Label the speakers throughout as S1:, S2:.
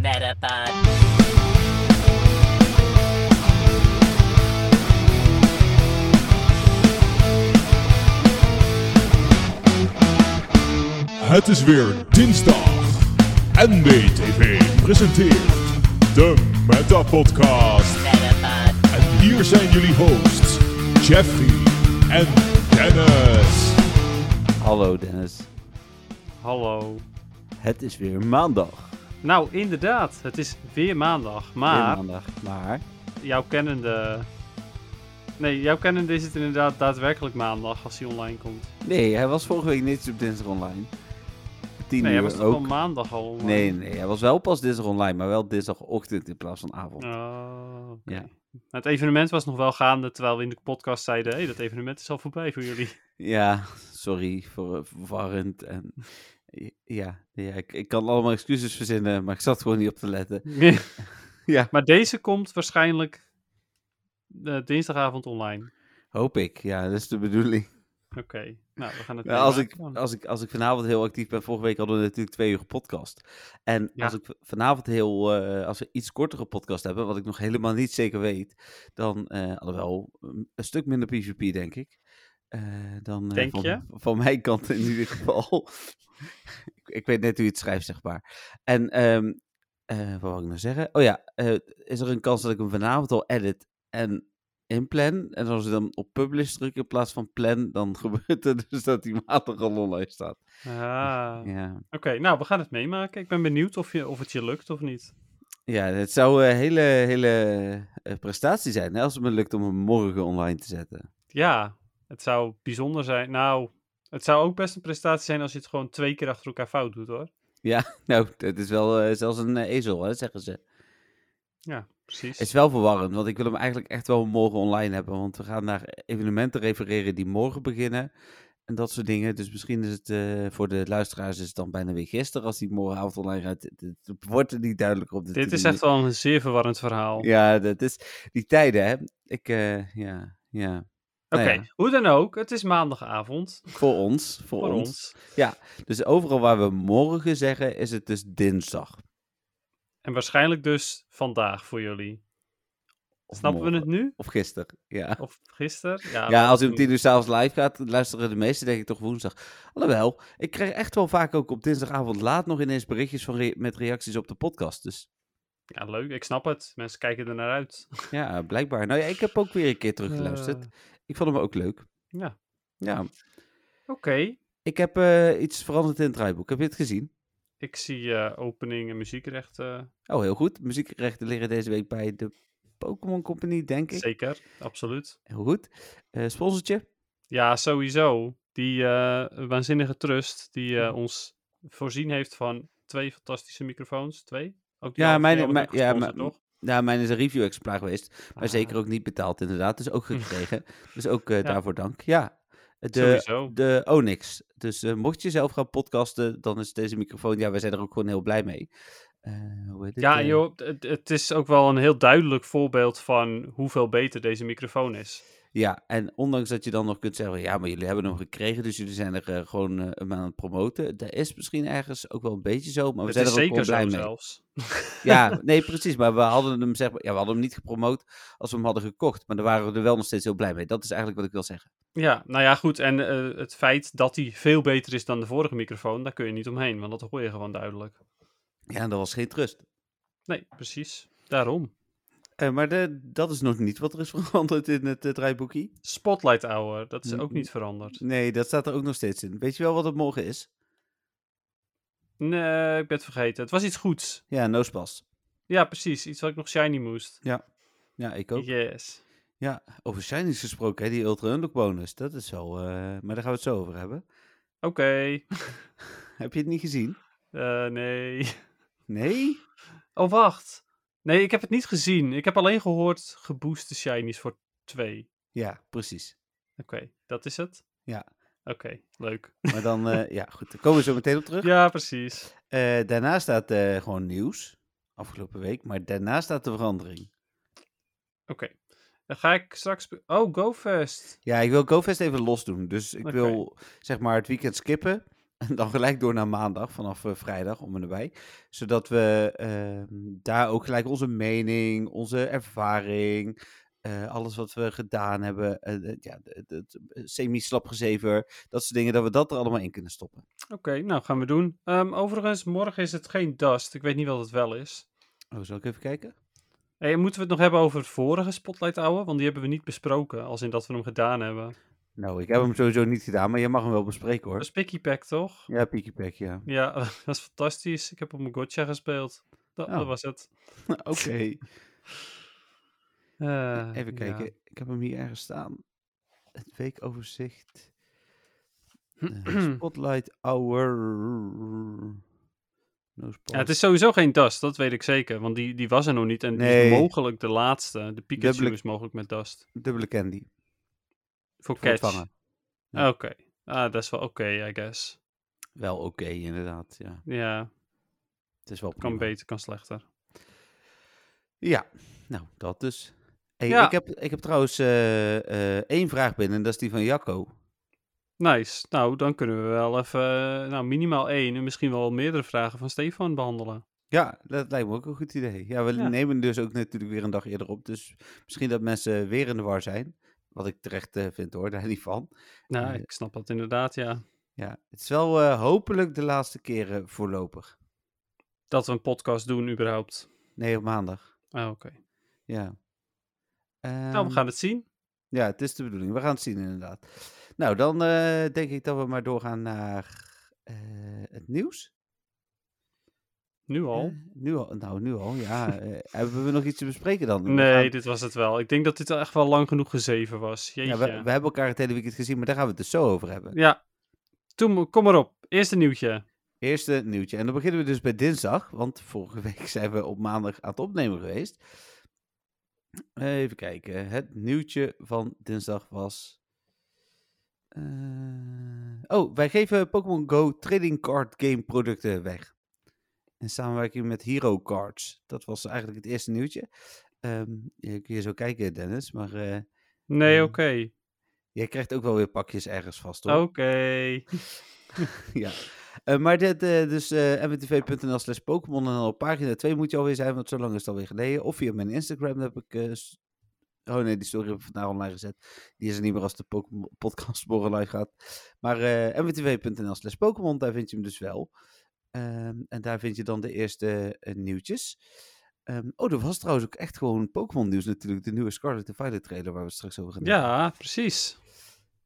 S1: Metapod.
S2: Het is weer dinsdag. NBTV presenteert de Meta Podcast.
S1: Metapod.
S2: En hier zijn jullie hosts, Jeffrey en Dennis.
S3: Hallo Dennis,
S4: Hallo.
S3: het is weer maandag.
S4: Nou, inderdaad, het is weer maandag. Maar
S3: Weer maandag, maar
S4: jouw kennende. Nee, jouw kennende is het inderdaad daadwerkelijk maandag als hij online komt.
S3: nee, hij was vorige week niet op dinsdag online. Tien
S4: Nee, hij
S3: uur
S4: was toch
S3: ook.
S4: al maandag al online?
S3: nee, nee, hij was wel pas dinsdag online, maar wel dinsdagochtend in plaats van avond.
S4: Oh, oké.
S3: Ja.
S4: Het evenement was nog wel gaande, terwijl we in de podcast zeiden... hé, hey, dat evenement is al voorbij voor jullie.
S3: Ja, sorry voor eh, verwarrend en ja, ja ik, ik kan allemaal excuses verzinnen, maar ik zat gewoon niet op te letten. Ja.
S4: Maar deze komt waarschijnlijk eh, dinsdagavond online.
S3: Hoop ik, ja, dat is de bedoeling.
S4: Oké, nou, we gaan het
S3: Nou, als, ik,
S4: meemaken dan.
S3: als, ik, als ik vanavond heel actief ben, vorige week hadden we natuurlijk twee uur podcast. En
S4: Ja.
S3: als ik v- vanavond heel, eh, als we iets kortere podcast hebben, wat ik nog helemaal niet zeker weet, dan, eh alhoewel, een een stuk minder PvP denk ik. Eh, dan, eh,
S4: Denk
S3: van,
S4: je?
S3: van mijn kant in ieder geval. ik, ik weet net hoe je het schrijft, zeg maar. En ehm, eh, wat wil ik nou zeggen? Oh ja, eh, is er een kans dat ik hem vanavond al edit en inplan? En als ik dan op publish druk in plaats van plan, dan gebeurt er dus dat die maandag al online staat.
S4: Ah, Oké,
S3: Ja,
S4: nou, we gaan het meemaken. Ik ben benieuwd of, je, of het je lukt of niet.
S3: ja het zou een hele, hele eh, prestatie zijn hè, als het me lukt om hem morgen online te zetten.
S4: Ja, het zou bijzonder zijn. Nou, het zou ook best een prestatie zijn als je het gewoon twee keer achter elkaar fout doet hoor.
S3: Nou, het is wel eh, zelfs een eh, ezel, hè, zeggen ze.
S4: Ja, precies.
S3: Het is wel verwarrend, want ik wil hem eigenlijk echt wel morgen online hebben. Want we gaan naar evenementen refereren die morgen beginnen. En dat soort dingen. Dus misschien is het eh, voor de luisteraars is het dan bijna weer gisteren als die morgenavond online gaat. Het, het- het wordt er niet duidelijker op de
S4: Dit is
S3: tv.
S4: echt wel een zeer verwarrend verhaal.
S3: Ja, dat is die tijden, hè. Ik, eh, ja, ja.
S4: Oké,
S3: Nou ja,
S4: hoe dan ook, het is maandagavond
S3: voor ons, voor,
S4: voor
S3: ons.
S4: ons.
S3: Dus overal waar we morgen zeggen, is het dus dinsdag.
S4: En waarschijnlijk dus vandaag voor jullie.
S3: Of
S4: Snappen
S3: morgen.
S4: we het nu?
S3: Of gisteren, ja.
S4: Of gisteren? Ja, mm,
S3: Ja,
S4: maar-
S3: als hij om tien uur s'avonds live gaat, luisteren de meesten denk ik toch woensdag. Alhoewel, ik krijg echt wel vaak ook op dinsdagavond laat nog ineens berichtjes van re- met reacties op de podcast. Dus
S4: Ja, leuk, ik snap het. Mensen kijken er naar uit.
S3: ja, blijkbaar. Nou ja, ik heb ook weer een keer teruggeluisterd.
S4: Eh,
S3: Ik vond hem ook leuk.
S4: ja,
S3: Ja,
S4: oké.
S3: ik heb eh, iets veranderd in het draaiboek. Heb je het gezien?
S4: Ik zie eh, opening en muziekrechten.
S3: Oh, heel goed. Muziekrechten leren deze week bij de Pokémon Company, denk ik.
S4: Zeker, absoluut.
S3: Heel goed. Eh sponsortje?
S4: Ja, sowieso. Die eh, waanzinnige trust die
S3: Mhm.
S4: eh, ons voorzien heeft van twee fantastische microfoons. Twee? Ook die
S3: Ja,
S4: andere
S3: mijn-
S4: van jou wordt ook
S3: mijn- ja,
S4: gesponsord,
S3: mijn-
S4: toch?
S3: Nou, mijn is een review-exemplaar geweest. Maar
S4: Ah,
S3: zeker ook niet betaald, inderdaad. Dus ook gekregen. dus ook eh,
S4: Ja.
S3: daarvoor dank. Ja. De,
S4: Sowieso.
S3: de Onyx. Dus eh, mocht je zelf gaan podcasten, dan is deze microfoon... Ja, wij zijn er ook gewoon heel blij mee. Eh, hoe heet het,
S4: Ja,
S3: eh?
S4: joh, het, het is ook wel een heel duidelijk voorbeeld van hoeveel beter deze microfoon
S3: Oh,
S4: is.
S3: Ja, en ondanks dat je dan nog kunt zeggen... Ja, maar jullie hebben hem gekregen, dus jullie zijn er eh, gewoon eh, hem aan het promoten. Dat is misschien ergens ook wel een beetje zo, maar we
S4: het
S3: zijn
S4: is
S3: er ook
S4: zeker
S3: gewoon blij mee.
S4: zo zelfs.
S3: Ja, nee, precies. Maar we hadden hem, zeg maar, ja, we hadden hem niet gepromoot als we hem hadden gekocht. Maar daar waren we er wel nog steeds heel blij mee. Dat is eigenlijk wat ik wil zeggen.
S4: Ja, nou ja, goed. En eh, het feit dat die veel beter is dan de vorige microfoon, daar kun je niet omheen, want dat hoor je gewoon duidelijk.
S3: Ja, en dat was geen trust.
S4: Nee, precies. Daarom.
S3: Eh, maar de, dat is nog niet wat er is veranderd in het eh, draaiboekie.
S4: Spotlight Hour, dat is ook
S3: Mhm.
S4: niet veranderd.
S3: Nee, dat staat er ook nog steeds in. Weet je wel wat het morgen is?
S4: Nee, ik ben het vergeten. Het was iets goeds.
S3: Ja, noospas.
S4: Ja, precies. Iets wat ik nog shiny moest.
S3: Ja, ik ook.
S4: Yes.
S3: Ja, over Shinies gesproken, hè, die Ultra Unlock bonus. Dat is zo. eh, maar daar gaan we het zo over hebben.
S4: Oké.
S3: Heb je het niet gezien?
S4: Eh, nee.
S3: Nee?
S4: Oh, wacht. Nee, ik heb het niet gezien. Ik heb alleen gehoord gebooste shinies voor twee.
S3: Ja, precies.
S4: Oké, dat is het?
S3: Ja.
S4: Oké, leuk.
S3: Maar dan, eh, ja, goed. Daar komen we zo meteen op terug.
S4: Ja, precies.
S3: Eh, daarna staat eh, gewoon nieuws. Afgelopen week. Maar daarna staat de verandering.
S4: Oké. Dan ga ik straks... be- Oh, GoFest.
S3: Ja, ik wil GoFest even los doen. Dus ik
S4: Oké.
S3: wil zeg maar het weekend skippen. En dan gelijk door naar maandag, vanaf eh, vrijdag om en erbij. Zodat we ehm, daar ook gelijk onze mening, onze ervaring, eh, alles wat we gedaan hebben, eh, eh, ja, het- het semi-slapgezever, dat soort dingen, dat we dat er allemaal in kunnen stoppen.
S4: Oké, nou gaan we doen. Ehm, overigens, morgen is het geen dust. Ik weet niet wat het wel is.
S3: Oh, zal ik even kijken?
S4: Hey, moeten we het nog hebben over het vorige Spotlight ouwe? Want die hebben we niet besproken, als in dat we hem gedaan hebben.
S3: Nou, ik heb hem sowieso niet gedaan, maar jij mag hem wel bespreken
S4: Dat
S3: hoor.
S4: is Picky Pack, toch?
S3: Ja, Peaky Pack, ja.
S4: Ja, dat is fantastisch. Ik heb op mijn gotcha gespeeld. Dat, dat
S3: Oh.
S4: was het.
S3: Oké,
S4: Eh,
S3: E-, even
S4: ja.
S3: kijken. Ik heb hem hier ergens staan. Het weekoverzicht. Eh, Spotlight Hour. No
S4: Ja, het
S3: spotlight.
S4: is sowieso geen Dust, dat weet ik zeker. Want die, die was er nog niet. En die
S3: Nee.
S4: is mogelijk de laatste. De Pikachu
S3: Dubbele-
S4: is mogelijk met Dust.
S3: Dubbele candy.
S4: Voor
S3: Voor het
S4: Catch.
S3: vangen.
S4: Ah,
S3: ja.
S4: Oké. Ah, dat is wel oké, I guess.
S3: Wel oké, inderdaad. Ja,
S4: Ja,
S3: het is wel
S4: kan
S3: prima.
S4: beter, kan slechter.
S3: Ja, nou, dat dus. Hey,
S4: Ja.
S3: ik, heb, ik heb trouwens eh, eh, één vraag binnen. En dat is die van Jacco.
S4: Nice. Nou, dan kunnen we wel even, eh, nou, minimaal één en misschien wel meerdere vragen van Stefan behandelen.
S3: Ja, dat lijkt me ook een goed idee. Ja, we
S4: Ja.
S3: nemen dus ook natuurlijk weer een dag eerder op. Dus misschien dat mensen weer in de war zijn. Wat ik terecht eh, vind hoor, daar niet van.
S4: Nou,
S3: Eh.
S4: ik snap dat inderdaad, ja.
S3: Ja, het is wel eh, hopelijk de laatste keren voorlopig.
S4: Dat we een podcast doen überhaupt.
S3: Nee, op maandag.
S4: Ah, oké.
S3: Ja.
S4: nou, we
S3: Ehm,
S4: gaan het zien.
S3: Ja, het is de bedoeling. We gaan het zien inderdaad. Nou, dan eh, denk ik dat we maar doorgaan naar eh, het nieuws.
S4: Nu al.
S3: Eh, nu al. Nou, nu al, ja. eh, hebben we nog iets te bespreken dan? We
S4: nee,
S3: gaan-
S4: dit was het wel. Ik denk dat dit al echt wel lang genoeg gezeven was. Jeetje.
S3: ja, we, we hebben elkaar het hele weekend gezien, maar daar gaan we het dus zo over hebben.
S4: Ja. Toen, mo- kom maar op. Eerste nieuwtje.
S3: Eerste nieuwtje. En dan beginnen we dus bij dinsdag, want vorige week zijn we op maandag aan het opnemen geweest. Even kijken. Het nieuwtje van dinsdag was. eh, Oh, wij geven Pokémon Go trading card game producten weg. In samenwerking met Hero Cards. Dat was eigenlijk het eerste nieuwtje. Ehm, je kun je zo kijken, Dennis. Maar eh,
S4: Nee,
S3: Ja.
S4: oké.
S3: jij krijgt ook wel weer pakjes ergens vast, hoor.
S4: Oké.
S3: ja. Eh, maar dit, eh, dus eh mwtv.nl slash Pokémon en dan op pagina 2 moet je alweer zijn, want zo lang is het alweer geleden. Of via mijn Instagram daar heb ik... eh, s- oh nee, die story heb ik vandaag online gezet. Die is er niet meer als de Pokémon podcast morgen live gaat. Maar eh mwtv.nl slash Pokémon, daar vind je hem dus wel. Ehm, en daar vind je dan de eerste eh, nieuwtjes. Ehm, oh, er was trouwens ook echt gewoon Pokémon nieuws natuurlijk. De nieuwe Scarlet en Violet trailer waar we het straks over gaan hebben.
S4: Ja, precies.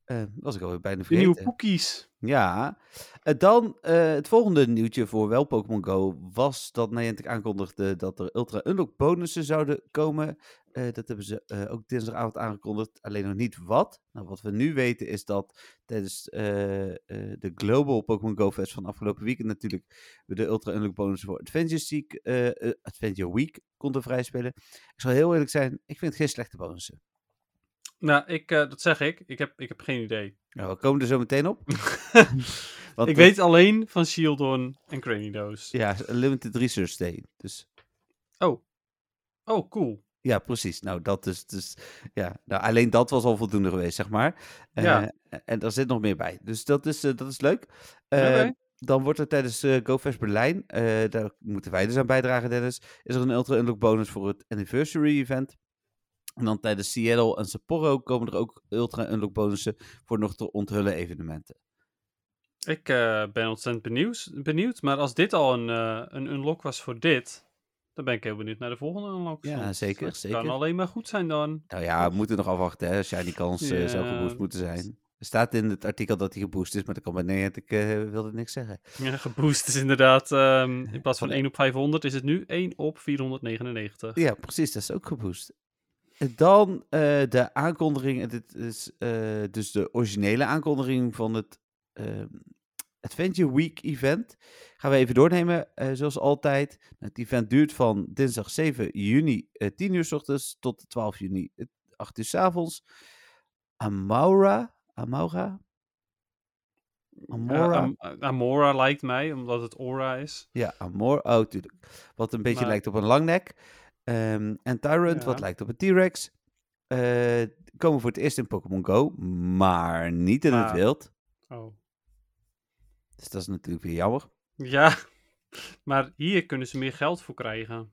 S3: Eh, was ik alweer bijna
S4: De
S3: vergeten.
S4: nieuwe cookies.
S3: Ja, Eh, dan eh, het volgende nieuwtje voor wel Pokémon Go was dat Niantic aankondigde dat er Ultra Unlock bonussen zouden komen. Eh, dat hebben ze eh, ook dinsdagavond aangekondigd, alleen nog niet wat. Nou, wat we nu weten is dat tijdens eh, eh, de Global Pokémon Go Fest van afgelopen weekend natuurlijk we de Ultra Unlock bonussen voor Adventure, Seek, eh, eh, Adventure Week konden vrijspelen. Ik zal heel eerlijk zijn, ik vind het geen slechte bonussen.
S4: Nou, ik, eh, dat zeg ik. Ik heb, ik heb geen idee.
S3: Nou, we komen er zo meteen op. Want
S4: ik
S3: we-
S4: weet alleen van Shieldon en Cranidos.
S3: eh? Ja, Limited Research Day. Dus
S4: Oh. Oh, cool.
S3: Ja, precies. Nou, dat is dus. Ja, nou, alleen dat was al voldoende geweest, zeg maar. Eh,
S4: Ja.
S3: en daar zit nog meer bij. Dus dat is, eh, dat is leuk. Eh,
S4: Oké.
S3: Dan wordt er tijdens eh GoFest Berlijn, eh, daar moeten wij dus aan bijdragen, Dennis. Is er een Ultra Unlock bonus voor het Anniversary Event? En dan tijdens Seattle en Sapporo komen er ook Ultra Unlock bonussen voor nog te onthullen evenementen.
S4: Ik eh, ben ontzettend benieuwd, benieuwd. Maar als dit al een, eh, een unlock was voor dit, dan ben ik heel benieuwd naar de volgende unlock.
S3: Ja, zeker,
S4: Het kan
S3: zeker.
S4: alleen maar goed zijn dan.
S3: Nou ja, we moeten nog afwachten, hè. Shiny kans eh, zou
S4: Ja.
S3: geboost moeten zijn. Er staat in het artikel dat hij geboost is, maar dat kan bij Niantic, eh, wilde niks zeggen.
S4: Ja, geboost is inderdaad, ehm, in plaats van
S3: Van-
S4: 1 op 500 is het nu 1 op 499.
S3: Ja, precies. Dat is ook geboost. En Dan eh, de aankondiging. En dit is eh, dus de originele aankondiging van het ehm, Adventure Week event. Gaan we even doornemen, eh, zoals altijd. Nou, het event duurt van dinsdag 7 juni eh, 10 uur s ochtends tot 12 juni eh, 8 uur s avonds. Amaura. Amaura? Amora?
S4: Ja, Eh, Am- Amora lijkt mij, omdat het Aura is.
S3: Ja, Amor. Oh, tuurlijk. Wat een beetje
S4: Maar-
S3: lijkt op een langnek. Ehm, en Tyrant, wat
S4: Ja.
S3: lijkt op een T-Rex. Eh, komen voor het eerst in Pokémon Go, maar niet in het
S4: Maar-
S3: wild.
S4: Oh.
S3: Dus dat is natuurlijk weer jammer.
S4: Ja, maar hier kunnen ze meer geld voor krijgen.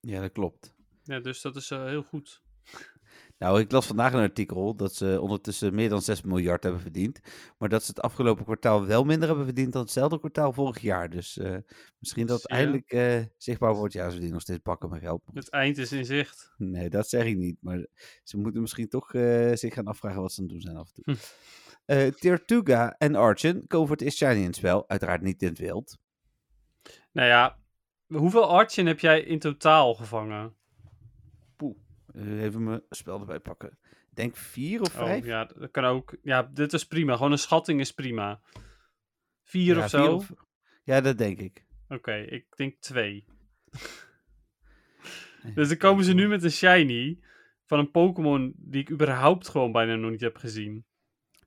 S3: Ja, dat klopt.
S4: Ja, dus dat is eh, heel goed.
S3: Nou, ik las vandaag een artikel dat ze ondertussen meer dan 6 miljard hebben verdiend. Maar dat ze het afgelopen kwartaal wel minder hebben verdiend dan hetzelfde kwartaal vorig jaar. Dus eh, misschien dat het
S4: Zie je?
S3: eindelijk eh, zichtbaar wordt. Ja, ze verdienen nog steeds bakken met geld.
S4: Het eind is in zicht.
S3: Nee, dat zeg ik niet. Maar ze moeten misschien toch eh, zich gaan afvragen wat ze aan het doen zijn af en toe.
S4: Hm.
S3: Eh, Tortuga en Archen komen voor het eerst shiny in het spel. Uiteraard niet in het wild.
S4: Nou ja, hoeveel Archen heb jij in totaal gevangen? Oh,
S3: Eh, even mijn spel erbij pakken. Ik Denk vier of vijf?
S4: Oh ja, dat kan ook. Ja, dit is prima. Gewoon een schatting is prima. Vier
S3: Ja,
S4: of zo?
S3: Ja, dat denk ik.
S4: Oké, ik denk twee. Dus dan komen ze nu met een shiny van een Pokémon die ik überhaupt gewoon bijna nog niet heb gezien.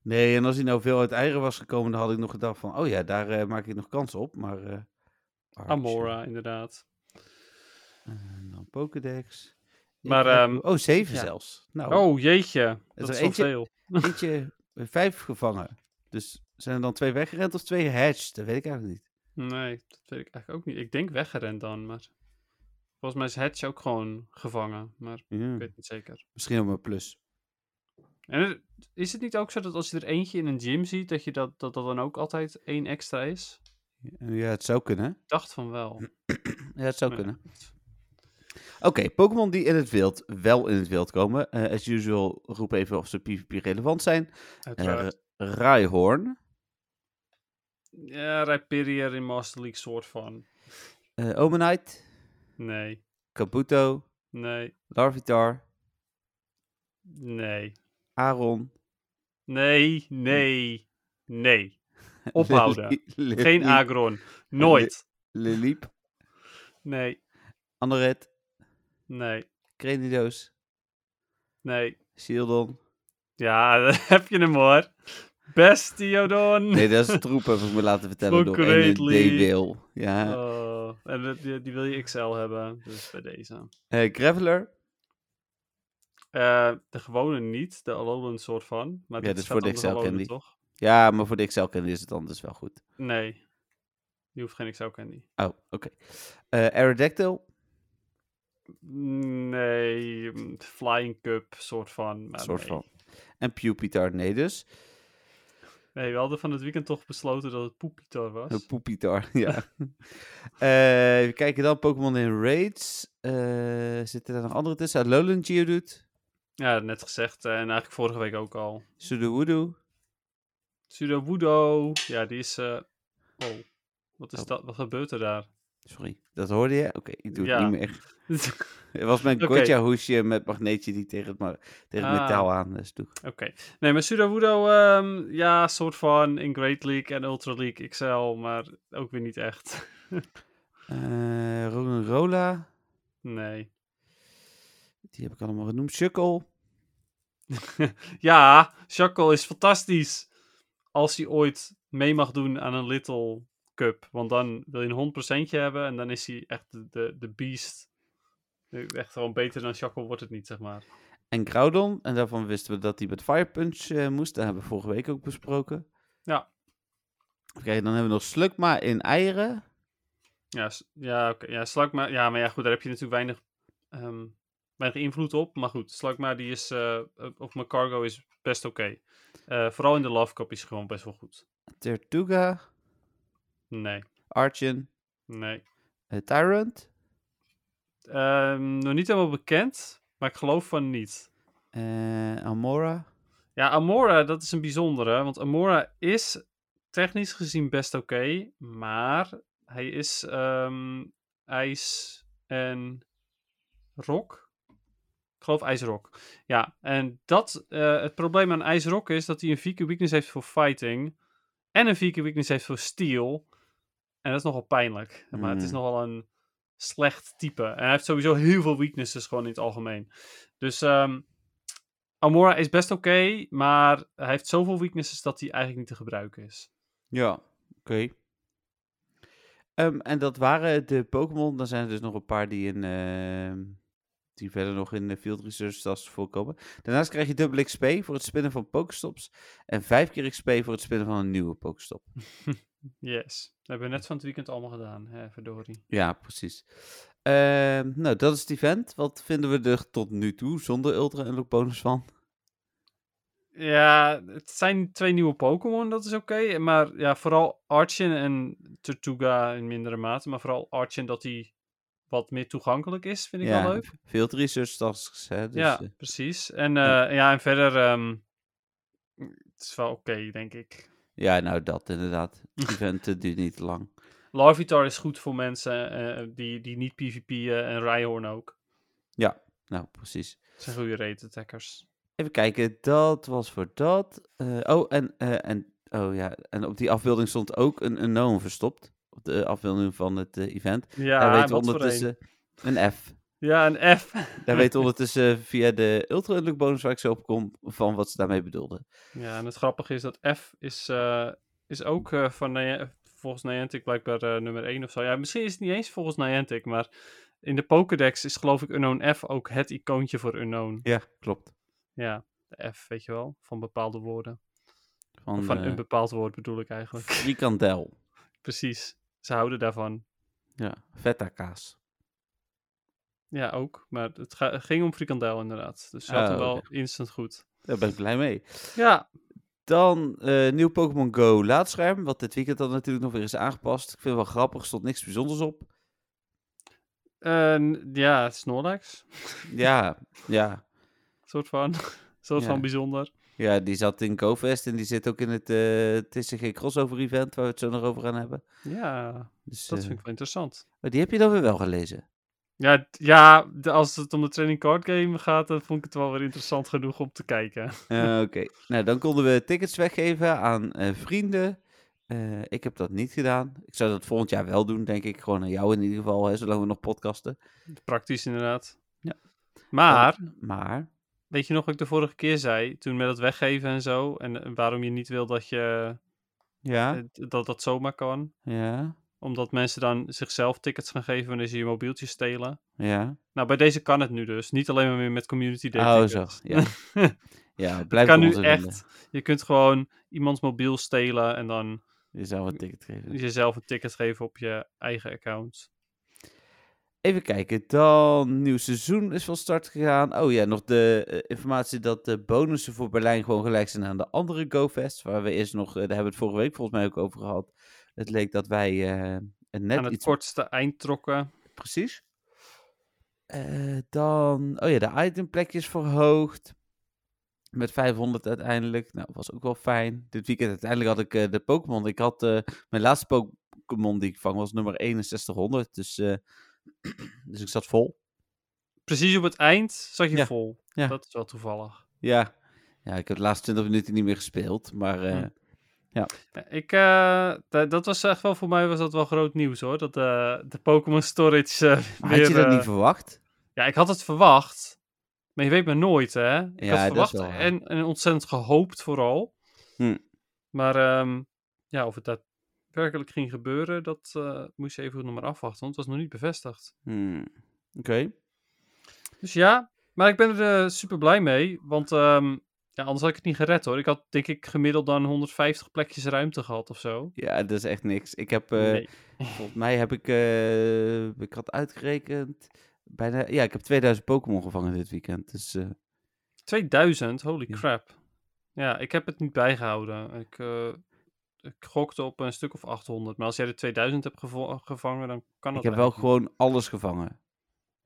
S3: Nee, en als hij nou veel uit eieren was gekomen, dan had ik nog gedacht van... Oh ja, daar eh, maak ik nog kans op, maar... eh, Archen.
S4: Amora, inderdaad.
S3: En dan nou, Pokédex. Ik
S4: Maar,
S3: heb-
S4: ehm,
S3: oh, zeven
S4: ja.
S3: zelfs. Nou,
S4: Oh, jeetje.
S3: er
S4: Dat is
S3: eentje-
S4: zoveel.
S3: eentje eh, vijf gevangen. Dus zijn er dan twee weggerend of twee gehatcht? Dat weet ik eigenlijk niet.
S4: Nee, dat weet ik eigenlijk ook niet. Ik denk weggerend dan, maar... Volgens mij is Hedge ook gewoon gevangen, maar
S3: Hm.
S4: ik weet het niet zeker.
S3: Misschien op een plus.
S4: En er- is het niet ook zo dat als je er eentje in een gym ziet, dat je dat, dat, dat dan ook altijd één extra is?
S3: Ja, het zou kunnen.
S4: Ik dacht van wel.
S3: Ja, het zou
S4: Ja.
S3: kunnen. Oké, Pokémon die in het wild wel in het wild komen. Eh, as usual, roep even of ze PvP relevant zijn.
S4: Uiteraard.
S3: Eh Raihorn.
S4: ja, Rhyperior in Master League soort van.
S3: eh Omanite.
S4: Nee,
S3: Kabuto.
S4: nee,
S3: Larvitar.
S4: nee,
S3: Aaron.
S4: nee, nee, nee. Ophouden.
S3: Lili- Lili-
S4: Geen Agron. Nooit.
S3: Liliep.
S4: Nee,
S3: Anderet.
S4: nee,
S3: Crenidos.
S4: nee.
S3: Shieldon.
S4: Ja, daar heb je hem hoor. Bestiodon.
S3: Nee, dat is het roep, heb ik me laten vertellen door een
S4: Concretely.
S3: D-Wil. Ja.
S4: Oh, en dat- die, die wil je XL hebben, dus bij deze.
S3: Eh, Graveler.
S4: Eh, de gewone niet, de Alolan soort van. Maar
S3: Ja,
S4: dit
S3: dat is
S4: staat
S3: voor de
S4: onder
S3: XL
S4: Alolan,
S3: candy.
S4: toch?
S3: Ja, maar voor de Excel-kennis is het anders wel goed.
S4: Nee, die hoeft geen XL candy.
S3: Oh, oké. Eh Aerodactyl.
S4: Nee, mm, Flying Cup soort van. maar
S3: soort
S4: nee.
S3: van. En Pupitar, nee dus.
S4: Nee, we hadden van het weekend toch besloten dat het Poepitor was.
S3: Eh, Poepitar, ja. Eh even kijken dan, Pokémon in Raids. Eh, zitten daar nog andere tussen? Alolan Geodude.
S4: Ja, net gezegd. eh, En eigenlijk vorige week ook al.
S3: Sudowoodo.
S4: Sudowoodo. Ja, die is... eh, Oh, wat is
S3: Oh.
S4: dat? Wat gebeurt er daar?
S3: Sorry, dat hoorde je? Oké, ik doe
S4: Ja.
S3: het niet meer. Het was mijn
S4: Oké.
S3: gotcha hoesje met magneetje die tegen het, ma- tegen het
S4: Ah.
S3: metaal aan eh, sloeg.
S4: Oké. Nee, maar Sudowoodo, ehm ja, soort van in Great League en Ultra League XL, maar ook weer niet echt.
S3: Eh Rola,
S4: nee.
S3: die heb ik allemaal genoemd. Shuckle.
S4: Ja, Shackle is fantastisch. Als hij ooit mee mag doen aan een Little Cup. Want dan wil je een 100% hebben en dan is hij echt de, de, de beast. Echt gewoon beter dan Shackle wordt het niet, zeg maar.
S3: En Groudon. En daarvan wisten we dat hij met Fire Punch eh, moest. Dat hebben we vorige week ook besproken.
S4: Ja.
S3: Oké, dan hebben we nog Slugma in eieren.
S4: Ja, s- ja, oké. ja Slagma. Ja, maar ja, goed, daar heb je natuurlijk weinig, ehm, weinig invloed op. Maar goed, Slagma, die is, eh, op mijn cargo is best oké. Eh, vooral in de Love Cup is hij gewoon best wel goed.
S3: Tortuga.
S4: Nee,
S3: Archen.
S4: nee.
S3: eh, Tyrant.
S4: Ehm, nog niet helemaal bekend, maar ik geloof van niet.
S3: eh, Amora.
S4: Ja, Amora, dat is een bijzondere. Want Amora is technisch gezien best oké. maar hij is ehm, ijs en rock. Ik geloof ijsrok. Ja, en dat, eh, het probleem aan ijsrok is dat hij een vieke weakness heeft voor fighting. En een vieke weakness heeft voor steel. En dat is nogal pijnlijk. Maar het is
S3: Mm.
S4: nogal een slecht type. En hij heeft sowieso heel veel weaknesses gewoon in het algemeen. Dus ehm, Amora is best oké, maar hij heeft zoveel weaknesses dat hij eigenlijk niet te gebruiken is.
S3: Ja, oké. Ehm, en dat waren de Pokémon. Dan zijn er dus nog een paar die, in, ehm, die verder nog in de Field Research tas voorkomen. Daarnaast krijg je dubbel XP voor het spinnen van Pokestops. En vijf keer XP voor het spinnen van een nieuwe Pokestop.
S4: Yes. Dat hebben we net van het weekend allemaal gedaan, hè, verdorie.
S3: Ja, precies. Ehm, nou, dat is het event. Wat vinden we er tot nu toe zonder Ultra Unlock bonus van?
S4: Ja, het zijn twee nieuwe Pokémon, dat is oké. Maar ja, vooral Archon en Tortuga in mindere mate. Maar vooral Archon dat hij wat meer toegankelijk is, vind ik
S3: ja,
S4: wel leuk.
S3: Veel research tasks, hè? Dus,
S4: ja,
S3: eh,
S4: precies. En ja.
S3: ja.
S4: ja, en verder, ehm, het is wel oké, denk ik.
S3: ja, nou dat inderdaad. Het event eh, duurt niet te lang.
S4: Larvitar is goed voor mensen eh, die, die niet PvP'en en Rhyhorn ook.
S3: Nou, precies.
S4: Dat zijn goede rate attackers.
S3: Even kijken, dat was voor dat. Eh, oh, en, eh, en, oh ja, en op die afbeelding stond ook een unknown verstopt. Op de afbeelding van het eh, event.
S4: Ja,
S3: Daar weten we
S4: wat voor een.
S3: ondertussen een F.
S4: Ja, een F.
S3: Daar weten we ondertussen eh, via de Ultra Unlock bonus waar ik zo op kom, van wat ze daarmee bedoelden.
S4: Ja, en het grappige is dat F is, eh, is ook eh, van Nia- volgens Niantic blijkbaar eh, nummer 1 of zo. Ja, misschien is het niet eens volgens Niantic, maar in de Pokédex is geloof ik Unknown F ook het icoontje voor Unknown.
S3: Ja, klopt.
S4: Ja, de F, weet je wel, van bepaalde woorden.
S3: Van,
S4: Of van
S3: eh,
S4: een bepaald woord bedoel ik eigenlijk.
S3: frikandel.
S4: Precies, ze houden daarvan.
S3: Ja, feta kaas.
S4: Ja, ook, maar het, ga- het ging om frikandel inderdaad. Dus ze hadden
S3: Ah,
S4: wel
S3: oké.
S4: instant goed.
S3: Daar ben ik blij mee.
S4: Ja,
S3: Dan eh, nieuw Pokémon Go laadscherm, wat dit weekend dan natuurlijk nog weer is aangepast. Ik vind het wel grappig, stond niks bijzonders op.
S4: eh, n- ja, Snorlax,
S3: Ja, ja.
S4: soort van. soort
S3: Ja.
S4: van bijzonder.
S3: Ja, die zat in GoFest en die zit ook in het eh, TCG crossover event waar we het zo nog over gaan hebben.
S4: Ja,
S3: Dus,
S4: dat
S3: eh,
S4: vind ik wel interessant.
S3: Maar die heb je dan weer wel gelezen.
S4: Ja, d- ja de- als het om de training card game gaat, dan vond ik het wel weer interessant genoeg om te kijken.
S3: Eh, Oké, nou dan konden we tickets weggeven aan eh, vrienden. Eh, ik heb dat niet gedaan. Ik zou dat volgend jaar wel doen, denk ik. Gewoon aan jou in ieder geval, hè, zolang we nog podcasten.
S4: Praktisch inderdaad.
S3: Ja.
S4: Maar,
S3: Maar,
S4: weet je nog wat ik de vorige keer zei? Toen met dat weggeven en zo. En eh, waarom je niet wil dat je,
S3: ja,
S4: eh, d- dat, dat zomaar kan.
S3: ja,
S4: Omdat mensen dan zichzelf tickets gaan geven wanneer ze je mobieltje stelen.
S3: ja.
S4: Nou, bij deze kan het nu dus. Niet alleen maar meer met community day
S3: Oh, zo.
S4: tickets.
S3: Ja, ja blijf
S4: kan
S3: ons
S4: nu echt. Je kunt gewoon iemands mobiel stelen en dan
S3: Je zou een ticket geven.
S4: jezelf een ticket geven op je eigen account.
S3: Even kijken, dan nieuw seizoen is van start gegaan. Oh ja, nog de eh, informatie dat de bonussen voor Berlijn gewoon gelijk zijn aan de andere GoFest. Waar we eerst nog, eh, daar hebben we het vorige week volgens mij ook over gehad. Het leek dat wij eh, een net
S4: Aan het
S3: iets...
S4: kortste eind trokken.
S3: Precies. Eh, dan, oh ja, de itemplekjes verhoogd. Met 500 uiteindelijk. Nou, was ook wel fijn. Dit weekend uiteindelijk had ik eh, de Pokémon. Ik had eh, mijn laatste Pokémon die ik vang was nummer 6100. Dus, eh, dus ik zat vol.
S4: precies op het eind zat je
S3: Ja,
S4: vol.
S3: ja.
S4: Dat is wel toevallig.
S3: Ja. ja, ik heb de laatste 20 minuten niet meer gespeeld. Maar eh,
S4: Hm. Ik, eh, da- dat was echt wel voor mij was dat wel groot nieuws hoor. Dat de, de Pokémon Storage eh,
S3: had
S4: weer.
S3: je dat
S4: eh,
S3: niet verwacht?
S4: Ja, ik had het verwacht. Maar je weet maar nooit, hè? Ik
S3: Ja,
S4: had
S3: dat is
S4: verwacht
S3: wel waar.
S4: en, en ontzettend gehoopt vooral.
S3: Hm.
S4: Maar ehm, ja, of het daadwerkelijk ging gebeuren, dat eh, moest je even nog maar afwachten, want het was nog niet bevestigd.
S3: Hmm. Oké.
S4: Dus ja, maar ik ben er super blij mee. Want ehm, ja, anders had ik het niet gered hoor. Ik had denk ik gemiddeld dan 150 plekjes ruimte gehad of zo.
S3: Ja, dat is echt niks. Ik heb, eh,
S4: Nee.
S3: volgens mij heb ik, eh, ik had uitgerekend, bijna, ja, ik heb 2000 Pokémon gevangen dit weekend. Dus eh,
S4: 2000, holy
S3: Ja.
S4: crap. Ja, ik heb het niet bijgehouden. Ik, eh, ik gokte op een stuk of 800. Maar als jij de 2000 hebt gevo- gevangen, dan kan dat
S3: ik heb wel
S4: eigenlijk
S3: gewoon alles gevangen.
S4: niet.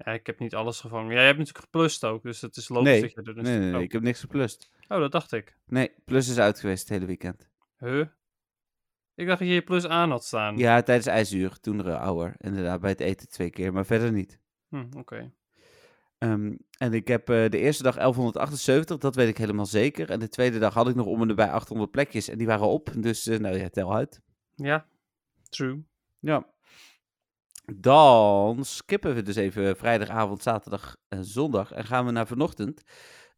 S4: Ja, ik heb niet alles gevangen. Ja, jij hebt natuurlijk geplust ook, dus het is logisch
S3: Nee,
S4: dat je er
S3: Nee,
S4: een
S3: nee,
S4: stuk...
S3: nee,
S4: oh.
S3: ik heb niks geplust.
S4: Oh, dat dacht ik.
S3: Nee, plus is uit geweest het hele weekend.
S4: Huh? Ik dacht dat je je plus aan had staan.
S3: Ja, tijdens ijsuur, toen er eh, ouder. Inderdaad, bij het eten twee keer, maar verder niet.
S4: Hm, Oké.
S3: Ehm, en ik heb eh, de eerste dag 1178, dat weet ik helemaal zeker. En de tweede dag had ik nog om en bij 800 plekjes. En die waren op, dus eh, nou ja, tel uit.
S4: Ja, true.
S3: Ja. Dan skippen we dus even vrijdagavond, zaterdag en zondag. En gaan we naar vanochtend.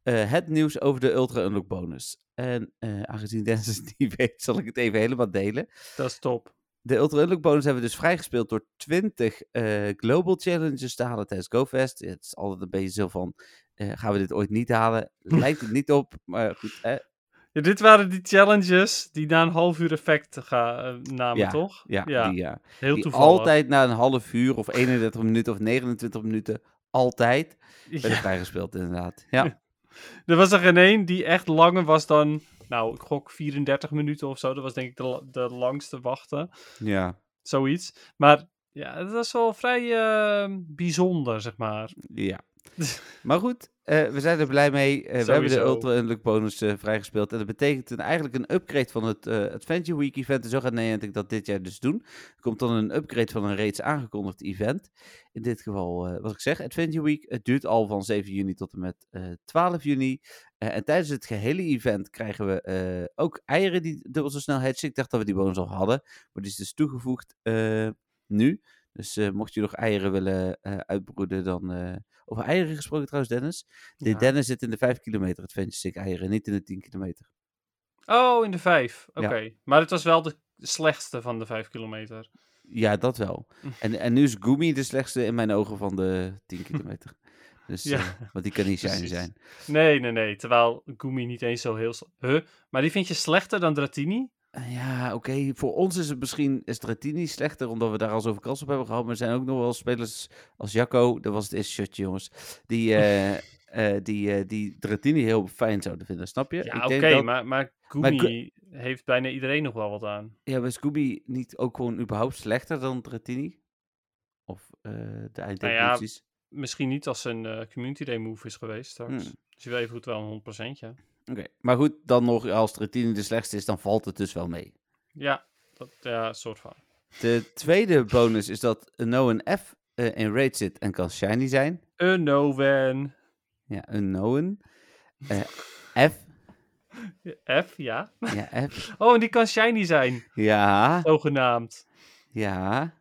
S3: eh, het nieuws over de Ultra Unlock bonus. En eh, aangezien Dennis het niet weet, zal ik het even helemaal delen.
S4: Dat is top.
S3: De Ultra Unlock bonus hebben we dus vrijgespeeld door 20 eh, Global Challenges te halen tijdens GoFest. Het is altijd een beetje zo van, eh, gaan we dit ooit niet halen? Lijkt het niet op, maar goed. hè.
S4: Ja, dit waren die challenges die na een half uur effect ga, eh, namen,
S3: Ja,
S4: toch?
S3: Ja, die, ja.
S4: heel
S3: die
S4: toevallig.
S3: altijd na een half uur of 31 minuten of 29 minuten altijd
S4: Ja,
S3: werd vrijgespeeld inderdaad. Ja,
S4: Er was er geen één die echt langer was dan, nou, ik gok 34 minuten of zo. Dat was denk ik de, la- de langste wachten,
S3: ja,
S4: zoiets. Maar ja, dat was wel vrij eh, bijzonder, zeg maar.
S3: ja. Maar goed, eh, we zijn er blij mee. Eh, we hebben de
S4: Sowieso.
S3: Ultra Unlock bonus eh, vrijgespeeld. En dat betekent een, eigenlijk een upgrade van het eh, Adventure Week event. En zo gaat Niantic dat dit jaar dus doen. Er komt dan een upgrade van een reeds aangekondigd event. In dit geval, eh, wat ik zeg, Adventure Week. Het duurt al van 7 juni tot en met eh, 12 juni. Eh, en tijdens het gehele event krijgen we eh, ook eieren die dubbel zo snel hatchen. Ik dacht dat we die bonus al hadden. Maar die is dus toegevoegd eh, nu. Dus eh, mocht je nog eieren willen eh, uitbroeden, dan... eh, over eieren gesproken trouwens, Dennis. De
S4: Ja.
S3: Dennis zit in de 5 kilometer Adventure Stick eieren, niet in de 10 kilometer.
S4: Oh, in de vijf. Oké.
S3: Ja.
S4: Maar het was wel de slechtste van de vijf kilometer.
S3: Ja, dat wel.
S4: Hm.
S3: En, en nu is Gumi de slechtste in mijn ogen van de 10 kilometer. Dus,
S4: Ja.
S3: eh, want die kan niet zijn
S4: Precies.
S3: zijn.
S4: Nee, nee, nee. Terwijl Gumi niet eens zo heel... sle- Huh? Maar die vind je slechter dan Dratini?
S3: Eh, ja, oké. Voor ons is het misschien is Dratini slechter, omdat we daar al zoveel kans op hebben gehad. Maar er zijn ook nog wel spelers als Jacco, dat was het eerste shirtje, jongens, die, eh, eh, die, eh, die Dratini heel fijn zouden vinden, snap je?
S4: Ja,
S3: Ik
S4: oké,
S3: denk dat-
S4: maar, maar
S3: maar
S4: Gumi heeft bijna iedereen nog wel wat aan.
S3: Ja, maar is Scooby niet ook gewoon überhaupt slechter dan Dratini? Of eh, de eindtechnicies?
S4: Misschien niet als een eh, community day move is geweest straks.
S3: Hmm.
S4: Dus je weet goed wel een 100%. Ja,
S3: Oké, maar goed, dan nog, als Dratini de slechtste is, dan valt het dus wel mee.
S4: ja, dat, ja soort van.
S3: De tweede bonus is dat een O en F eh, in raid zit en kan shiny zijn.
S4: Een Noven.
S3: Ja, een Noen. Eh, F.
S4: F, ja.
S3: Ja, F.
S4: Oh, en die kan shiny zijn,
S3: Ja,
S4: zogenaamd.
S3: ja.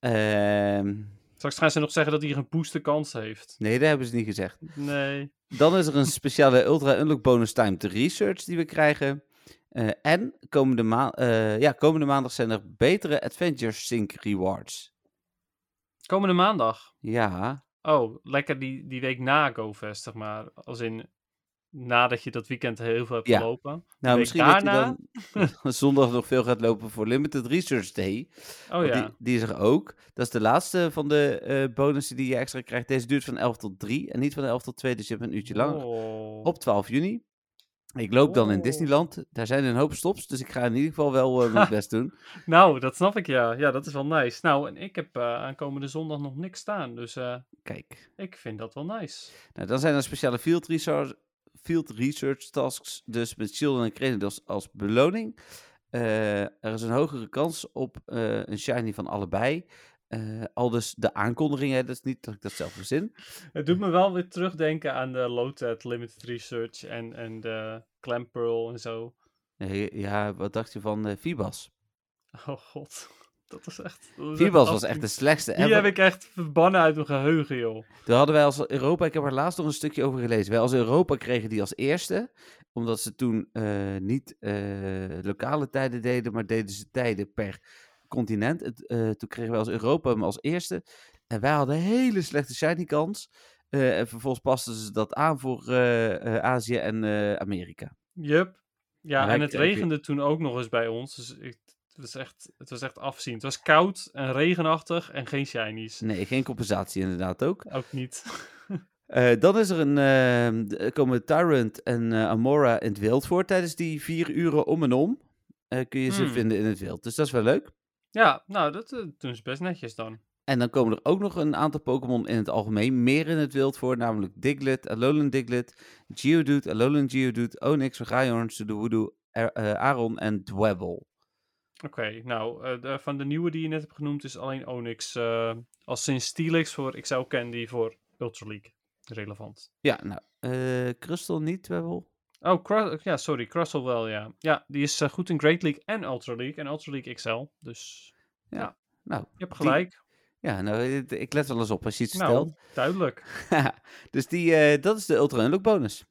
S3: Ehm,
S4: Straks gaan ze nog zeggen dat hij een booster kans heeft.
S3: nee, dat hebben ze niet gezegd.
S4: Nee.
S3: Dan is er een speciale Ultra Unlock Bonus Time to Research die we krijgen. Eh, en komende, ma eh, ja, komende maandag zijn er betere Adventure Sync Rewards.
S4: Komende maandag.
S3: Ja,
S4: Oh, lekker die, die week na GoFest, zeg maar. Als in, nadat je dat weekend heel veel hebt
S3: Ja.
S4: gelopen.
S3: nou
S4: week
S3: misschien dat
S4: daarna?
S3: hij dan zondag nog veel gaat lopen voor Limited Research Day.
S4: Oh
S3: Want
S4: ja.
S3: Die, die is er ook. Dat is de laatste van de eh, bonussen die je extra krijgt. Deze duurt van 11 tot 3 en niet van 11 tot 2, dus je hebt een uurtje langer.
S4: Oh.
S3: op 12 juni. Ik loop dan in
S4: Oh.
S3: Disneyland. Daar zijn een hoop stops, dus ik ga in ieder geval wel eh, mijn best doen.
S4: Nou, dat snap ik ja. Ja, dat is wel nice. Nou, en ik heb eh, aankomende zondag nog niks staan. Dus eh,
S3: Kijk,
S4: ik vind dat wel nice.
S3: nou, dan zijn er speciale field research, field research tasks, dus met shielden en Cranidos als beloning. Eh, er is een hogere kans op eh, een shiny van allebei. Eh, al dus de aankondigingen, hè, dat is niet dat ik dat zelf verzin.
S4: Het doet me wel weer terugdenken aan de Lotet Limited Research en, en de Clam Pearl en zo.
S3: Nee, ja, wat dacht je van eh Fibas?
S4: Oh god, dat is echt... dat is
S3: Fibas
S4: een
S3: was echt de
S4: afdoen.
S3: slechtste
S4: Die heb
S3: ever.
S4: ik echt verbannen uit mijn geheugen, joh.
S3: Daar hadden wij als Europa, ik heb er laatst nog een stukje over gelezen. Wij als Europa kregen die als eerste, omdat ze toen eh, niet eh, lokale tijden deden, maar deden ze tijden per continent. Het, eh, toen kregen wij als Europa hem als eerste. En wij hadden een hele slechte shiny kans. Eh, en vervolgens pasten ze dat aan voor eh, eh, Azië en eh, Amerika.
S4: Jup. Ja,
S3: Maar
S4: en
S3: ik-
S4: het
S3: ik-
S4: regende toen ook nog eens bij ons. Dus ik, het, was echt, het was echt afzien. Het was koud en regenachtig en geen shinies.
S3: Nee, geen compensatie inderdaad ook.
S4: Ook niet.
S3: Eh, dan is er een, ehm, d- er komen Tyrant en eh, Amora in het wild voor. Tijdens die vier uren om en om eh, kun je ze
S4: Hmm.
S3: vinden in het wild. Dus dat is wel leuk.
S4: Ja, nou, dat eh, doen ze best netjes dan.
S3: En dan komen er ook nog een aantal Pokémon in het algemeen meer in het wild voor. Namelijk Diglett, Alolan Diglett, Geodude, Alolan Geodude, Onyx, Rhyhorn, Sudowoodo, Er- eh, Aaron en Dwebble.
S4: Oké, nou, eh, de- van de nieuwe die je net hebt genoemd is alleen Onyx. eh, als sinds Steelix voor XL Candy voor Ultra League relevant.
S3: Ja, nou, eh Crystal niet, Dwebble.
S4: Oh, Cru- ja, sorry, Crustle wel, ja. Ja, die is eh, goed in Great League en Ultra League en Ultra League XL. Dus
S3: Nou,
S4: je hebt
S3: Die-
S4: gelijk.
S3: ja, nou, eh, ik let wel eens op als je iets
S4: nou, duidelijk.
S3: vertelt. dus die, eh, dat is de Ultra Unlock bonus.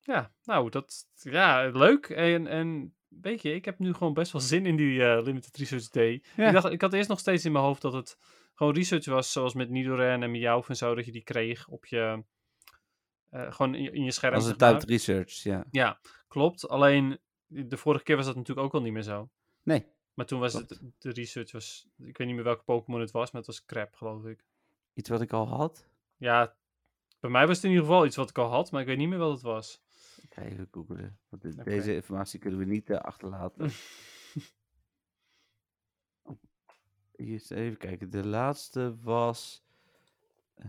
S4: Ja, nou, dat, ja, leuk. En, en weet je, ik heb nu gewoon best wel zin in die eh, Limited Research Day.
S3: Ja.
S4: Ik, dacht, ik had eerst nog steeds in mijn hoofd dat het gewoon research was, zoals met Nidoran en Meowth en zo, dat je die kreeg op je, eh, gewoon in, je- in je scherm.
S3: Als
S4: zeg
S3: een
S4: maar.
S3: tijd research, ja.
S4: Ja, Klopt, alleen de vorige keer was dat natuurlijk ook al niet meer zo.
S3: Nee.
S4: Maar toen was
S3: Klopt.
S4: het, de research was, ik weet niet meer welke Pokémon het was, maar het was crap, geloof ik.
S3: Iets wat ik al had.
S4: Ja, bij mij was het in ieder geval iets wat ik al had, maar ik weet niet meer wat het was.
S3: Ik ga even googlen. Want dit-
S4: Oké.
S3: deze informatie kunnen we niet eh, achterlaten. Hier is- even kijken. De laatste was. eh,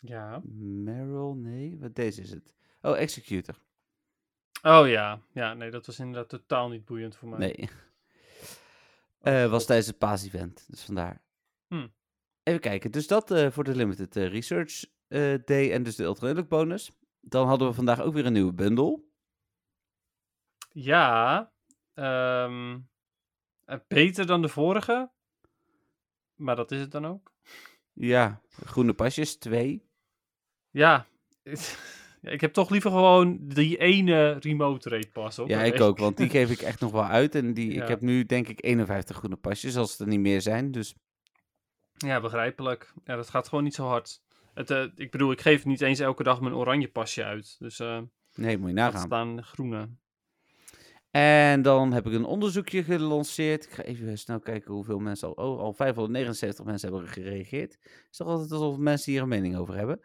S4: Ja.
S3: Meryl, nee. Wat deze is het? Oh, Executor.
S4: Oh ja, ja, nee, dat was inderdaad totaal niet boeiend voor mij.
S3: Nee. Eh, was tijdens het paas-event, dus vandaar.
S4: Hmm.
S3: Even kijken, dus dat eh, voor de Limited eh, Research eh, Day en dus de Ultra Unlock bonus. Dan hadden we vandaag ook weer een nieuwe bundle.
S4: Ja, ehm, eh, beter dan de vorige, maar dat is het dan ook.
S3: Ja, groene pasjes, twee.
S4: Ja, ja, ik heb toch liever gewoon die ene remote rate pas op.
S3: ja, ik ook, want die geef ik echt nog wel uit. En die,
S4: Ja.
S3: ik heb nu denk ik 51 groene pasjes, als het er niet meer zijn. Dus
S4: Ja, begrijpelijk. Ja, dat gaat gewoon niet zo hard. Het, eh, ik bedoel, ik geef niet eens elke dag mijn oranje pasje uit. Dus eh
S3: nee, moet je
S4: laat
S3: nagaan.
S4: staan groene.
S3: En dan heb ik een onderzoekje gelanceerd. Ik ga even snel kijken hoeveel mensen al. Oh, al 579 mensen hebben gereageerd. Het is toch altijd alsof mensen hier een mening over hebben.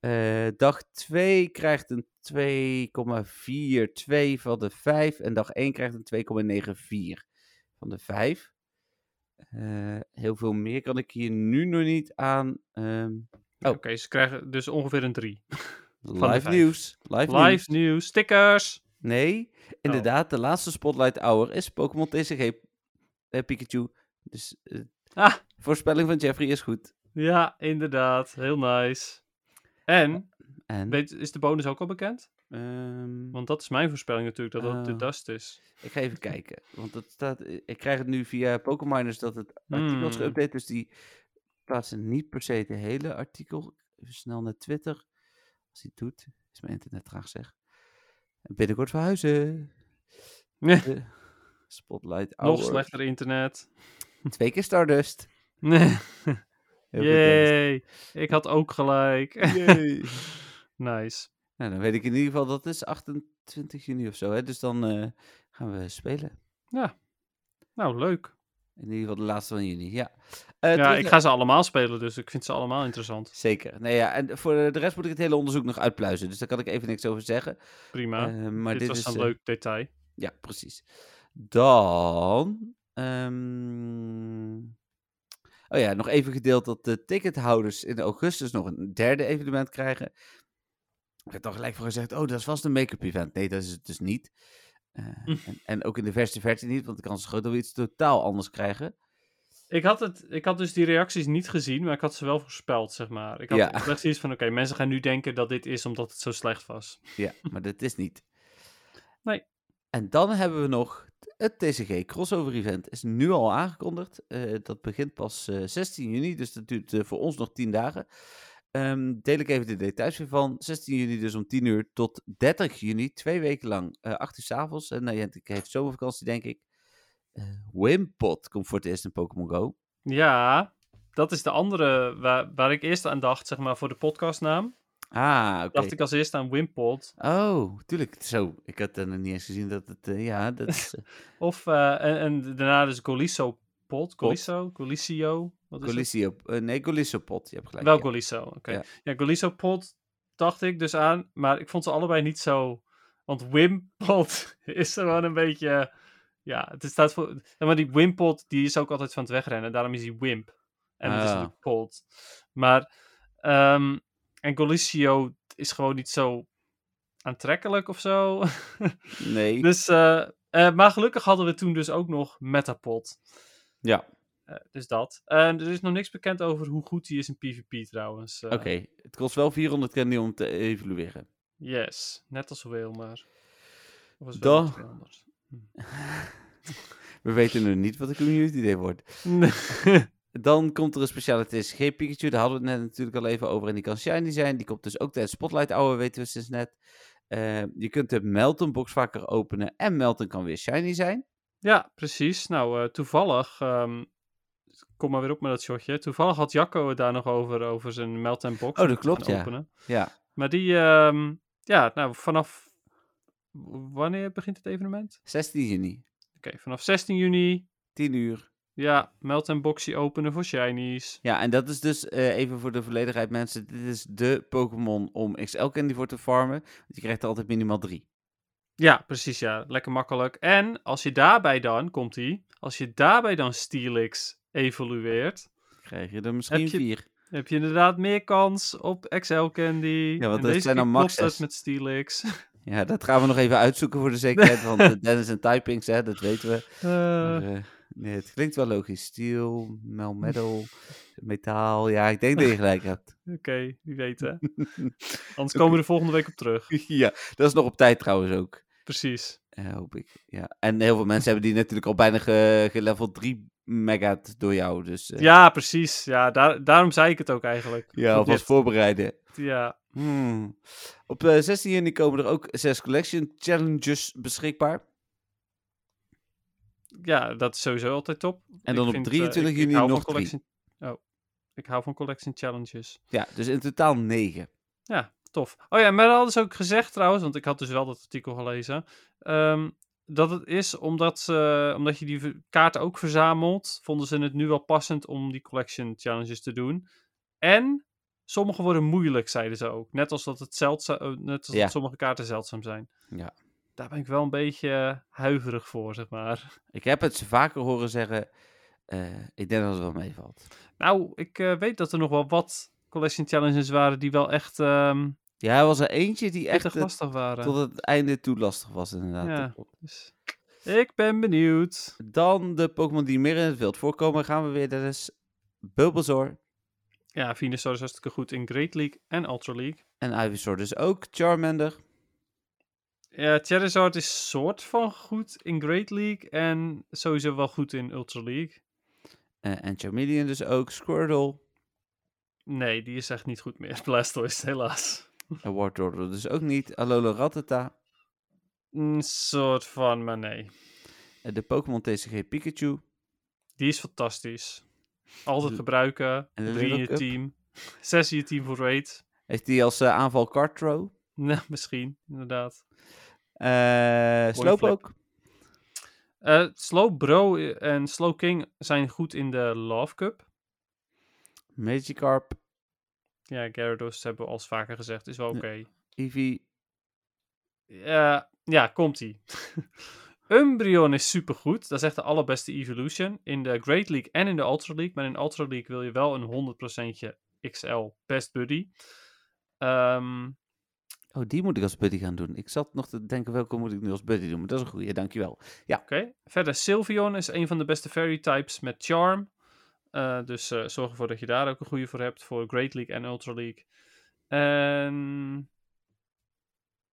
S3: Eh, dag 2 krijgt een 2,42 van de 5. En dag 1 krijgt een 2,94 van de 5. Eh, heel veel meer kan ik hier nu nog niet aan. ehm, Oh.
S4: Oké, ze krijgen dus ongeveer een 3. de
S3: live
S4: vijf.
S3: nieuws. Live, nieuws.
S4: Live nieuws, Oh. stickers!
S3: Nee, inderdaad, de laatste Spotlight Hour is Pokémon TCG eh, Pikachu. Dus eh,
S4: Ah.
S3: voorspelling van Jeffrey is goed.
S4: Ja, inderdaad. Heel nice. En,
S3: En
S4: weet, is de bonus ook al bekend?
S3: ehm,
S4: Want dat is mijn voorspelling natuurlijk, dat dat de
S3: Ah.
S4: dust is.
S3: ik ga even kijken, want dat staat, eh, ik krijg het nu via Pokémoners dat het artikel is
S4: Hmm.
S3: geüpdate, dus die plaatsen niet per se het hele artikel. Even snel naar Twitter, als hij het doet. Is mijn internet traag zeg. Binnenkort verhuizen.
S4: Nee.
S3: De Spotlight Hour.
S4: Nog slechter internet.
S3: Twee keer Stardust.
S4: Nee.
S3: Heel goed, Dennis.
S4: Yay. Ik had ook gelijk.
S3: Yay.
S4: nice.
S3: Nou, dan weet ik in ieder geval dat is 28 juni of zo. Hè? Dus dan eh, gaan we spelen.
S4: Nou, leuk.
S3: In ieder geval de laatste van juni. Ja, Eh,
S4: ja,
S3: terug
S4: ik
S3: naar-
S4: ga ze allemaal spelen, dus ik vind ze allemaal interessant.
S3: Zeker. Nee, ja, en voor de rest moet ik het hele onderzoek nog uitpluizen. Dus daar kan ik even niks over zeggen.
S4: Prima.
S3: Eh, maar
S4: dit,
S3: dit,
S4: was
S3: is.
S4: een
S3: eh,
S4: leuk detail.
S3: Ja, precies. Dan. ehm, Oh ja, nog even gedeeld dat de tickethouders in augustus nog een derde evenement krijgen. Er werd dan gelijk voor gezegd, oh, dat is vast een make-up event. Nee, dat is het dus niet. Eh,
S4: Mm.
S3: en, en ook in de verste versie niet, want de kans is groot dat we iets totaal anders krijgen.
S4: Ik had, het, ik had dus die reacties niet gezien, maar ik had ze wel voorspeld, zeg maar. Ik had
S3: Ja.
S4: echt zoiets van, oké, mensen gaan nu denken dat dit is omdat het zo slecht was.
S3: Ja, maar dat is niet.
S4: Nee.
S3: En dan hebben we nog het TCG crossover event. Is nu al aangekondigd. Eh, dat begint pas eh, 16 juni, dus dat duurt eh, voor ons nog 10 dagen. Ehm, deel ik even de details weer van. 16 juni dus om 10 uur tot 30 juni, twee weken lang, eh 8 uur s'avonds. En nou, Jentik heeft zomervakantie, denk ik. Eh Wimpot komt voor het eerst in Pokémon Go.
S4: Ja, dat is de andere waar, waar ik eerst aan dacht, zeg maar, voor de podcastnaam.
S3: Ah, oké.
S4: Dacht ik als eerste aan Wimpod.
S3: Oh, tuurlijk. Zo, ik had dan nog niet eens gezien dat het... eh, ja, dat is... eh,
S4: Of, eh, en, en daarna dus Golisso Pod. Golisso? Golicio? Wat is Dus het?
S3: Colisio, eh, nee, Colisiopot. Je hebt gelijk.
S4: Wel
S3: ja.
S4: Golisso, oké.
S3: Ja.
S4: Ja, Golisso Pod dacht ik dus aan, maar ik vond ze allebei niet zo... Want Wimpod is gewoon een beetje... Ja, het staat voor... Ja, maar die Wimpod, die is ook altijd van het wegrennen. Daarom is hij Wimp. En dat is
S3: Ah.
S4: natuurlijk Pod. Maar... ehm, en Golicio is gewoon niet zo aantrekkelijk of zo.
S3: Nee.
S4: Dus, eh, eh, maar gelukkig hadden we toen dus ook nog Metapod.
S3: Ja.
S4: Eh, dus dat. En er is nog niks bekend over hoe goed die is in PvP trouwens. Eh,
S3: Oké, het kost wel 400 candy om te evalueren.
S4: Yes, net als Wilmer. Of was
S3: Dan-
S4: Wilmer iets anders?
S3: We weten nu niet wat de community day wordt. Dan komt er een speciale TCG Pikachu. Daar hadden we het net natuurlijk al even over. En die kan shiny zijn. Die komt dus ook tijdens Spotlight Hour, weten we sinds net. Eh, je kunt de Melton box vaker openen. En Melton kan weer shiny zijn.
S4: ja, precies. Nou, eh, toevallig... ehm, kom maar weer op met dat shotje. Toevallig had Jacco het daar nog over, over zijn melt en box.
S3: Oh, dat
S4: om te
S3: klopt,
S4: gaan
S3: ja.
S4: openen.
S3: Ja.
S4: Maar die, ehm, ja, nou, vanaf w- wanneer begint het evenement?
S3: 16 juni,
S4: Oké, vanaf 16 juni.
S3: 10 uur.
S4: Ja, meld en boxie openen voor shinies.
S3: Ja, en dat is dus eh, even voor de volledigheid, mensen. Dit is de Pokémon om XL Candy voor te farmen. Want je krijgt er altijd minimaal drie.
S4: Ja, precies, ja. Lekker makkelijk. En als je daarbij dan, komt ie, als je daarbij dan Steelix evolueert,
S3: Krijg je er misschien
S4: Heb je-
S3: vier.
S4: heb je inderdaad meer kans op XL Candy.
S3: Ja, want
S4: En
S3: dat
S4: deze
S3: zijn
S4: keer
S3: dan
S4: klopt
S3: maxes.
S4: dat met Steelix.
S3: Ja, dat gaan we nog even uitzoeken voor de zekerheid. Want eh, Dennis en Typings, hè, dat weten we.
S4: Eh,
S3: Maar, eh, nee, het klinkt wel logisch. Steel, melmetal, metaal. Ja, ik denk dat je gelijk hebt.
S4: Oké, wie weet hè. Anders komen we er volgende week op terug.
S3: ja, dat is nog op tijd trouwens ook.
S4: Precies.
S3: Eh, hoop ik. Ja. En heel veel mensen hebben die natuurlijk al bijna ge, geleveld 3 mega door jou. Dus eh,
S4: Ja, precies. Ja, daar, daarom zei ik het ook eigenlijk.
S3: ja,
S4: Dat
S3: alvast
S4: dit-
S3: voorbereiden.
S4: Ja,
S3: Hmm. Op eh, 16 juni komen er ook zes collection challenges beschikbaar.
S4: ja, dat is sowieso altijd top.
S3: En
S4: Ik
S3: dan op
S4: vind, eh,
S3: 23
S4: ik-
S3: juni
S4: ik hou
S3: nog
S4: van collection... Oh, ik hou van collection challenges.
S3: Ja, dus in totaal 9.
S4: Ja, tof. Oh ja, maar dat hadden ze ook gezegd trouwens, want ik had dus wel dat artikel gelezen. ehm, dat het is omdat, ze- omdat je die ver- kaarten ook verzamelt, vonden ze het nu wel passend om die collection challenges te doen. En sommige worden moeilijk, zeiden ze ook. Net als dat, het zeldza- eh, net als
S3: Ja.
S4: dat sommige kaarten zeldzaam zijn.
S3: Ja.
S4: Daar ben ik wel een beetje eh, huiverig voor, zeg maar.
S3: Ik heb het ze vaker horen zeggen. eh, ik denk dat het wel meevalt.
S4: Nou, ik eh, weet dat er nog wel wat collection challenges waren die wel echt, ehm
S3: Ja, er was er eentje die echt
S4: echt
S3: eh,
S4: lastig waren.
S3: tot het einde toe lastig was, inderdaad.
S4: Ja.
S3: Dat klopt.
S4: Dus ik ben benieuwd.
S3: Dan de Pokémon die meer in het wild voorkomen. Gaan we weer, dat is Bulbasaur
S4: Ja, Venusaur is hartstikke goed in Great League en Ultra League.
S3: en Ivysaur. Dus ook Charmander.
S4: Ja, Charizard is soort van goed in Great League en sowieso wel goed in Ultra League.
S3: eh, en Charmeleon dus ook. Squirtle
S4: Nee, die is echt niet goed meer. Blastoise, helaas.
S3: en Wartortle dus ook niet. Alola Rattata.
S4: Een soort van, maar nee.
S3: eh, de Pokémon TCG Pikachu.
S4: Die is fantastisch. Altijd
S3: L-
S4: gebruiken.
S3: en
S4: Drie in je
S3: Lillipup?
S4: team. Zes in je team voor raid.
S3: Heeft hij als eh, aanval Cartro.
S4: Nou, misschien, inderdaad.
S3: Eh Slowpoke.
S4: Eh Slow Bro eh, en Slow King zijn goed in de Love Cup.
S3: Magikarp.
S4: Ja, Gyarados hebben we al eens vaker gezegd. Is wel oké.
S3: Ja. Eevee.
S4: Eh, ja, komt-ie. Umbreon is supergoed. Dat is echt de allerbeste evolution. In de Great League en in de Ultra League. Maar in de Ultra League wil je wel een 100% XL Best Buddy. Ehm,
S3: Oh, die moet ik als buddy gaan doen. Ik zat nog te denken, welke moet ik nu als buddy doen? Maar dat is een goeie, dankjewel.
S4: Oké. Verder, Sylveon is een van de beste fairy types met Charm. Eh, dus eh, zorg ervoor dat je daar ook een goede voor hebt. Voor Great League en Ultra League. En...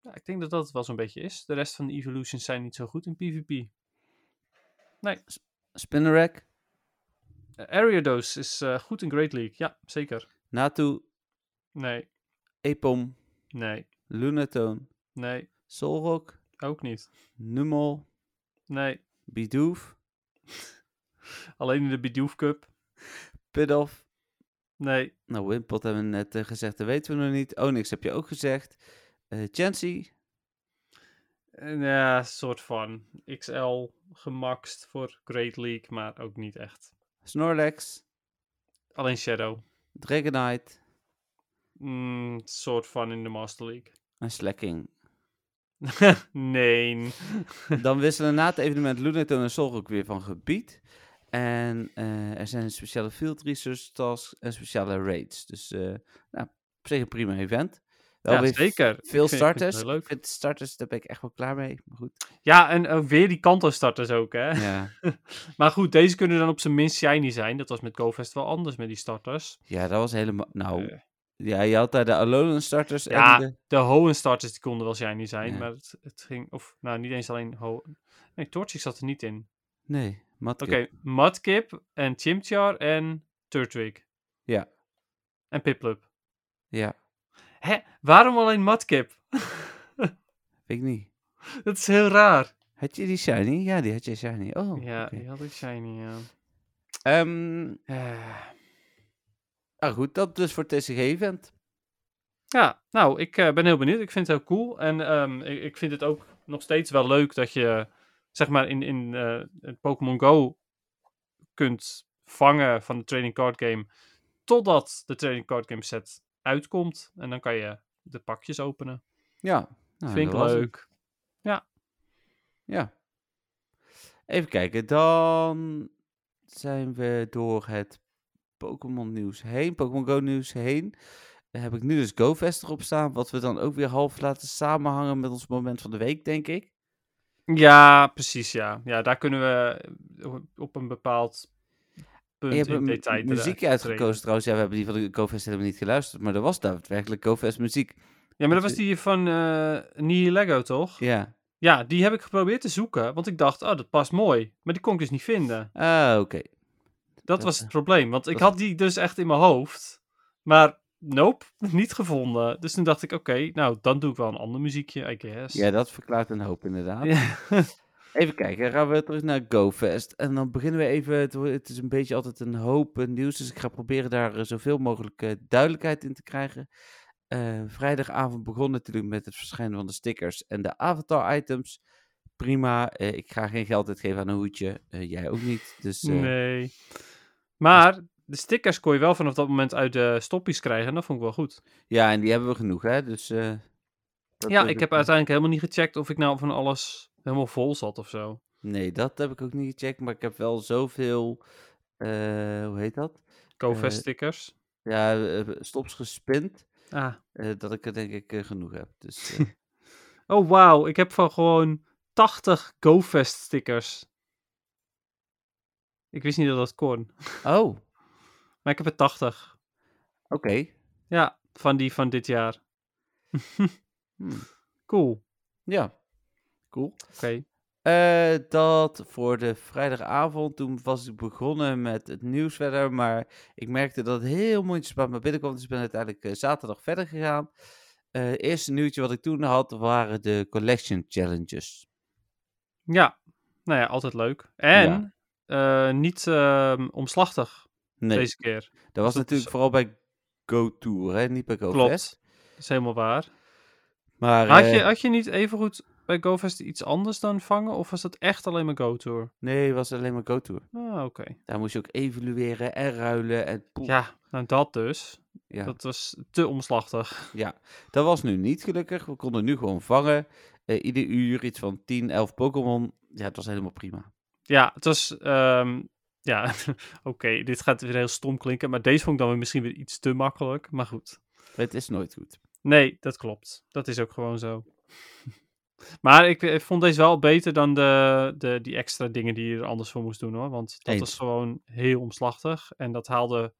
S4: Ja, ik denk dat dat het wel zo'n beetje is. De rest van de evolutions zijn niet zo goed in PvP.
S3: Spinnerack.
S4: Eh, Ariados is eh, goed in Great League. Ja, zeker.
S3: Natu.
S4: Nee,
S3: Epom.
S4: nee,
S3: Lunatone.
S4: nee.
S3: Solrock.
S4: Ook niet.
S3: Numel.
S4: Nee.
S3: Bidoof.
S4: Alleen in de Bidoof Cup.
S3: Piddoff.
S4: Nee.
S3: Nou, Wimpot hebben we net eh, gezegd, dat weten we nog niet. Onyx heb je ook gezegd. Eh Chansey.
S4: Eh, Ja, soort van. XL gemaxt voor Great League, maar ook niet echt.
S3: Snorlax.
S4: Alleen Shadow.
S3: Dragonite.
S4: Mm, soort van in de Master League.
S3: En Slacking.
S4: nee.
S3: Dan wisselen na het evenement Lunatone en Solrock weer van gebied. En eh, er zijn speciale field research tasks en speciale raids. Dus eh, nou, op zich een prima event. Wel
S4: Ja,
S3: weer
S4: zeker. Ik vind-
S3: Veel
S4: ik vind het
S3: starters.
S4: heel
S3: Ik
S4: leuk.
S3: vind starters, daar ben ik echt wel klaar mee. Maar goed.
S4: Ja, en eh, weer die Kanto-starters ook, hè?
S3: Ja,
S4: Maar goed, deze kunnen dan op zijn minst shiny zijn. Dat was met GoFest wel anders met die starters.
S3: ja dat was helemaal... Nou,
S4: Eh.
S3: ja, je had daar de Alolan starters
S4: Ja,
S3: en de...
S4: de Hoenn-starters die konden wel shiny zijn,
S3: Ja.
S4: maar het, het ging... Of, nou, niet eens alleen Hoenn. Nee, Torchic zat er niet in.
S3: Nee,
S4: Oké,
S3: Matkip.
S4: Mudkip en Chimchar en Turtwig.
S3: Ja.
S4: En Piplup.
S3: Ja,
S4: Hè, waarom alleen Mudkip?
S3: weet ik niet.
S4: Dat is heel raar.
S3: Had je die shiny? Ja, die had je shiny. Oh,
S4: ja,
S3: oké.
S4: die had ik shiny, ja.
S3: Ehm, eh. Ah,
S4: Eh,
S3: nou goed, dat dus voor TCG-event.
S4: Ja, nou, ik eh, ben heel benieuwd. Ik vind het heel cool. En ehm, ik, ik vind het ook nog steeds wel leuk dat je, zeg maar, in, in eh, het Pokémon Go kunt vangen van de trading card game. Totdat de trading card game set uitkomt. En dan kan je de pakjes openen.
S3: Ja. Nou,
S4: vind ik
S3: dat was het.
S4: leuk.
S3: Ja. Even kijken, dan zijn we door het Pokémon nieuws heen, Pokémon Go nieuws heen. Dan heb ik nu dus GoFest erop staan, wat we dan ook weer half laten samenhangen met ons moment van de week, denk ik.
S4: Ja, precies, ja. Ja, daar kunnen we eh, op een bepaald punt
S3: En je hebt
S4: in
S3: een
S4: detail
S3: mu-
S4: eruit
S3: muziekje
S4: treden.
S3: uitgekozen trouwens. Ja, we hebben die van de GoFest helemaal niet geluisterd, maar er was daadwerkelijk GoFest muziek.
S4: Ja, maar dat was die van eh Lego toch?
S3: Ja.
S4: Ja, die heb ik geprobeerd te zoeken, want ik dacht, oh, dat past mooi. Maar die kon ik dus niet vinden.
S3: Ah, oké.
S4: Dat was het probleem, want ik
S3: dat-
S4: had die dus echt in mijn hoofd. Maar nope, niet gevonden. Dus toen dacht ik, oké, nou, dan doe ik wel een ander muziekje, I guess.
S3: Ja, dat verklaart een hoop inderdaad.
S4: Ja.
S3: Even kijken, gaan we terug naar GoFest. En dan beginnen we even, het, wo- het is een beetje altijd een hoop eh, nieuws, dus ik ga proberen daar eh, zoveel mogelijk eh, duidelijkheid in te krijgen. Eh, vrijdagavond begon natuurlijk met het verschijnen van de stickers en de avatar-items. Prima, eh, ik ga geen geld uitgeven aan een hoedje, eh, jij ook niet. Dus eh,
S4: Nee. Maar de stickers kon je wel vanaf dat moment uit de stoppies krijgen. En dat vond ik wel goed.
S3: ja, en die hebben we genoeg, hè? Dus, eh, dat
S4: ja,
S3: is
S4: ik
S3: ook-
S4: heb uiteindelijk helemaal niet gecheckt of ik nou van alles helemaal vol zat of
S3: Eh,
S4: zo.
S3: Nee, dat heb ik ook niet gecheckt, maar ik heb wel zoveel, eh, hoe heet dat?
S4: Covest
S3: Eh,
S4: stickers.
S3: Ja, eh, stops gespind.
S4: Ah.
S3: eh, dat ik er denk ik eh, genoeg heb. Dus, eh,
S4: Oh, wauw. Ik heb van gewoon 80 GoFest stickers. Ik wist niet dat dat kon.
S3: oh, oké.
S4: Maar ik heb er 80. Ja, van die van dit jaar.
S3: Hmm,
S4: Cool. Oké.
S3: Ja, cool. Eh, dat voor de vrijdagavond. Toen was ik begonnen met het nieuws verder. Maar ik merkte dat het heel moeilijk bij me binnenkwam. Dus ik ben uiteindelijk eh, zaterdag verder gegaan. Eh, het eerste nieuwtje wat ik toen had waren de collection challenges.
S4: Ja. Nou ja, altijd leuk. En eh, niet ehm, omslachtig
S3: Nee,
S4: deze keer.
S3: dat was
S4: dat
S3: natuurlijk
S4: is-
S3: vooral bij Go Tour, hè? niet bij Go Fest.
S4: Klopt. Dat is helemaal waar.
S3: Maar
S4: Had
S3: eh,
S4: je, had je niet evengoed bij GoFest iets anders dan vangen? Of was dat echt alleen maar GoTour?
S3: nee, het was alleen maar Go Tour.
S4: Ah, oké.
S3: Daar moest je ook evalueren en ruilen. En poeh,
S4: Ja, nou dat dus.
S3: ja.
S4: Dat was te omslachtig.
S3: Ja, dat was nu niet gelukkig. We konden nu gewoon vangen. Eh, ieder uur iets van 10, 11 Pokémon. Ja, het was helemaal prima.
S4: Ja, het was... ehm, ja, oké, dit gaat weer heel stom klinken. Maar deze vond ik dan weer misschien weer iets te makkelijk. Maar goed.
S3: Het is nooit goed.
S4: Nee, dat klopt. Dat is ook gewoon zo. maar ik, eh, vond deze wel beter dan de, de, die extra dingen die je er anders voor moest doen hoor. Want dat
S3: Eens.
S4: was gewoon heel omslachtig. En dat haalde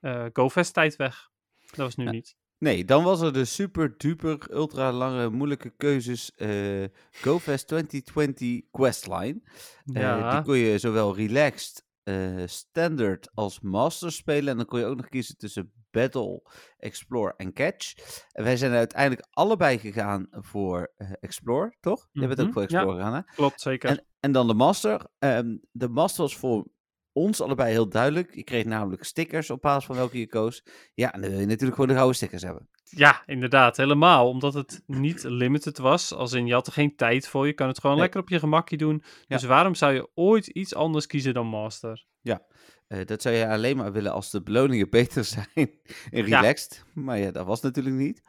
S4: eh GoFest tijd weg. Dat was nu
S3: Ja.
S4: niet.
S3: Nee, dan was er de super duper ultra lange moeilijke keuzes eh GoFest 2020 Questline. Eh, die
S4: Ja,
S3: kon je zowel relaxed, eh, standard als master spelen. En dan kon je ook nog kiezen tussen battle, explore en catch. En wij zijn uiteindelijk allebei gegaan voor eh, explore, toch? Je bent ook
S4: Mhm,
S3: voor
S4: ja.
S3: explore gegaan, hè?
S4: klopt zeker.
S3: En, en dan de master. Ehm, de master was voor ons allebei heel duidelijk. Je kreeg namelijk stickers op basis van welke je koos. Ja, en dan wil je natuurlijk gewoon de gouden stickers hebben.
S4: Ja, inderdaad, helemaal. Omdat het niet limited was. Als in, je had er geen tijd voor. Je kan het gewoon
S3: Nee.
S4: lekker op je gemakje doen. Dus waarom zou je ooit iets anders kiezen dan Master?
S3: Eh, dat zou je alleen maar willen als de beloningen beter zijn en
S4: Ja.
S3: relaxed. Maar ja, dat was natuurlijk niet.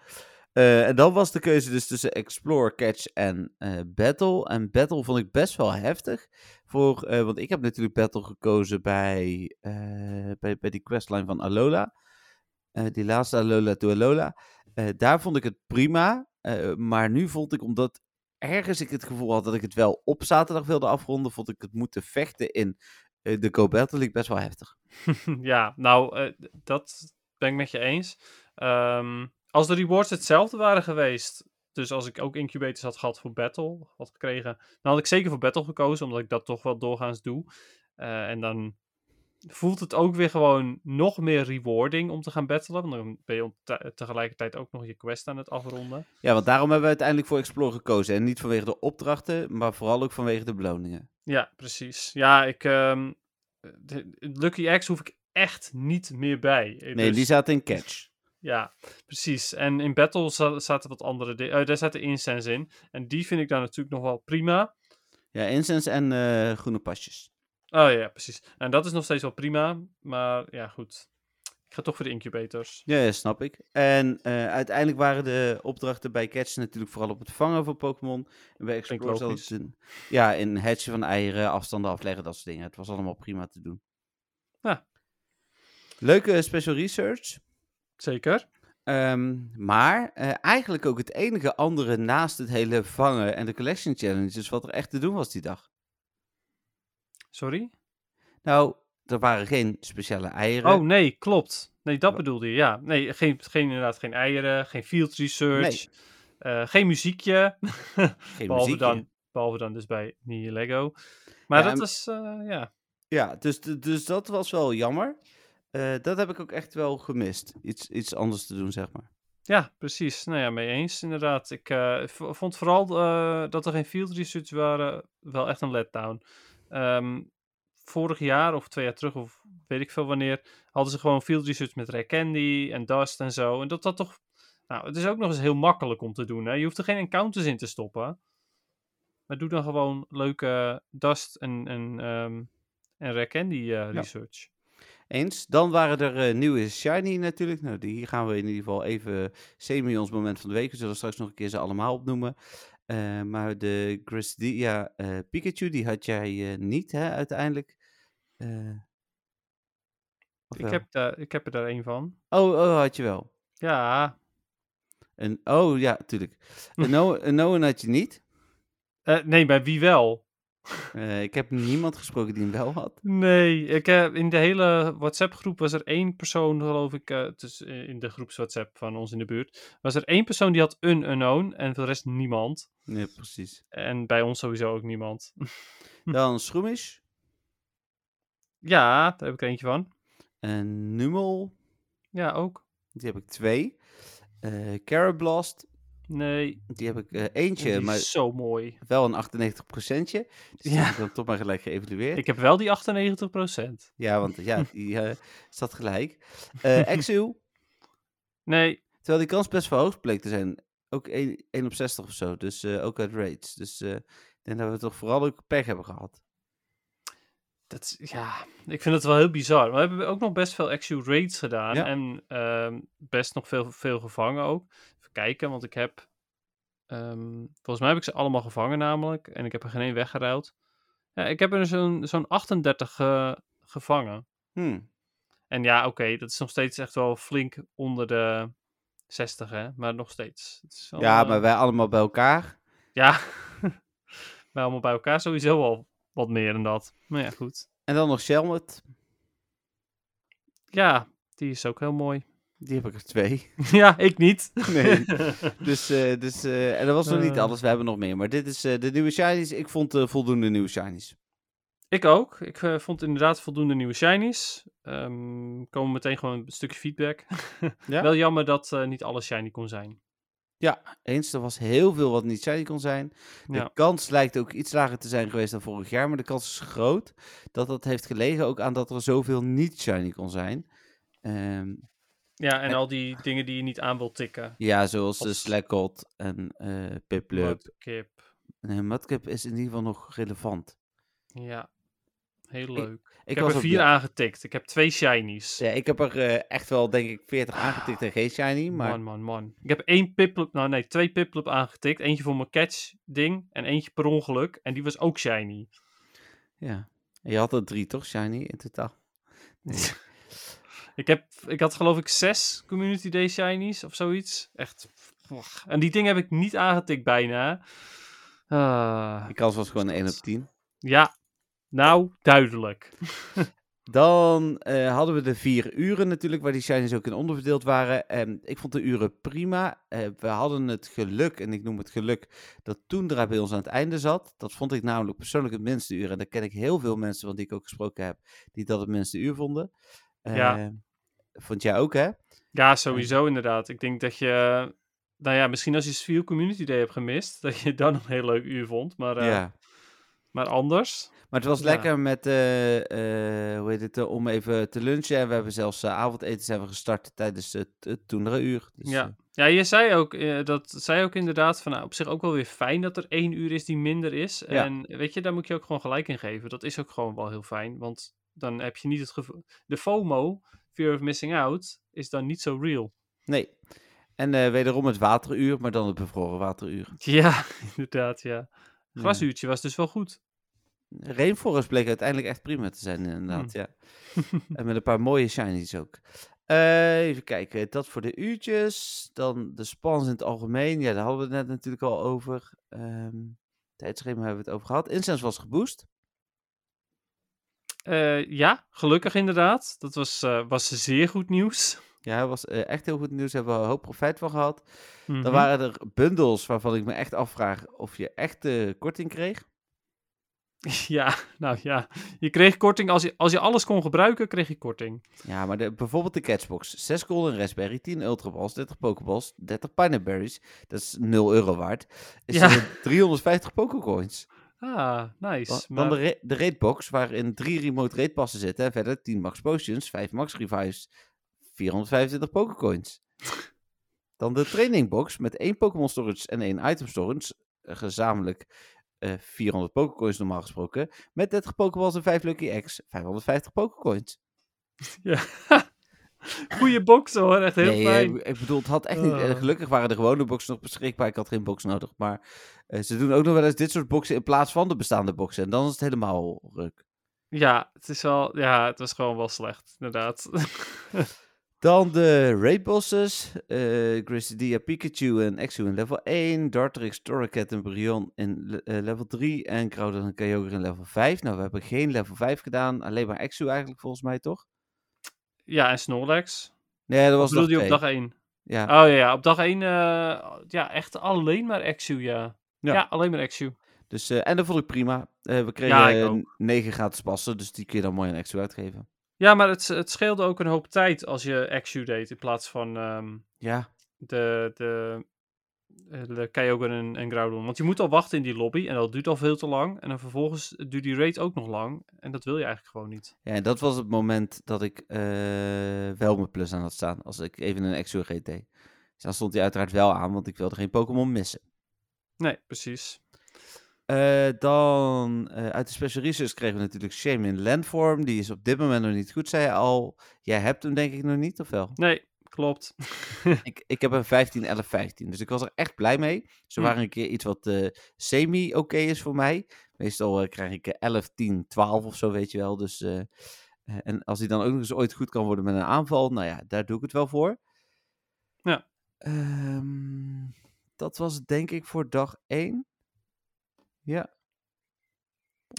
S3: Eh, en dan was de keuze dus tussen Explore, Catch en eh, Battle. En Battle vond ik best wel heftig. Voor, eh, want ik heb natuurlijk Battle gekozen bij, eh, bij, bij die questline van Alola. Eh, die laatste Alola to Alola. Eh, daar vond ik het prima. eh, maar nu vond ik, omdat ergens ik het gevoel had dat ik het wel op zaterdag wilde afronden, vond ik het moeten vechten in eh, de Go Battle League best wel heftig.
S4: ja, nou, eh, d- dat ben ik met je eens. Ehm, als de rewards hetzelfde waren geweest. Dus als ik ook incubators had gehad voor Battle, had gekregen. Dan had ik zeker voor Battle gekozen, omdat ik dat toch wel doorgaans doe. Eh, en dan voelt het ook weer gewoon nog meer rewarding om te gaan battelen. Want dan ben je te- tegelijkertijd ook nog je quest aan het afronden.
S3: Ja, want daarom hebben we uiteindelijk voor Explore gekozen. En niet vanwege de opdrachten, maar vooral ook vanwege de beloningen.
S4: Ja, precies. Ja, ik. ehm, de- Lucky X hoef ik echt niet meer bij. Eh,
S3: Nee,
S4: dus-
S3: die zaten in catch.
S4: Ja, precies. En in Battle za- zaten wat andere dingen. daar zaten incense in. En die vind ik dan natuurlijk nog wel prima.
S3: Ja, incense en eh, groene pasjes.
S4: Oh ja, precies. En dat is nog steeds wel prima. Maar ja, goed. Ik ga toch voor de incubators.
S3: Ja, ja, snap ik. En eh, uiteindelijk waren de opdrachten bij Catch natuurlijk vooral op het vangen van Pokémon. En bij Explore zat
S4: logisch.
S3: het in, ja, in hatchen van eieren, afstanden afleggen, dat soort dingen. Het was allemaal prima te doen.
S4: Ja.
S3: Leuke eh, special research.
S4: Zeker.
S3: Ehm, maar eh, eigenlijk ook het enige andere naast het hele vangen en de collection challenges wat er echt te doen was die dag.
S4: Sorry?
S3: Nou, er waren geen speciale eieren.
S4: Oh nee, klopt. Nee, dat
S3: Wa-
S4: bedoelde je. Ja, nee, geen, geen, inderdaad geen eieren, geen field research, eh, geen muziekje.
S3: geen
S4: behalve,
S3: muziekje.
S4: Dan, behalve dan dus bij Nier Lego. Maar
S3: Ja,
S4: dat
S3: en-
S4: is, eh, ja.
S3: Ja, dus, d- dus dat was wel jammer. Eh, dat heb ik ook echt wel gemist. Iets, iets anders te doen, zeg maar.
S4: ja, precies. Nou ja, mee eens inderdaad. Ik eh, v- vond vooral eh, dat er geen field research waren wel echt een letdown. Ehm, vorig jaar of twee jaar terug of weet ik veel wanneer hadden ze gewoon field research met Ray Candy en Dust en zo. En dat dat toch... Nou, het is ook nog eens heel makkelijk om te doen. Hè? Je hoeft er geen encounters in te stoppen. Maar doe dan gewoon leuke Dust en, en, ehm en Rare Candy eh, research.
S3: Eens. Dan waren er eh, nieuwe Shiny natuurlijk. Nou, die hier gaan we in ieder geval even semi ons moment van de week. We zullen straks nog een keer ze allemaal opnoemen. Eh, maar de Grisadia eh Pikachu, die had jij eh, niet, hè, uiteindelijk. Eh, of
S4: Ik
S3: wel?
S4: heb, daar, ik heb er daar een van.
S3: oh, oh, had je wel.
S4: Ja.
S3: Een, oh, ja, tuurlijk. Een no- een Noen had je niet.
S4: Eh, nee, bij wie wel?
S3: Eh, ik heb niemand gesproken die hem wel had.
S4: Nee, ik heb in de hele WhatsApp-groep was er één persoon, geloof ik, eh, het is eh, in de groeps-WhatsApp van ons in de buurt, was er één persoon die had een unknown en voor de rest niemand.
S3: Nee, precies.
S4: En bij ons sowieso ook niemand. Hm.
S3: Dan Schroemisch.
S4: ja, daar heb ik er eentje van.
S3: En Numel.
S4: Ja, ook.
S3: Die heb ik twee. Eh Carablast.
S4: Nee,
S3: Die heb ik eh,
S4: Oh, die
S3: eentje,
S4: is
S3: maar
S4: zo mooi.
S3: wel een 98 procentje. Dus die
S4: Ja.
S3: heb ik dan toch maar gelijk geëvalueerd.
S4: Ik heb wel die 98%.
S3: Ja, want ja, die eh staat gelijk. Eh Exu.
S4: Nee,
S3: Terwijl die kans best wel hoog bleek te zijn. Ook 1, op 60 of zo. Dus eh, ook uit raids. Dus eh, ik denk dat we toch vooral ook pech hebben gehad.
S4: dat, is- ja, ik vind het wel heel bizar. We hebben ook nog best veel actual raids gedaan.
S3: Ja.
S4: En ehm, best nog veel, veel gevangen ook. Even kijken, want ik heb... ehm, volgens mij heb ik ze allemaal gevangen namelijk. En ik heb er geen één weggeruild. Ja, ik heb er zo'n zo'n 38 eh, gevangen.
S3: Hm.
S4: En ja, oké, dat is nog steeds echt wel flink onder de 60, hè. Maar nog steeds. Het is wel,
S3: Ja,
S4: eh,
S3: maar wij allemaal bij elkaar.
S4: Ja, maar allemaal bij elkaar sowieso al wat meer dan dat. Maar ja, goed.
S3: En dan nog Shelmet.
S4: Ja, die is ook heel mooi.
S3: Die heb ik er twee.
S4: ja, ik niet.
S3: Nee. Dus, eh, dus eh, en dat was nog niet
S4: Eh.
S3: alles. We hebben nog meer. Maar dit is eh, de nieuwe Shinies. Ik vond eh, voldoende nieuwe Shinies.
S4: ik ook. Ik eh, vond inderdaad voldoende nieuwe shinies. Ehm komen meteen gewoon een stukje feedback.
S3: Ja.
S4: Wel jammer dat eh, niet alles shiny kon zijn.
S3: Eens, er was heel veel wat niet shiny kon zijn. De
S4: Ja.
S3: kans lijkt ook iets lager te zijn geweest dan vorig jaar. Maar de kans is groot dat dat heeft gelegen ook aan dat er zoveel niet shiny kon zijn. Ehm,
S4: Ja, en
S3: En-
S4: al die dingen die je niet aan wil tikken.
S3: ja, zoals de
S4: Als-
S3: Slackot en eh Piplup.
S4: Mudkip.
S3: Nee, Mudkip is in ieder geval nog relevant.
S4: Ja, heel leuk. Ik,
S3: Ik,
S4: heb
S3: was
S4: er
S3: op
S4: vier
S3: de-
S4: aangetikt. Ik heb twee shinies.
S3: ja, ik heb er eh, echt wel, denk ik, 40 aangetikt en geen shiny. Maar
S4: Man, man, man. Ik heb één piplup, nou nee, twee piplup aangetikt. Eentje voor mijn catch ding en eentje per ongeluk. En die was ook shiny.
S3: ja, je had er drie toch, shiny in totaal?
S4: Ik, heb, ik had geloof ik zes Community Day shinies of zoiets. Echt. pff. En die ding heb ik niet aangetikt bijna. Ah,
S3: De kans was gewoon 1 op 10.
S4: ja, nou, duidelijk.
S3: Dan eh, hadden we de vier uren natuurlijk, waar die shinies ook in onderverdeeld waren. En ik vond de uren prima. Eh, we hadden het geluk, en ik noem het geluk, dat Toendra bij ons aan het einde zat. Dat vond ik namelijk persoonlijk het minste uur. En daar ken ik heel veel mensen van die ik ook gesproken heb, die dat het minste uur vonden. Eh,
S4: Ja.
S3: Vond jij ook, hè?
S4: Ja, sowieso inderdaad. Ik denk dat je, nou ja, misschien als je Sviel Community Day hebt gemist, dat je het dan een heel leuk uur vond. Maar, eh,
S3: ja.
S4: maar anders.
S3: Maar het was
S4: Ja.
S3: lekker met, eh, eh, hoe heet het, eh, om even te lunchen. En we hebben zelfs eh, avondeten zijn we gestart tijdens het, het toenderenuur. Dus,
S4: Ja.
S3: eh,
S4: Ja, je zei ook, eh, dat zei ook inderdaad van nou, op zich ook wel weer fijn dat er één uur is die minder is.
S3: Ja.
S4: En weet je, daar moet je ook gewoon gelijk in geven. Dat is ook gewoon wel heel fijn, want dan heb je niet het gevoel... De FOMO, Fear of Missing Out, is dan niet zo real.
S3: nee. En eh, wederom het wateruur, maar dan het bevroren wateruur.
S4: Ja, inderdaad, ja.
S3: Ja.
S4: Glasuurtje was dus wel goed.
S3: Rainforest bleek uiteindelijk echt prima te zijn, inderdaad. Ja. en met een paar mooie shinies ook. Eh, even kijken, dat voor de uurtjes. Dan de spans in het algemeen. Ja, daar hadden we het net natuurlijk al over. Ehm tijdschema hebben we het over gehad. Incense was geboost.
S4: Eh, ja, gelukkig inderdaad. Dat was, eh, was zeer goed nieuws.
S3: Ja, was eh, echt heel goed nieuws. Daar hebben we een hoop profijt van gehad.
S4: Mhm.
S3: Dan waren er bundels waarvan ik me echt afvraag of je echt eh, korting kreeg.
S4: Ja, nou ja. Je kreeg korting, als je, als je alles kon gebruiken, kreeg je korting.
S3: Ja, maar de, bijvoorbeeld de Catchbox. 6 Golden Raspberry, 10 Ultraballs, 30 Pokeballs, 30 Pineberries. Dat is 0 euro waard. Is
S4: Ja.
S3: er 350 Pokecoins.
S4: Ah,
S3: Dan-
S4: nice.
S3: Dan
S4: maar-
S3: de, ra- de raidbox, waarin drie remote raidpassen zitten. En verder 10 Max Potions, 5 Max Revives, 425 Pokecoins. Dan de trainingbox met één Pokémon Storage en één Item Storage. eh, Gezamenlijk eh, 400 Pokecoins normaal gesproken. Met 30 Pokeballs en 5 Lucky Eggs, 550 Pokecoins.
S4: Ja. Goeie box hoor, echt heel
S3: nee, eh,
S4: fijn.
S3: ik be- ik bedoel, het had echt niet... eh,
S4: Ah.
S3: Gelukkig waren de gewone boxen nog beschikbaar. Ik had geen box nodig. Maar eh, ze doen ook nog wel eens dit soort boxen in plaats van de bestaande boxen. En dan is het helemaal ruk.
S4: Ja, het is wel, ja, het was gewoon wel slecht, inderdaad.
S3: Dan de raid bosses. eh Grissidia, Pikachu en Exu in level 1. Dartrix, Torracat en Brion in le- eh, level 3. En Crowdon en Kyogre in level 5. Nou, we hebben geen level 5 gedaan. Alleen maar Exu eigenlijk volgens mij, toch?
S4: ja, en Snorlax.
S3: Nee, dat was
S4: Was bedoel
S3: nog
S4: je op dag 1?
S3: Ja.
S4: Oh ja, ja, op dag 1, ja, echt alleen maar Exu, ja.
S3: Ja.
S4: Ja, alleen maar Exu.
S3: Dus, eh, en dat vond ik prima. Eh, we
S4: Ja, ik
S3: kregen eh,
S4: ook.
S3: 9 gratis passen, dus die kun je dan mooi aan Exu uitgeven.
S4: Ja, maar het, het scheelde ook een hoop tijd als je Exu deed in plaats van ehm,
S3: Ja,
S4: de, de, eh, de Kyogre en, en Groudon. Want je moet al wachten in die lobby en dat duurt al veel te lang. En dan vervolgens duurt die raid ook nog lang. En dat wil je eigenlijk gewoon niet.
S3: ja en dat was het moment dat ik eh, wel mijn plus aan had staan. Als ik even een Exu GT. Dus dan stond hij uiteraard wel aan, want ik wilde geen Pokémon missen.
S4: Nee, precies.
S3: Eh, dan eh, uit de special research kregen we natuurlijk Shame in Landform. Die is op dit moment nog niet goed, zei je al. Jij hebt hem denk ik nog niet, of wel?
S4: Nee, klopt.
S3: ik, ik heb een 15, 11, 15. Dus ik was er echt blij mee. Ze
S4: Hm.
S3: waren een keer iets wat eh, semi-oké is voor mij. Meestal eh, krijg ik eh, 11, 10, 12 of zo, weet je wel. Dus, eh, eh, en als die dan ook nog eens ooit goed kan worden met een aanval, nou ja, daar doe ik het wel voor.
S4: Ja.
S3: Ehm, dat was het denk ik voor dag 1. Ja.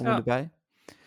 S3: Om
S4: Ja.
S3: erbij.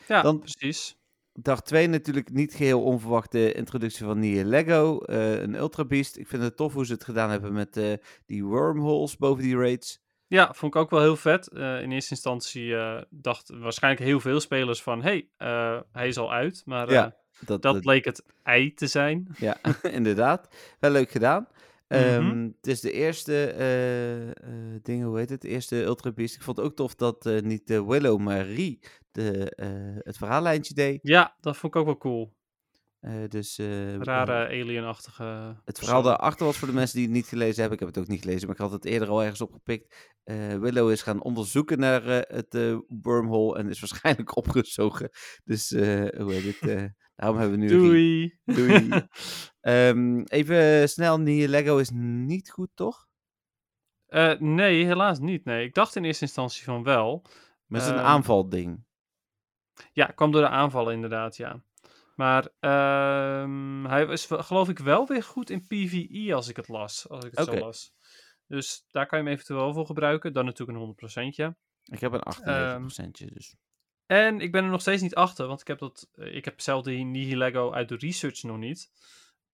S4: Ja,
S3: Dan-
S4: precies.
S3: Dag 2 natuurlijk niet geheel onverwachte introductie van Nier Lego, eh, een Ultra Beast. Ik vind het tof hoe ze het gedaan hebben met eh, die wormholes boven die raids.
S4: Ja, vond ik ook wel heel vet. Eh, in eerste instantie eh, dachten waarschijnlijk heel veel spelers van... hey, eh, hij is al uit. Maar
S3: Ja,
S4: eh,
S3: Dat,
S4: dat
S3: dat-
S4: bleek het ei te zijn.
S3: ja, inderdaad. Wel leuk gedaan.
S4: Mhm.
S3: Ehm, Het is de eerste eh, eh, dingen, hoe heet het? De eerste Ultra Beast. Ik vond het ook tof dat eh, niet eh, Willow, maar Rie de, eh, het verhaallijntje deed.
S4: Ja, dat vond ik ook wel cool.
S3: Eh, dus, eh, eh,
S4: Rare alienachtige...
S3: Het verhaal
S4: persoon.
S3: daarachter was voor de mensen die het niet gelezen hebben. Ik heb het ook niet gelezen, maar ik had het eerder al ergens opgepikt. Eh, Willow is gaan onderzoeken naar eh, het eh, wormhole en is waarschijnlijk opgezogen. Dus eh, hoe heet het? eh, daarom hebben we nu... een rie-
S4: Doei.
S3: Doei. Ehm, even snel, Nier Lego is niet goed, toch?
S4: Eh, nee, helaas niet. Nee, ik dacht in eerste instantie van wel.
S3: Maar het is een
S4: Ehm,
S3: aanvalding.
S4: Ja, kwam door de aanvallen inderdaad, ja. Maar ehm, hij was wel- geloof ik wel weer goed in PvE als ik het las. Als ik het
S3: Oké.
S4: zo las. Dus daar kan je hem eventueel voor gebruiken. Dan natuurlijk een 100%tje.
S3: Ik heb een
S4: ehm,
S3: 98 dus...
S4: En ik ben er nog steeds niet achter, want ik heb, dat, eh, ik heb zelf die Nihilego uit de research nog niet.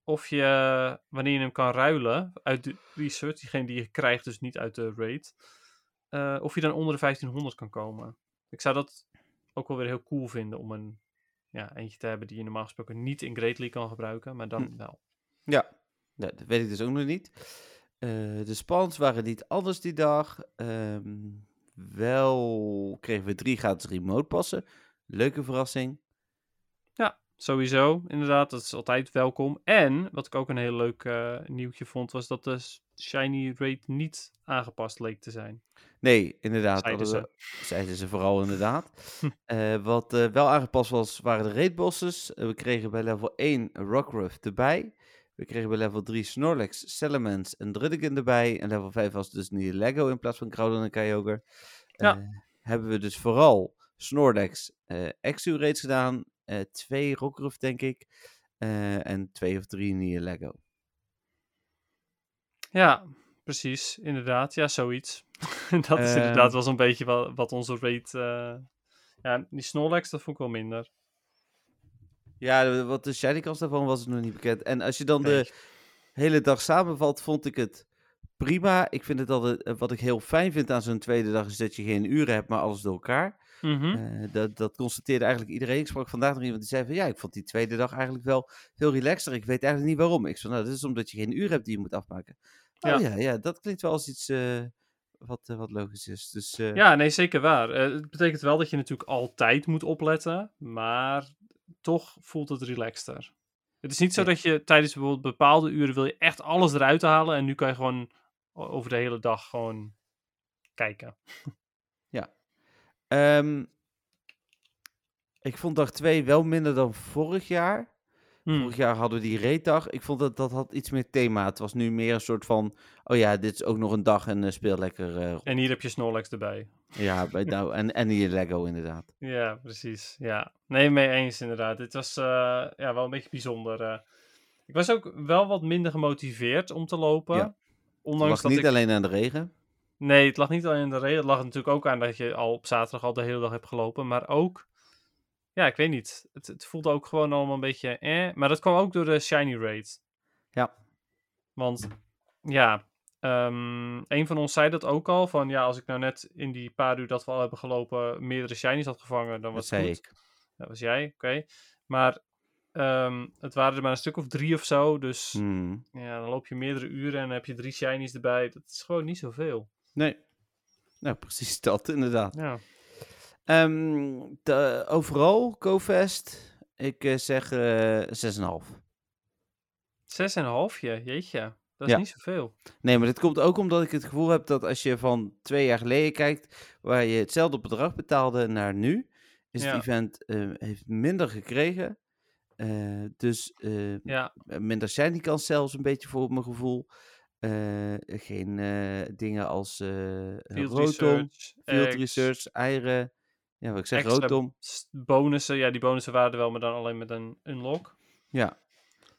S4: Of je, eh, wanneer je hem kan ruilen uit de research, diegene die je krijgt, dus niet uit de raid. eh, of je dan onder de 1500 kan komen. Ik zou dat ook wel weer heel cool vinden om een ja, eentje te hebben die je normaal gesproken niet in Great League kan gebruiken, maar dan
S3: Hm.
S4: wel.
S3: Ja, nou, dat weet ik dus ook nog niet. Eh, de spans waren niet anders die dag. Ehm, wel kregen we drie gratis remote passen. Leuke verrassing.
S4: Ja, sowieso. Inderdaad, dat is altijd welkom. En wat ik ook een heel leuk eh, nieuwtje vond, was dat de s- Shiny Rate niet aangepast leek te zijn.
S3: Nee, inderdaad.
S4: Zeiden
S3: hadden we- zeiden ze vooral inderdaad. Eh, wat eh, wel aangepast was, waren de raidbosses. Eh, we kregen bij level 1 Rockruff erbij. We kregen bij level 3 Snorlax, Salamence en Druddigan erbij. En level 5 was dus nu Lego in plaats van Groudon en Kyogre. Eh,
S4: Ja.
S3: hebben we dus vooral Snorlax, eh Exu raids gedaan. eh, twee Rockruff, denk ik. eh, en twee of drie nieuwe Lego.
S4: Ja, precies. Inderdaad. Ja, zoiets. dat is
S3: Ehm.
S4: inderdaad wel zo'n beetje wat, wat onze rate... eh, Ja, die Snorlax, dat vond ik wel minder.
S3: Ja, de- wat de shiny kans daarvan was nog niet bekend. En als je dan
S4: Nee.
S3: de hele dag samenvalt, vond ik het prima. Ik vind het altijd, eh, wat ik heel fijn vind aan zo'n tweede dag, is dat je geen uren hebt, maar alles door elkaar.
S4: Mhm.
S3: Eh, dat, dat constateerde eigenlijk iedereen. Ik sprak vandaag nog iemand die zei van, ja, ik vond die tweede dag eigenlijk wel veel relaxter. Ik weet eigenlijk niet waarom. Ik zei, nou, dat is omdat je geen uren hebt die je moet afmaken.
S4: Ja.
S3: Oh ja, ja dat klinkt wel als iets eh, wat, eh, wat logisch is. Dus eh,
S4: Ja, nee, zeker waar. Eh, het betekent wel dat je natuurlijk altijd moet opletten, maar toch voelt het relaxter. Het is niet zo
S3: Ja.
S4: dat je tijdens bijvoorbeeld bepaalde uren wil je echt alles eruit halen en nu kan je gewoon o- over de hele dag gewoon kijken.
S3: ehm, ik vond dag 2 wel minder dan vorig jaar.
S4: Hmm,
S3: Vorig jaar hadden we die reetdag. Ik vond dat dat had iets meer thema. Het was nu meer een soort van... Oh ja, dit is ook nog een dag en eh, speel lekker. eh,
S4: En hier heb je Snorlax erbij.
S3: ja, bij, nou, en, en hier Lego inderdaad.
S4: Ja, precies. Ja, nee, mee eens inderdaad. Dit was eh, ja, wel een beetje bijzonder. eh. Ik was ook wel wat minder gemotiveerd om te lopen.
S3: Ja. Het
S4: Ondanks
S3: lag
S4: dat
S3: niet
S4: ik...
S3: alleen aan de regen.
S4: Nee, het lag niet alleen aan de reden. Het lag natuurlijk ook aan dat je al op zaterdag al de hele dag hebt gelopen. Maar ook, ja, ik weet niet. Het, het voelde ook gewoon allemaal een beetje eh. Maar dat kwam ook door de Shiny Raid.
S3: Ja.
S4: Want, ja, ehm, een van ons zei dat ook al. Van ja, als ik nou net in die paar uur dat we al hebben gelopen meerdere Shinies had gevangen, dan
S3: Dat
S4: was het
S3: zei
S4: goed.
S3: ik.
S4: Dat was jij, oké. Maar ehm, het waren er maar een stuk of drie of zo. Dus
S3: Hmm.
S4: ja, dan loop je meerdere uren en dan heb je drie Shinies erbij. Dat is gewoon niet zoveel.
S3: Nee. Nou, precies dat inderdaad.
S4: Ja.
S3: Ehm, de- overal, CoFest. Ik eh, zeg eh 6,5.
S4: Zes en een halfje, jeetje. Dat is
S3: Ja.
S4: niet zoveel.
S3: Nee, maar dat komt ook omdat ik het gevoel heb dat als je van twee jaar geleden kijkt, waar je hetzelfde bedrag betaalde naar nu, is
S4: Ja.
S3: het event eh, heeft minder gekregen. Eh, dus eh,
S4: Ja,
S3: minder zijn die kans zelfs een beetje voor mijn gevoel. Eh, geen eh, dingen als eh
S4: field
S3: rotom,
S4: research.
S3: field
S4: eggs,
S3: research, eieren. Ja, wat ik zeg,
S4: extra
S3: rotom.
S4: s- Bonussen, ja, die bonussen waren er wel, maar dan alleen met een unlock.
S3: Ja.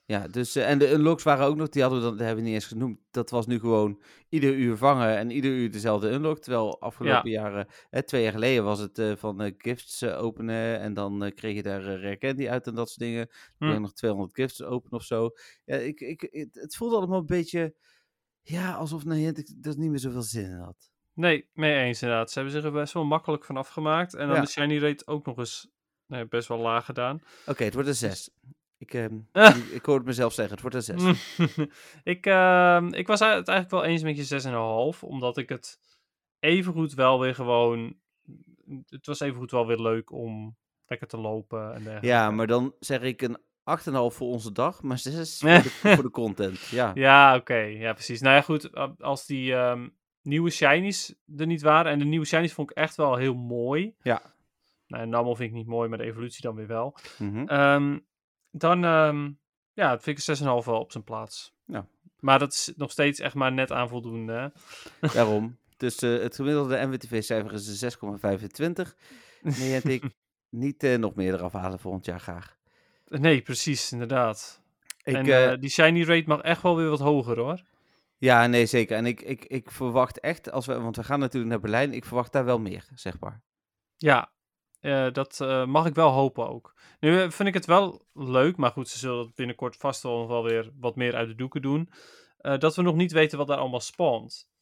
S3: Ja, dus, eh, en de unlocks waren ook nog, die hadden we dan, die hebben we niet eens genoemd. Dat was nu gewoon ieder uur vangen en ieder uur dezelfde unlock. Terwijl afgelopen jaren, hè, twee jaar geleden was het eh, van eh, gifts eh, openen en dan eh, kreeg je daar eh, rare candy uit en dat soort dingen.
S4: Hm.
S3: Dan kon je nog 200 gifts open of zo. Ja, ik, ik, het, het voelde allemaal een beetje, ja, alsof Niantic er niet meer zoveel zin in had.
S4: Nee, mee eens inderdaad. Ze hebben zich er best wel makkelijk van afgemaakt. En dan
S3: Ja.
S4: de shiny rate ook nog eens nee, best wel laag gedaan.
S3: Oké, het wordt een 6. Ik, ehm,
S4: Ah.
S3: ik, ik hoor het mezelf zeggen, het wordt een 6. Dus.
S4: ik, ehm, ik was het eigenlijk wel eens met je 6,5. Omdat ik het evengoed wel weer gewoon... Het was evengoed wel weer leuk om lekker te lopen en dergelijke.
S3: Ja, maar dan zeg ik een 8,5 voor onze dag, maar 6 voor de, voor de content. Ja.
S4: Ja, oké. Ja, precies. Nou ja, goed. a- Als die ehm, nieuwe shinies er niet waren. En de nieuwe shinies vond ik echt wel heel mooi.
S3: Ja.
S4: Nou, en Nammel vind ik niet mooi, maar de evolutie dan weer wel.
S3: Mhm.
S4: Ehm, dan, ehm, ja, dat vind ik een 6,5 wel op zijn plaats.
S3: Ja.
S4: Maar dat is nog steeds echt maar net aan voldoende. hè?
S3: Daarom. Dus eh, het gemiddelde MWTV-cijfer is een 6,25. Nee, en ik niet eh, nog meer eraf halen volgend jaar graag.
S4: Nee, precies, inderdaad.
S3: Ik,
S4: en
S3: eh,
S4: eh, die shiny rate mag echt wel weer wat hoger, hoor.
S3: ja, nee, zeker. En ik, ik, ik verwacht echt, als we, want we gaan natuurlijk naar Berlijn, ik verwacht daar wel meer, zeg maar.
S4: Ja, eh, dat eh, mag ik wel hopen ook. Nu eh, vind ik het wel leuk, maar goed, ze zullen het binnenkort vast wel nog wel weer wat meer uit de doeken doen. eh, dat we nog niet weten wat daar allemaal spant.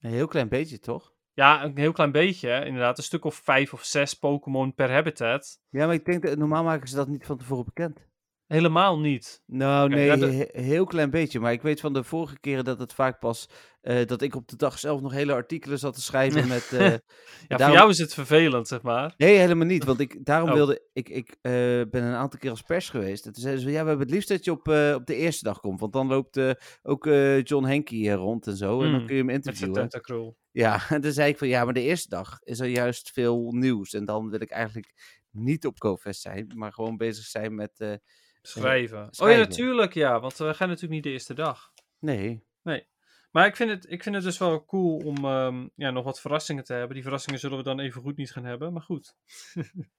S3: Een heel klein beetje, toch?
S4: Ja, een heel klein beetje, hè, inderdaad. Een stuk of vijf of zes Pokémon per habitat.
S3: Ja, maar ik denk dat normaal maken ze dat niet van tevoren bekend.
S4: Helemaal niet.
S3: Nou,
S4: Oké,
S3: nee,
S4: ja, de-
S3: he- heel klein beetje. Maar ik weet van de vorige keren dat het vaak pas... eh, dat ik op de dag zelf nog hele artikelen zat te schrijven met... eh,
S4: Ja,
S3: daarom-
S4: voor jou is het vervelend, zeg maar.
S3: Nee, helemaal niet. Want ik, daarom
S4: Oh.
S3: wilde ik, ik eh, ben een aantal keer als pers geweest. En toen zeiden ze, ja, we hebben het liefst dat je op, eh, op de eerste dag komt. Want dan loopt eh, ook eh, John Henky eh, rond en zo. En dan
S4: Mm,
S3: kun je hem
S4: Met zijn
S3: interviewen.
S4: tentacruel.
S3: Ja, en toen zei ik van, ja, maar de eerste dag is er juist veel nieuws. En dan wil ik eigenlijk niet op CoFest zijn, maar gewoon bezig zijn met... eh,
S4: Schrijven. Oh ja,
S3: schrijven.
S4: natuurlijk, ja. Want eh, we gaan natuurlijk niet de eerste dag.
S3: nee,
S4: Maar ik vind het, ik vind het dus wel cool om ehm, ja, nog wat verrassingen te hebben. Die verrassingen zullen we dan even goed niet gaan hebben. Maar goed.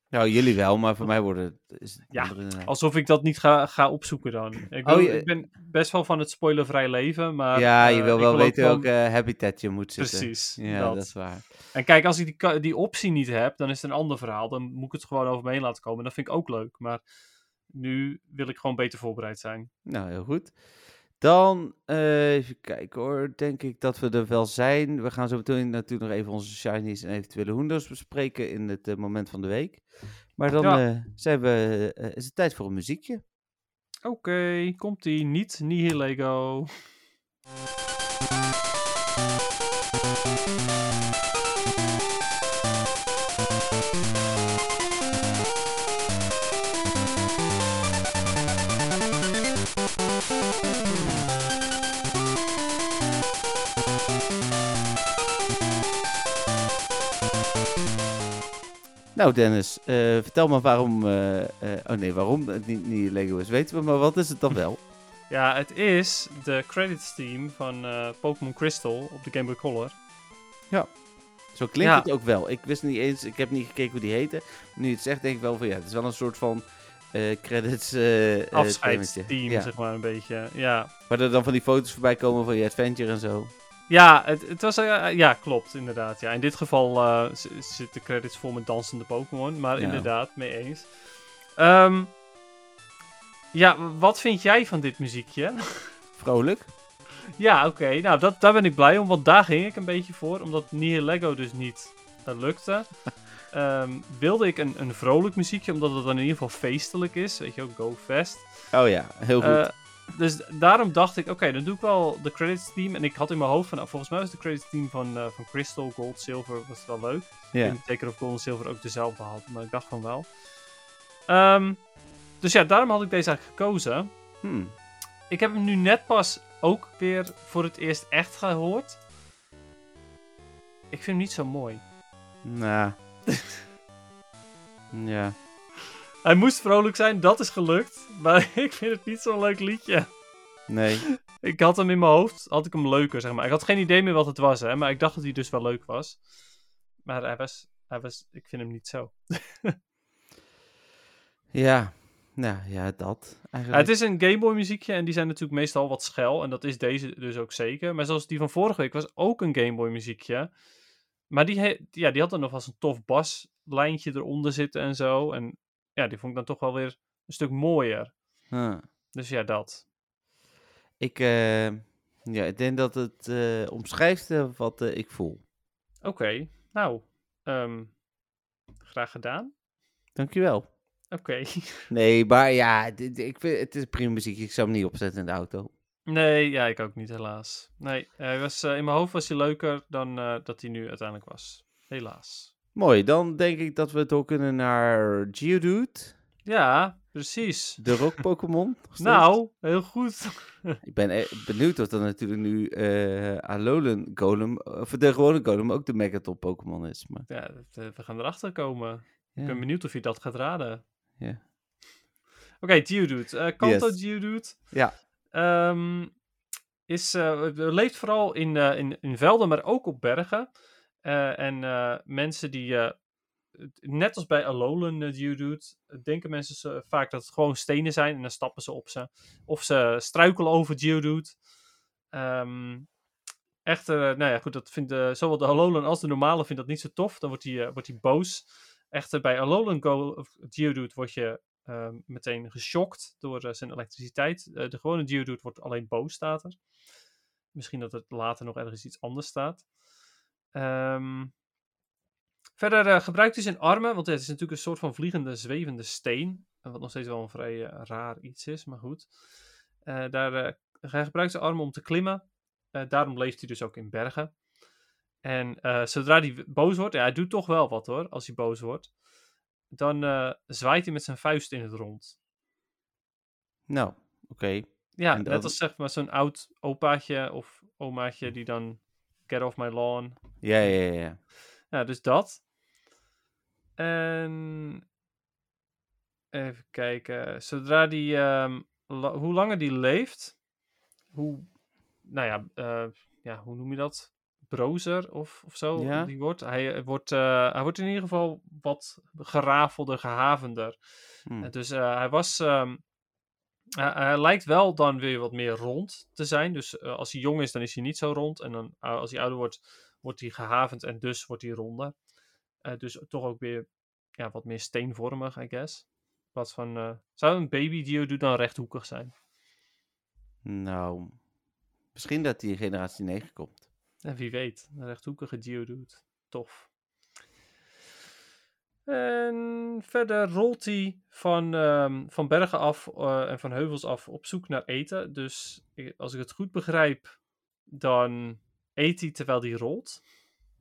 S3: nou, jullie wel, maar voor mij worden... het- Is het
S4: Ja,
S3: andere, eh,
S4: Alsof ik dat niet ga, ga opzoeken dan. Ik, bedoel,
S3: Oh, je-
S4: ik ben best wel van het spoilervrij leven. Maar,
S3: ja,
S4: eh,
S3: je wil
S4: ik
S3: wel
S4: ook
S3: weten
S4: gewoon-
S3: welke eh, habitat je moet zitten.
S4: Precies.
S3: Ja,
S4: dat.
S3: dat. is waar.
S4: En kijk, als ik die, ka- die optie niet heb, dan is het een ander verhaal. Dan moet ik het gewoon over me heen laten komen. En dat vind ik ook leuk. Maar nu wil ik gewoon beter voorbereid zijn.
S3: Nou, heel goed. Dan, eh, even kijken hoor, denk ik dat we er wel zijn. We gaan zo meteen natuurlijk nog even onze shinies en eventuele hoenders bespreken in het eh, moment van de week. Maar dan
S4: Ja.
S3: eh, zijn we, eh, is het tijd voor een muziekje.
S4: Oké, komt-ie. Niet Nihil Lego.
S3: Nou Dennis, eh, vertel maar waarom, eh, eh, oh nee, waarom het niet, niet Lego is, weten we, maar wat is het dan wel?
S4: Ja, het is de credits team van eh, Pokémon Crystal op de Game Boy Color.
S3: Zo klinkt
S4: Ja.
S3: het ook wel. Ik wist niet eens, ik heb niet gekeken hoe die heette. Nu je het zegt, denk ik wel van ja, het is wel een soort van eh, credits eh, eh,
S4: Afscheidsteam,
S3: paymentje. Ja.
S4: zeg maar een beetje. Ja,
S3: Waar er dan van die foto's voorbij komen van je adventure en zo.
S4: ja het, het was... eh, ja, klopt, inderdaad. Ja, in dit geval eh, z- zitten de credits vol met dansende Pokémon. Maar
S3: Ja.
S4: inderdaad, mee eens. Ehm, ja, w- wat vind jij van dit muziekje?
S3: Vrolijk.
S4: Ja, oké. Nou, dat, daar ben ik blij om, want daar ging ik een beetje voor. Omdat Nier Lego dus niet dat lukte. Ehm, wilde ik een, een vrolijk muziekje, omdat het dan in ieder geval feestelijk is. Weet je ook, Go Fest.
S3: Oh ja, heel goed.
S4: Eh, dus daarom dacht ik, oké, dan doe ik wel de credits team. En ik had in mijn hoofd van, nou, volgens mij was de credits team van, eh, van Crystal, Gold, Silver, was wel leuk. Ik
S3: ja.
S4: weet niet zeker of Gold en Silver ook dezelfde hadden, maar ik dacht van wel. Ehm, dus ja, daarom had ik deze eigenlijk gekozen.
S3: Hmm.
S4: Ik heb hem nu net pas ook weer voor het eerst echt gehoord. Ik vind hem niet zo mooi.
S3: Nou. ja.
S4: Hij moest vrolijk zijn, dat is gelukt. Maar ik vind het niet zo'n leuk liedje.
S3: Nee.
S4: Ik had hem in mijn hoofd, had ik hem leuker, zeg maar. Ik had geen idee meer wat het was, hè. Maar ik dacht dat hij dus wel leuk was. Maar hij was, hij was ik vind hem niet zo.
S3: Ja. Nou ja, dat
S4: Ja,
S3: eigenlijk.
S4: het is een Game Boy muziekje en die zijn natuurlijk meestal wat schel. En dat is deze dus ook zeker. Maar zoals die van vorige week was ook een Game Boy muziekje. Maar die, he- ja, die had dan nog wel eens een tof baslijntje eronder zitten en zo. En ja, die vond ik dan toch wel weer een stuk mooier.
S3: Huh.
S4: Dus ja, dat.
S3: Ik, eh, ja, ik denk dat het eh, omschrijft eh, wat eh, ik voel.
S4: Oké, nou. ehm, graag gedaan.
S3: Dankjewel.
S4: Oké.
S3: Nee, maar ja, dit- ik vind, het is prima muziek. Ik zou hem niet opzetten in de auto.
S4: Nee, ja, ik ook niet, helaas. Nee, hij was, eh, in mijn hoofd was hij leuker dan eh, dat hij nu uiteindelijk was. Helaas.
S3: Mooi, dan denk ik dat we door kunnen naar Geodude,
S4: Ja, precies.
S3: de rock Pokémon. nog steeds.
S4: Nou, heel goed.
S3: Ik ben e- benieuwd of dat natuurlijk nu eh Alolan Golem, of de gewone Golem, ook de Megatop Pokémon is. Maar,
S4: Ja, dat, eh, we gaan erachter komen. Ik
S3: ja.
S4: ben benieuwd of je dat gaat raden.
S3: Ja.
S4: Oké, Geodude. eh Kanto
S3: Yes.
S4: Geodude.
S3: Ja.
S4: Ehm, is, eh, leeft vooral in, eh, in, in velden, maar ook op bergen. Eh, en eh, mensen die, eh, het- net als bij Alolan eh, Geodude, eh, denken mensen zo- vaak dat het gewoon stenen zijn. En dan stappen ze op ze. Of ze struikelen over Geodude. Ehm echter, eh, nou ja, goed, dat vinden zowel de Alolan als de normale vindt dat niet zo tof. Dan wordt hij eh, wordt hij boos. Echter, bij Alolan Go of Geodude word je eh, meteen geschokt door eh, zijn elektriciteit. Eh, de gewone Geodude wordt alleen boos, staat er. Misschien dat het later nog ergens iets anders staat. Ehm, verder eh, gebruikt hij zijn armen, want het is natuurlijk een soort van vliegende, zwevende steen. Wat nog steeds wel een vrij eh, raar iets is, maar goed. Eh, daar, eh, hij gebruikt zijn armen om te klimmen. Eh, daarom leeft hij dus ook in bergen. En eh, zodra hij w- boos wordt, ja, hij doet toch wel wat hoor, als hij boos wordt. Dan eh, zwaait hij met zijn vuist in het rond.
S3: Nou, oké.
S4: Ja,
S3: En dan- Hm.
S4: net als zeg maar zo'n oud opaatje of omaatje die dan get off my lawn
S3: Ja, ja, ja, ja.
S4: Ja, dus dat. En even kijken. Zodra die, ehm, la- hoe langer die leeft, hoe, nou ja, eh, ja, hoe noem je dat? Brozer of, of zo
S3: Ja.
S4: die wordt. Hij, eh, wordt eh, hij wordt in ieder geval wat gerafelder, gehavender.
S3: Hm.
S4: Eh, Dus eh, hij was. ehm, hij, hij lijkt wel dan weer wat meer rond te zijn. Dus eh, als hij jong is, dan is hij niet zo rond. En dan, eh, als hij ouder wordt, wordt hij gehavend en dus wordt hij ronder. Eh, dus toch ook weer ja, wat meer steenvormig, I guess. In plaats van. eh, zou een baby Geodude dan rechthoekig zijn?
S3: Nou, misschien dat die in generatie 9 komt.
S4: En wie weet, een rechthoekige Geodude. Tof. En verder rolt hij van, ehm, van bergen af eh, en van heuvels af op zoek naar eten. Dus ik- als ik het goed begrijp, dan eet hij terwijl hij rolt.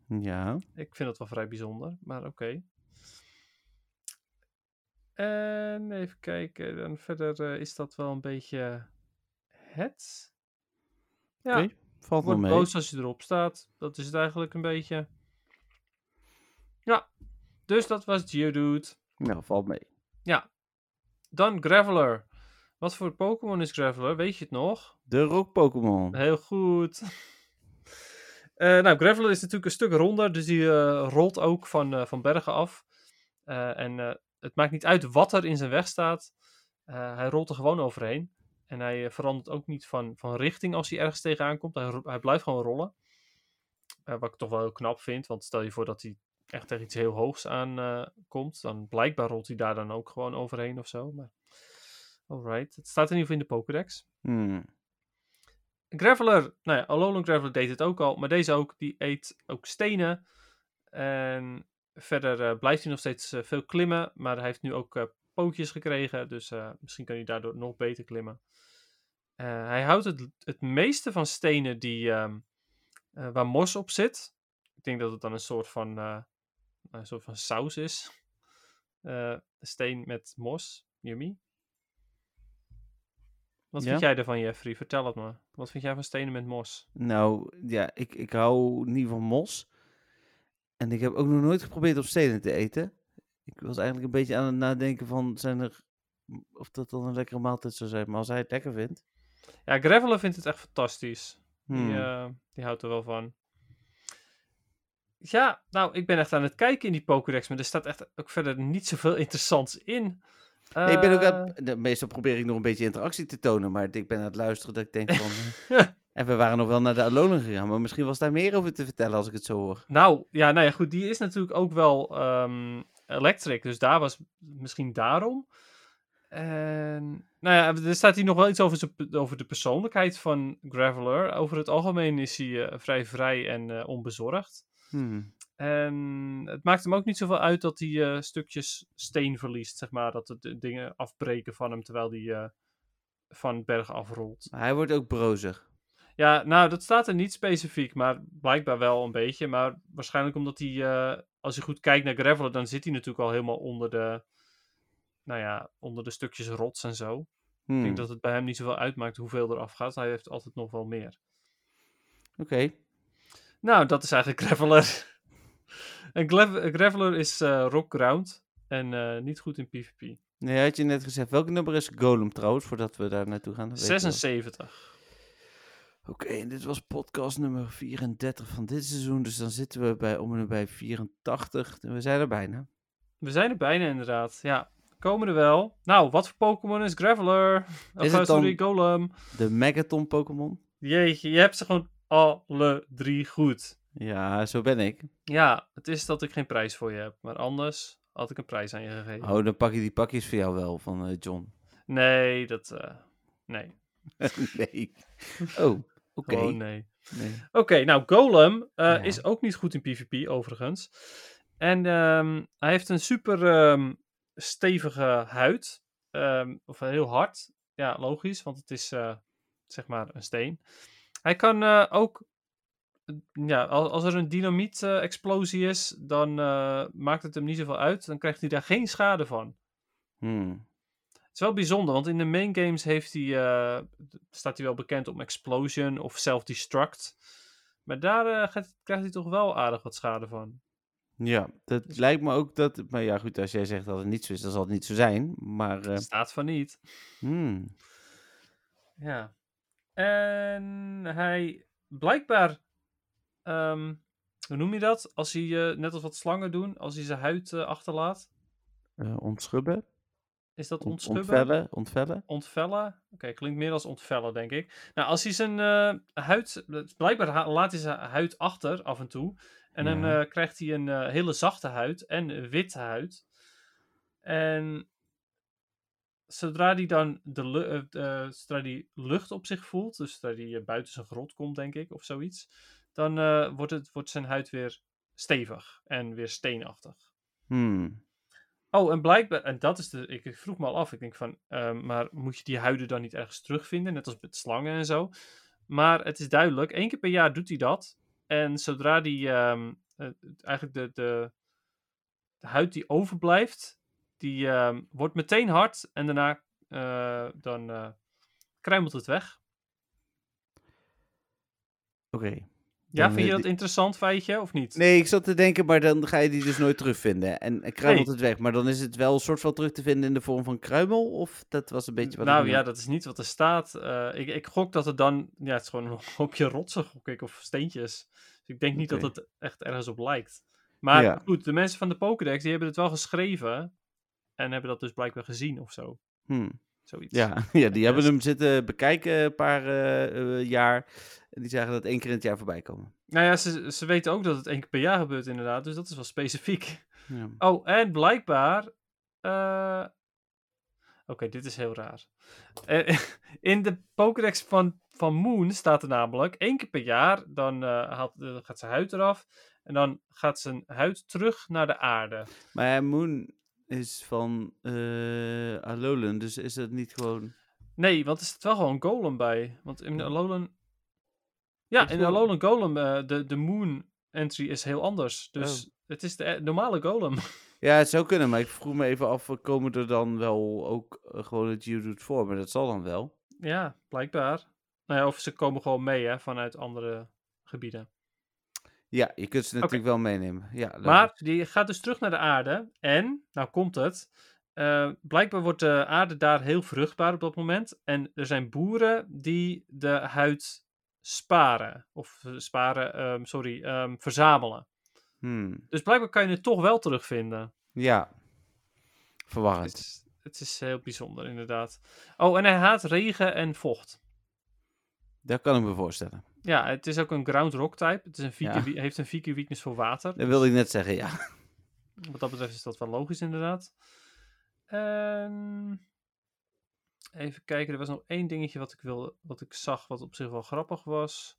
S3: Ja.
S4: Ik vind dat wel vrij bijzonder, maar oké. En even kijken, dan verder eh, is dat wel een beetje het. Ja,
S3: Oké, Valt wel
S4: Word
S3: mee.
S4: boos als je erop staat. Dat is het eigenlijk een beetje. Ja. Dus dat was Geodude.
S3: Nou, valt mee.
S4: Dan Graveler. Wat voor Pokémon is Graveler? Weet je het nog?
S3: De rock Pokémon.
S4: Heel goed. Eh, nou, Graveler is natuurlijk een stuk ronder. Dus die eh, rolt ook van, eh, van bergen af. Eh, en eh, het maakt niet uit wat er in zijn weg staat. Eh, hij rolt er gewoon overheen. En hij eh, verandert ook niet van, van richting als hij ergens tegenaan komt. Hij, ro- hij blijft gewoon rollen. Eh, wat ik toch wel heel knap vind. Want stel je voor dat hij echt tegen iets heel hoogs aan eh, komt. Dan blijkbaar rolt hij daar dan ook gewoon overheen of zo. Maar... Alright. Het staat in ieder geval in de Pokédex.
S3: Hm.
S4: Graveler, nou ja, Alolan Graveler deed het ook al, maar deze ook, die eet ook stenen. En verder eh, blijft hij nog steeds eh, veel klimmen, maar hij heeft nu ook eh, pootjes gekregen, dus eh, misschien kan hij daardoor nog beter klimmen. Eh, hij houdt het, het meeste van stenen die, ehm, eh, waar mos op zit. Ik denk dat het dan een soort van, eh, een soort van saus is. Eh, steen met mos, yummy. Wat
S3: Ja.
S4: vind jij ervan, Jeffrey? Vertel het me. Wat vind jij van stenen met mos?
S3: Nou, ja, ik, ik hou niet van mos. En ik heb ook nog nooit geprobeerd op stenen te eten. Ik was eigenlijk een beetje aan het nadenken van, zijn er... Of dat dan een lekkere maaltijd zou zijn. Maar als hij het lekker vindt...
S4: Ja, Graveler vindt het echt fantastisch.
S3: hmm.
S4: Die, eh, die houdt er wel van. Ja, nou, ik ben echt aan het kijken in die Pokédex, maar er staat echt ook verder niet zoveel interessants in.
S3: Nee, ik ben ook
S4: Eh,
S3: aan, de- meestal probeer ik nog een beetje interactie te tonen, maar ik ben aan het luisteren dat ik denk van... eh, en we waren nog wel naar de Alonen gegaan, maar misschien was daar meer over te vertellen als ik het zo hoor.
S4: Nou, ja, nou ja, goed. Die is natuurlijk ook wel ehm, electric. Dus daar was misschien daarom. En, nou ja, er staat hier nog wel iets over, zijn pe- over de persoonlijkheid van Graveler. Over het algemeen is hij eh, vrij vrij en eh, onbezorgd.
S3: Hmm.
S4: En het maakt hem ook niet zoveel uit dat hij eh, stukjes steen verliest, zeg maar. Dat de dingen afbreken van hem terwijl hij eh, van berg afrolt.
S3: Maar hij wordt ook brozer.
S4: Ja, nou, dat staat er niet specifiek, maar blijkbaar wel een beetje. Maar waarschijnlijk omdat hij, eh, als je goed kijkt naar Graveler, dan zit hij natuurlijk al helemaal onder de, nou ja, onder de stukjes rots en zo.
S3: Hmm.
S4: Ik denk dat het bij hem niet zoveel uitmaakt hoeveel er afgaat. Hij heeft altijd nog wel meer.
S3: Oké.
S4: Nou, dat is eigenlijk Graveler. en Grav- Graveler is eh rockground en eh, niet goed in PvP.
S3: Nee, had je net gezegd. Welk nummer is Golem trouwens, voordat we daar naartoe gaan? Dat weet ik wel.
S4: 76.
S3: Oké, en dit was podcast nummer 34 van dit seizoen. Dus dan zitten we bij om en bij 84. En we zijn er bijna.
S4: We zijn er bijna inderdaad, ja. Komen er wel. Nou, wat voor Pokémon is Graveler? Of
S3: het
S4: eh, sorry,
S3: dan-
S4: Golem.
S3: De Megaton Pokémon.
S4: Jeetje, je hebt ze gewoon alle drie goed.
S3: Ja, zo ben ik.
S4: Ja, het is dat ik geen prijs voor je heb. Maar anders had ik een prijs aan je gegeven.
S3: Oh, dan pak je die pakjes voor jou wel van eh, John.
S4: Nee, dat... eh, nee,
S3: nee. Oh, eh, oké.
S4: gewoon nee.
S3: Nee.
S4: Oké, nou, Golem eh,
S3: Ja.
S4: is ook niet goed in PvP, overigens. En ehm, hij heeft een super ehm, stevige huid. ehm, of heel hard. Ja, logisch, want het is eh, zeg maar een steen. Hij kan eh, ook, eh, ja, als, als er een dynamiet-explosie is, dan eh, maakt het hem niet zoveel uit. Dan krijgt hij daar geen schade van.
S3: Hmm.
S4: Het is wel bijzonder, want in de main games heeft hij, eh, d- staat hij wel bekend om Explosion of Self-Destruct. Maar daar eh, gaat- krijgt hij toch wel aardig wat schade van.
S3: Ja, dat lijkt me ook dat... Maar ja, goed, als jij zegt dat het niet zo is, dan zal het niet zo zijn. Maar, eh,
S4: Staat van niet.
S3: hmm.
S4: Ja. En hij blijkbaar, ehm, hoe noem je dat? Als hij, eh, net als wat slangen doen, als hij zijn huid eh, achterlaat.
S3: Eh, ontschubben?
S4: Is dat
S3: Ont-
S4: ontschubben?
S3: Ontvellen? Ontvellen?
S4: Ontvellen? Oké, klinkt meer als ontvellen, denk ik. Nou, als hij zijn eh, huid... Blijkbaar ha- laat hij zijn huid achter af en toe. En dan
S3: Ja.
S4: eh, krijgt hij een eh, hele zachte huid en een witte huid. En zodra hij dan de lu- eh, eh, zodra die lucht op zich voelt... Dus zodra hij eh, buiten zijn grot komt, denk ik, of zoiets... Dan eh, wordt, het, wordt zijn huid weer stevig en weer steenachtig.
S3: Hmm.
S4: Oh, en blijkbaar, en dat is de. Ik ik vroeg me al af, ik denk van. ehm, maar moet je die huiden dan niet ergens terugvinden? Net als met slangen en zo. Maar het is duidelijk, één keer per jaar doet hij dat. En zodra die. ehm, eh, eigenlijk de, de, de huid die overblijft, die ehm, wordt meteen hard. En daarna eh, dan eh, kruimelt het weg.
S3: Oké.
S4: Ja,
S3: Dan,
S4: vind je
S3: eh,
S4: dat
S3: die-
S4: interessant feitje of niet?
S3: Nee, ik zat te denken, maar dan ga je die dus nooit terugvinden. En eh, kruimelt
S4: Nee.
S3: het weg. Maar dan is het wel een soort van terug te vinden in de vorm van kruimel? Of dat was een beetje wat ik
S4: nou
S3: bedoel?
S4: ja, dat is niet wat er staat. Eh, ik, ik gok dat het dan. Ja, het is gewoon een hoopje rotsen, gok ik, of steentjes. Dus ik denk niet
S3: Oké.
S4: dat het echt ergens op lijkt. Maar
S3: Ja.
S4: goed, de mensen van de Pokédex die hebben het wel geschreven. En hebben dat dus blijkbaar gezien of zo.
S3: Hmm.
S4: Zoiets.
S3: Ja, ja die hebben
S4: Dus-
S3: hem zitten bekijken een paar eh, eh, jaar. En die zagen dat één keer in het jaar voorbij komen.
S4: Nou ja, ze, ze weten ook dat het één keer per jaar gebeurt, inderdaad. Dus dat is wel specifiek.
S3: Ja.
S4: Oh, en blijkbaar. eh, Oké, dit is heel raar. Eh, in de Pokédex van, van Moon staat er namelijk: één keer per jaar dan eh, haalt- eh, gaat zijn huid eraf. En dan gaat zijn huid terug naar de aarde.
S3: Maar ja, Moon is van eh Alolan, dus is dat niet gewoon...
S4: Nee, want er zit wel gewoon Golem bij. Want in Alolan. Ja,
S3: Dat is
S4: in
S3: wel-
S4: Alolan Golem, eh, de, de Moon entry is heel anders.
S3: Oh.
S4: Dus het is de eh, normale Golem.
S3: Ja, het zou kunnen, maar ik vroeg me even af, komen er dan wel ook eh, gewoon het Geodude voor? Maar dat zal dan wel.
S4: ja, blijkbaar. Nou ja, of ze komen gewoon mee hè, vanuit andere gebieden.
S3: Ja, je kunt ze natuurlijk wel meenemen. Ja, leuk.
S4: Maar die gaat dus terug naar de aarde. En, nou komt het. eh, blijkbaar wordt de aarde daar heel vruchtbaar op dat moment. En er zijn boeren die de huid sparen. Of eh, sparen, ehm, sorry, ehm, verzamelen.
S3: Hmm,
S4: Dus blijkbaar kan je het toch wel terugvinden.
S3: Ja, Dus verwarrend.
S4: Het is, het is heel bijzonder, inderdaad. Oh, en hij haat regen en vocht.
S3: Dat kan ik me voorstellen.
S4: Ja, het is ook een ground rock type. Het is een
S3: Ja.
S4: Vicky- heeft een vicky weakness voor water.
S3: Dat wilde ik net zeggen, ja.
S4: Wat dat betreft is dat wel logisch, inderdaad. Ehm, even kijken, er was nog één dingetje wat ik, wilde, wat ik zag, wat op zich wel grappig was.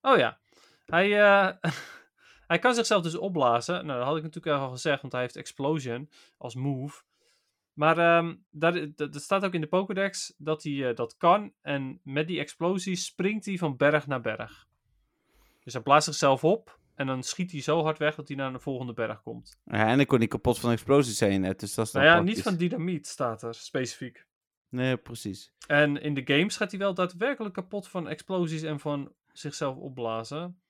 S4: Oh ja, hij, eh, hij kan zichzelf dus opblazen. Nou, dat had ik natuurlijk al gezegd, want hij heeft Explosion als move. Maar ehm, daar, dat, dat staat ook in de Pokédex dat hij eh, dat kan. En met die explosie springt hij van berg naar berg. Dus hij blaast zichzelf op. En dan schiet hij zo hard weg dat hij naar de volgende berg komt.
S3: Ja, En dan kon ik kapot van explosies zijn net, dus dat is dan
S4: Nou ja,
S3: praktisch.
S4: niet van dynamiet staat er specifiek.
S3: Nee, precies.
S4: En in de games gaat hij wel daadwerkelijk kapot van explosies en van zichzelf opblazen.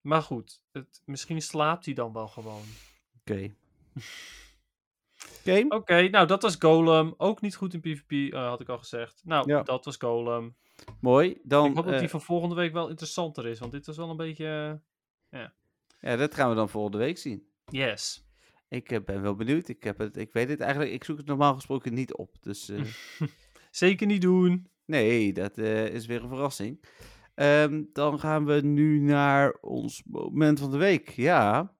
S4: Maar goed, het, misschien slaapt hij dan wel gewoon.
S3: Oké. Oké.
S4: Oké, nou dat was Golem. Ook niet goed in PvP, eh, had ik al gezegd. Nou,
S3: Ja.
S4: dat was Golem.
S3: Mooi. Dan,
S4: ik hoop dat
S3: eh,
S4: die van volgende week wel interessanter is, want dit was wel een beetje... eh,
S3: ja, dat gaan we dan volgende week zien.
S4: yes.
S3: Ik eh, ben wel benieuwd. Ik, heb het, ik weet het eigenlijk. Ik zoek het normaal gesproken niet op. Dus eh,
S4: Zeker niet doen.
S3: nee, dat eh, is weer een verrassing. Ehm, dan gaan we nu naar ons moment van de week. Ja.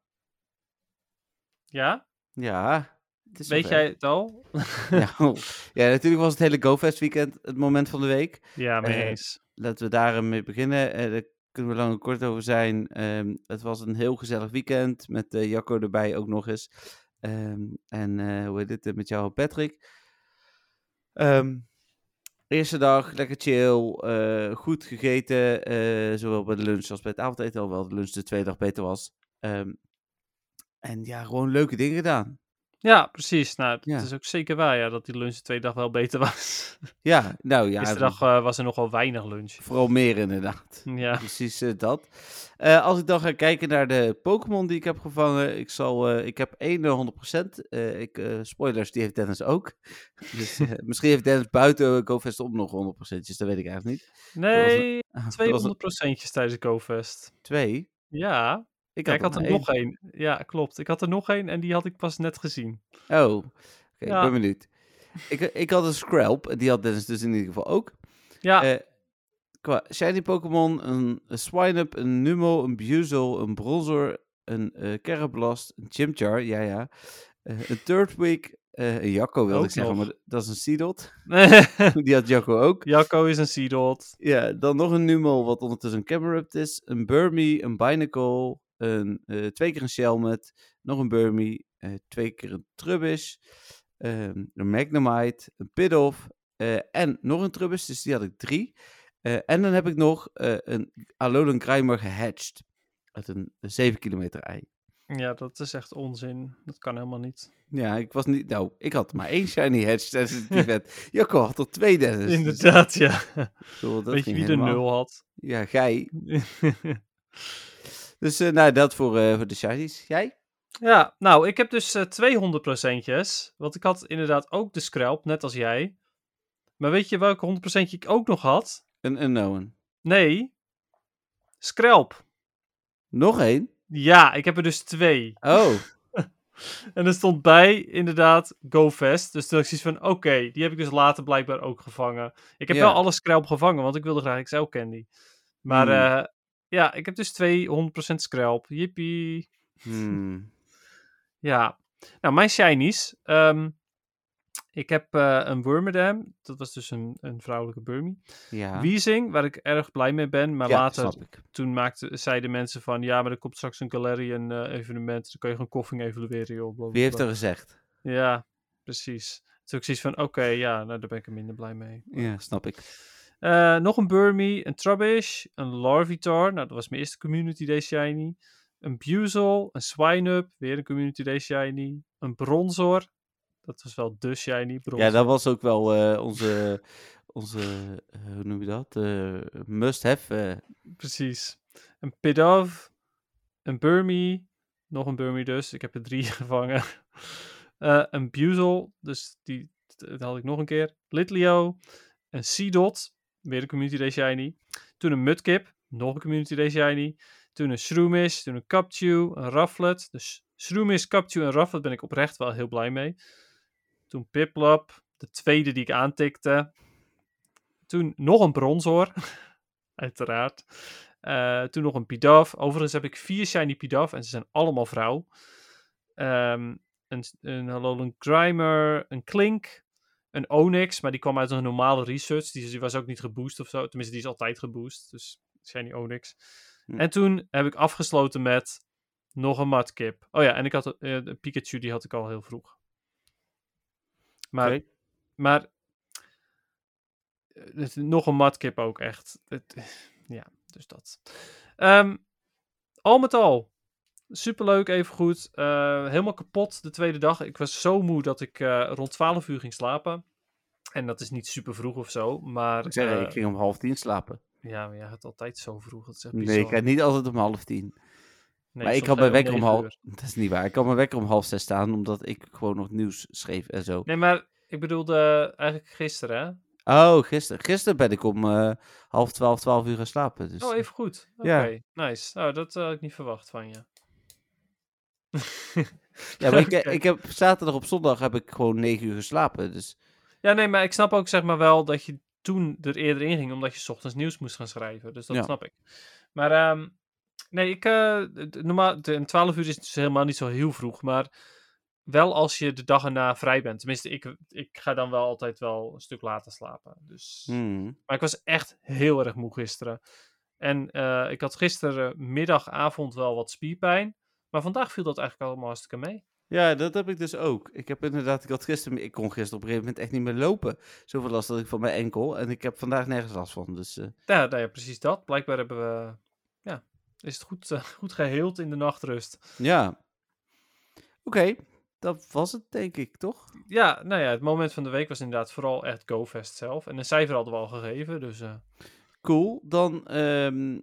S4: Ja?
S3: Ja. Het is
S4: Weet
S3: zover.
S4: jij het al?
S3: Ja, oh. ja, natuurlijk was het hele GoFest weekend het moment van de week.
S4: Ja,
S3: mee
S4: mee
S3: Eh,
S4: eens.
S3: laten we daarmee beginnen. Eh, daar kunnen we lang en kort over zijn. Ehm, het was een heel gezellig weekend met eh, Jacco erbij ook nog eens. Ehm, en eh, hoe heet het, eh, met jou Patrick. Ehm, eerste dag, lekker chill. eh, goed gegeten. eh, zowel bij de lunch als bij het avondeten. Alhoewel de lunch de tweede dag beter was. Ehm, en ja, gewoon leuke dingen gedaan.
S4: Ja, precies. Nou, dat
S3: Ja.
S4: is ook zeker waar, ja, dat die lunch de tweede dag wel beter was.
S3: Ja, nou ja.
S4: de eerste dag eh, was er nogal weinig lunch.
S3: Vooral meer inderdaad.
S4: Ja.
S3: Precies eh, dat. Eh, als ik dan ga kijken naar de Pokémon die ik heb gevangen. Ik, zal, eh, ik heb één eh, 100%. eh, ik, eh, spoilers, die heeft Dennis ook. Dus, eh, misschien heeft Dennis buiten GoFest om nog 100%. Dat weet ik eigenlijk niet. Ah,
S4: Nee,
S3: Dat was
S4: 200
S3: een
S4: procentjes tijdens de GoFest.
S3: twee.
S4: Ja, ja, ik had,
S3: er maar
S4: er
S3: één.
S4: nog één. Ja, klopt. Ik had er nog één en die had ik pas net gezien.
S3: Oh, oké,
S4: Ja.
S3: ik ben benieuwd. Ik, ik had een Scrap, en die had Dennis dus in ieder geval ook.
S4: Ja,
S3: Eh, qua shiny Pokémon, een, een Swinub, een Numo, een Buzel, een Bronzor, een eh Carablast, een Chimchar, ja ja, eh, een Turtwig, eh een Jacco wilde
S4: Ook
S3: ik zeggen,
S4: nog.
S3: maar dat is een Seedot. Die had Jacco ook.
S4: Jacco is een Seedot.
S3: Ja, dan nog een Numo, wat ondertussen een Camerupt is, een Burmy, een Binacle, een, eh, twee keer een Shelmet, nog een Burmy, eh, twee keer een Trubbish, ehm, een Magnemite, een Piddoff eh, en nog een Trubbish, dus die had ik drie. Eh, en dan heb ik nog eh, een Alolan Grimer gehatcht uit een, een 7 kilometer ei.
S4: Ja, dat is echt onzin. Dat kan helemaal niet.
S3: Ja, ik was niet... Nou, ik had maar één shiny hatch tijdens het event. Jacco had er twee, Dennis.
S4: Inderdaad, ja.
S3: Ik bedoel, Dus- dat
S4: Weet je
S3: ging
S4: wie de
S3: helemaal-
S4: nul had?
S3: Ja, gij. Dus eh, nou, dat voor, eh, voor de shinies. Jij?
S4: ja, nou, ik heb dus eh 200 procentjes. Want ik had inderdaad ook de scrap, net als jij. Maar weet je welke 100 procentje ik ook nog had?
S3: Een unknown.
S4: Nee, scrap.
S3: Nog één?
S4: Ja, ik heb er dus twee.
S3: Oh,
S4: En er stond bij, inderdaad, GoFest. Dus toen dacht ik zoiets van, oké, die heb ik dus later blijkbaar ook gevangen. Ik heb
S3: Ja.
S4: wel alle Scrap gevangen, want ik wilde graag XL Candy. Maar
S3: Hmm.
S4: eh, ja, ik heb dus twee 100% Scrap. Yippie.
S3: hmm.
S4: Ja. Nou, mijn shinies. ehm, ik heb eh, een Wormadam. Dat was dus een, een vrouwelijke Burmy.
S3: ja.
S4: Weezing, waar ik erg blij mee ben. Maar
S3: ja,
S4: later
S3: snap ik.
S4: toen maakte, zeiden mensen van... Ja, maar er komt straks een Galarian eh, evenement. Dan kan je gewoon koffing evalueren, joh. bla, bla,
S3: Wie heeft
S4: bla.
S3: er gezegd?
S4: Ja, precies. Toen ik zoiets van, oké, ja, nou, daar ben ik er minder blij mee.
S3: Ja, snap ik.
S4: Eh, nog een Burmy, een Trubbish, een Larvitar. Nou, dat was mijn eerste Community Day Shiny. Een Buzel, een Swinub, weer een Community Day Shiny. Een Bronzor. Dat was wel de Shiny Bronzor.
S3: Ja, dat was ook wel eh, onze, onze eh, hoe noem je dat? Eh, must-have. eh,
S4: Precies. Een Pidov, een Burmy, nog een Burmy dus. Ik heb er drie gevangen. Eh, een Buzel, dus die dat had ik nog een keer. Litleo, een Seedot, weer een Community Day Shiny. Toen een Mudkip, nog een Community Day Shiny. Toen een Shroomish, toen een Capchew, een Rufflet. Dus Shroomish, Capchew en Rufflet ben ik oprecht wel heel blij mee. Toen Piplop, de tweede die ik aantikte. Toen nog een Bronzor, uiteraard. Eh, toen nog een Pidaf. Overigens heb ik vier shiny Pidaf en ze zijn allemaal vrouw. Ehm, een, een Alolan Grimer, een Klink, een Onyx, maar die kwam uit een normale research. Die, die was ook niet geboost of zo. Tenminste, die is altijd geboost. Dus shiny Onyx.
S3: Hm.
S4: En toen heb ik afgesloten met nog een Mudkip. Oh ja, en ik had eh, de Pikachu, die had ik al heel vroeg. Maar,
S3: Oké.
S4: maar eh, het- nog een Mudkip ook echt. Het, eh, ja, dus dat. Ehm, al met al, superleuk, even goed. Eh, helemaal kapot de tweede dag. Ik was zo moe dat ik eh, rond 12 uur ging slapen. En dat is niet super vroeg of zo, maar...
S3: Ik zeg,
S4: eh,
S3: ik ging om half tien slapen.
S4: Ja, maar jij gaat altijd zo vroeg. Dat is echt bizar.
S3: Nee, ik ga niet altijd om half tien.
S4: Nee,
S3: maar ik
S4: soms
S3: had
S4: ga
S3: mijn
S4: je
S3: wekker
S4: om
S3: om
S4: negen
S3: half...
S4: uur.
S3: Dat is niet waar. Ik had mijn wekker om half zes staan, omdat ik gewoon nog nieuws schreef en zo.
S4: Nee, maar ik bedoelde eh, eigenlijk gisteren, hè?
S3: Oh, gisteren. Gisteren ben ik om eh, half twaalf, twaalf uur gaan slapen. Dus...
S4: Oh, even goed. Oké,
S3: Ja.
S4: nice. Nou, dat eh, had ik niet verwacht van je.
S3: Ja, maar ik, eh,
S4: Oké.
S3: ik heb zaterdag op zondag heb ik gewoon negen uur geslapen. Dus
S4: Ja, nee, maar ik snap ook zeg maar wel dat je toen er eerder in ging, omdat je 's ochtends nieuws moest gaan schrijven. Dus dat
S3: Ja.
S4: snap ik. Maar ehm, nee, ik eh, d- d- normaal, de, en 12 uur is dus helemaal niet zo heel vroeg, maar wel als je de dag erna vrij bent. Tenminste, ik, ik ga dan wel altijd wel een stuk later slapen. Dus
S3: hmm,
S4: Maar ik was echt heel erg moe gisteren. En eh, ik had gisterenmiddag, avond wel wat spierpijn. Maar vandaag viel dat eigenlijk allemaal hartstikke mee.
S3: Ja, dat heb ik dus ook. Ik heb inderdaad, ik had gisteren, ik kon gisteren op een gegeven moment echt niet meer lopen. Zoveel last had ik van mijn enkel. En ik heb vandaag nergens last van. Dus eh,
S4: Ja, nou ja, precies dat. Blijkbaar hebben we, ja, is het goed, eh, goed geheeld in de nachtrust.
S3: ja. Oké, dat was het denk ik, toch?
S4: Ja, nou ja, het moment van de week was inderdaad vooral echt GoFest zelf. En een cijfer hadden we al gegeven, dus eh,
S3: Cool. Dan, ehm,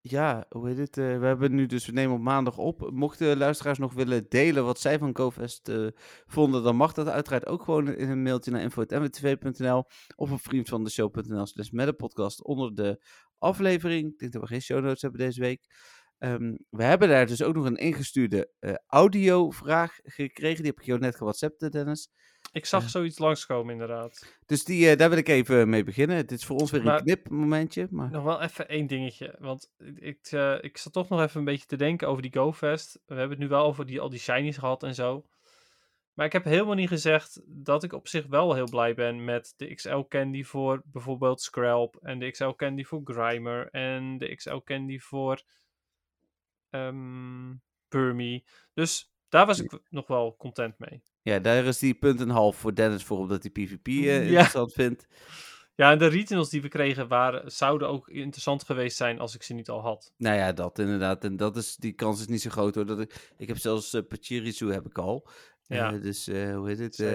S3: ja, hoe heet het? eh, we hebben nu dus, we nemen op maandag op. Mochten luisteraars nog willen delen wat zij van GoFest eh, vonden, dan mag dat uiteraard ook gewoon in een mailtje naar info.mwtv.nl of op vriendvandeshow.nl slash met de podcast onder de aflevering. Ik denk dat we geen show notes hebben deze week. Ehm, we hebben daar dus ook nog een ingestuurde eh audiovraag gekregen. Die heb ik jou net gewhatsappt, Dennis.
S4: ik zag
S3: Ja.
S4: zoiets langskomen inderdaad.
S3: Dus die, eh, daar wil ik even mee beginnen. Het is voor ons weer
S4: Maar-
S3: een knipmomentje. Maar...
S4: Nog wel even één dingetje, want ik- ik, eh, ik zat toch nog even een beetje te denken over die GoFest. We hebben het nu wel over die, al die shinies gehad en zo. Maar ik heb helemaal niet gezegd dat ik op zich wel heel blij ben met de XL Candy voor bijvoorbeeld Scrap en de XL Candy voor Grimer en de XL Candy voor ehm Burmy. Dus daar was ik nog wel content mee.
S3: Ja, daar is die punt en een half voor Dennis voor, omdat hij PvP eh,
S4: Ja.
S3: interessant vindt.
S4: Ja, en de regionals die we kregen waren, zouden ook interessant geweest zijn als ik ze niet al had.
S3: Nou ja, dat inderdaad. En dat is, die kans is niet zo groot hoor. Dat ik, ik heb zelfs eh Pachirisu heb ik al.
S4: Ja.
S3: Eh, dus eh, hoe heet het?
S4: Same.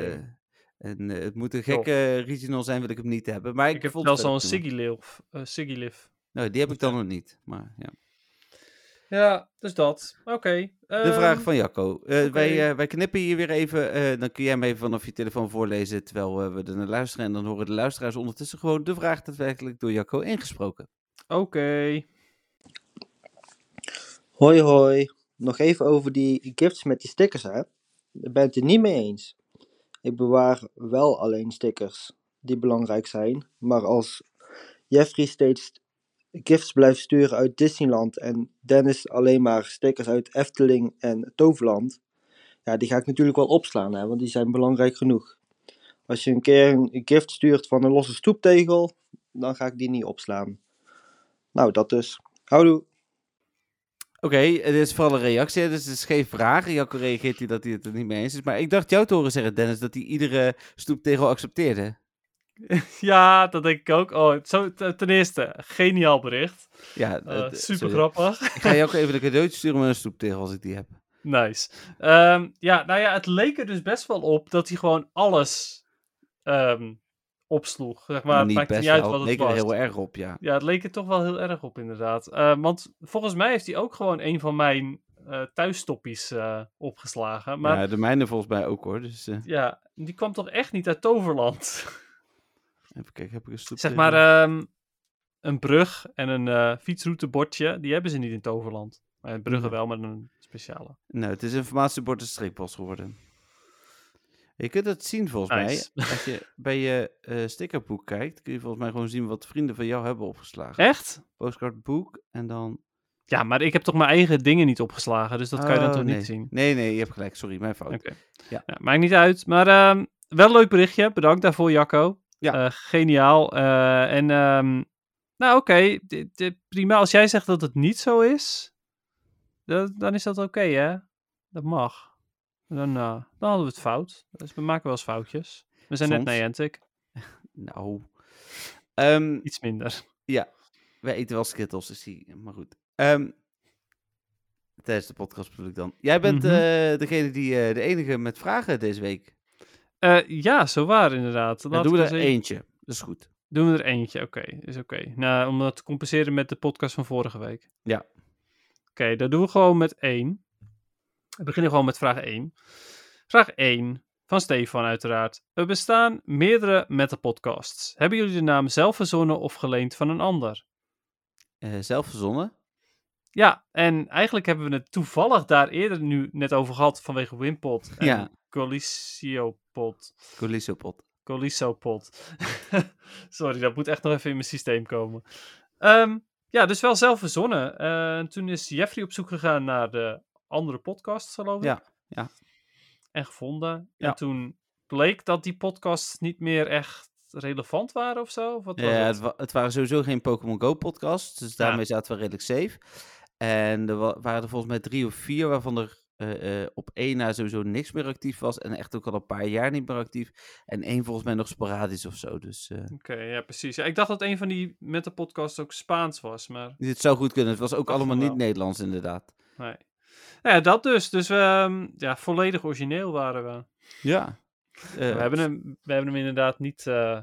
S3: eh, en eh, het moet een
S4: Joh.
S3: gekke regional zijn, wil ik hem niet hebben. Maar ik,
S4: Ik, heb
S3: vond
S4: zelfs
S3: het
S4: al een
S3: leuk toen.
S4: Siggy Liv. eh, Siggy Liv.
S3: Nou, die heb ik dan nog niet. Maar, ja.
S4: Ja, dus dat. Oké.
S3: De vraag van Jacco. Eh, wij,
S4: Ehm, oké.
S3: eh, wij knippen hier weer even. eh, dan kun jij hem even vanaf je telefoon voorlezen terwijl eh, we er naar luisteren. En dan horen de luisteraars ondertussen gewoon de vraag daadwerkelijk door Jacco ingesproken.
S4: Oké.
S1: Hoi hoi, nog even over die gifts met die stickers hè. Ik ben het er niet mee eens. Ik bewaar wel alleen stickers die belangrijk zijn, maar als Jeffrey steeds gifts blijft sturen uit Disneyland en Dennis alleen maar stickers uit Efteling en Toverland, ja die ga ik natuurlijk wel opslaan hè, want die zijn belangrijk genoeg. Als je een keer een gift stuurt van een losse stoeptegel, dan ga ik die niet opslaan. Nou dat dus. Houdoe!
S3: Oké, het is vooral een reactie, hè, dus het is geen vraag. Jacco reageert hier dat hij het er niet mee eens is. Maar ik dacht jou te horen zeggen, Dennis, dat hij iedere stoeptegel accepteerde.
S4: Ja, dat denk ik ook. Oh, zo, te- ten eerste, geniaal bericht.
S3: Ja,
S4: Eh,
S3: het-
S4: super
S3: sorry.
S4: grappig.
S3: Ik ga Jacco even een cadeautje sturen met een stoeptegel als ik die heb.
S4: Nice. Ehm, ja, nou ja, het leek er dus best wel op dat hij gewoon alles ehm, opsloeg. Zeg maar, het
S3: niet
S4: maakt
S3: best
S4: niet uit
S3: wel,
S4: wat het
S3: leek er
S4: was.
S3: heel erg op, ja.
S4: Ja, het leek er toch wel heel erg op, inderdaad. Eh, want volgens mij heeft hij ook gewoon een van mijn eh thuistoppies eh, opgeslagen. Maar
S3: ja. De mijne volgens mij ook hoor, dus eh,
S4: Ja, die kwam toch echt niet uit Toverland?
S3: even kijken, heb ik een stoeptegel?
S4: zeg maar, ehm, een brug en een eh, fietsroutebordje, die hebben ze niet in Toverland. Maar ja, bruggen wel, maar een speciale.
S3: Nou, het is informatiebord en strikbos geworden. Je kunt dat zien volgens
S4: Nice.
S3: mij. Als je bij je eh, stickerboek kijkt, kun je volgens mij gewoon zien wat vrienden van jou hebben opgeslagen.
S4: Echt?
S3: Postcardboek en dan
S4: Ja, maar ik heb toch mijn eigen dingen niet opgeslagen, dus dat kan je dan
S3: Oh,
S4: toch
S3: nee.
S4: niet zien?
S3: Nee, nee, je hebt gelijk. Sorry, mijn fout.
S4: Oké.
S3: Ja.
S4: Nou, maakt niet uit, maar ehm, wel een leuk berichtje. Bedankt daarvoor, Jacco.
S3: Ja.
S4: Eh, geniaal. Eh, en, ehm, nou oké, Dit- dit- prima. Als jij zegt dat het niet zo is, dat- dan is dat oké, hè? Dat mag. Dan, eh, dan hadden we het fout. Dus we maken wel eens foutjes. We zijn net
S3: Soms.
S4: Niantic.
S3: Nou. Ehm,
S4: Iets minder.
S3: wij eten wel skittles, dus die... Maar goed. Ehm, tijdens de podcast bedoel ik dan. Jij bent
S4: Mhm.
S3: eh, degene die... eh, de enige met vragen deze week.
S4: Eh, ja, zo waar inderdaad.
S3: Dan
S4: Laat
S3: doen we
S4: ik
S3: er
S4: eens even-
S3: eentje. Dat is goed.
S4: Doen we er eentje, oké. Is oké. Nou, om dat te compenseren met de podcast van vorige week.
S3: Ja.
S4: Oké, dat doen we gewoon met één. We beginnen gewoon met vraag 1. Vraag 1 van Stefan uiteraard. Er bestaan meerdere metapodcasts. Hebben jullie de naam zelf verzonnen of geleend van een ander?
S3: Eh, zelf verzonnen.
S4: Ja, en eigenlijk hebben we het toevallig daar eerder nu net over gehad vanwege Wimpod en
S3: Ja.
S4: Colisiopod.
S3: Colisopod.
S4: Colisopod. Sorry, dat moet echt nog even in mijn systeem komen. Ehm, ja, dus wel zelf verzonnen. Eh, en toen is Jeffrey op zoek gegaan naar de andere podcast, geloof ik.
S3: Ja, ja.
S4: En gevonden.
S3: Ja.
S4: En toen bleek dat die podcasts niet meer echt relevant waren of zo. Of wat
S3: Ja,
S4: was het?
S3: het, wa- het waren sowieso geen Pokémon Go podcasts. Dus daarmee zaten we redelijk safe. En er wa- waren er volgens mij drie of vier waarvan er eh, eh, op één na sowieso niks meer actief was. En echt ook al een paar jaar niet meer actief. En één volgens mij nog sporadisch of zo. Dus eh,
S4: Oké, ja, precies. Ja, ik dacht dat een van die met de podcast ook Spaans was, maar
S3: dit zou goed kunnen. Het was ook
S4: Dacht
S3: allemaal
S4: van
S3: niet
S4: wel.
S3: Nederlands inderdaad.
S4: nee. Nou Ja, dat dus. Dus ehm, ja, volledig origineel waren we.
S3: Ja. Eh,
S4: we, hebben hem, we hebben hem inderdaad niet, eh,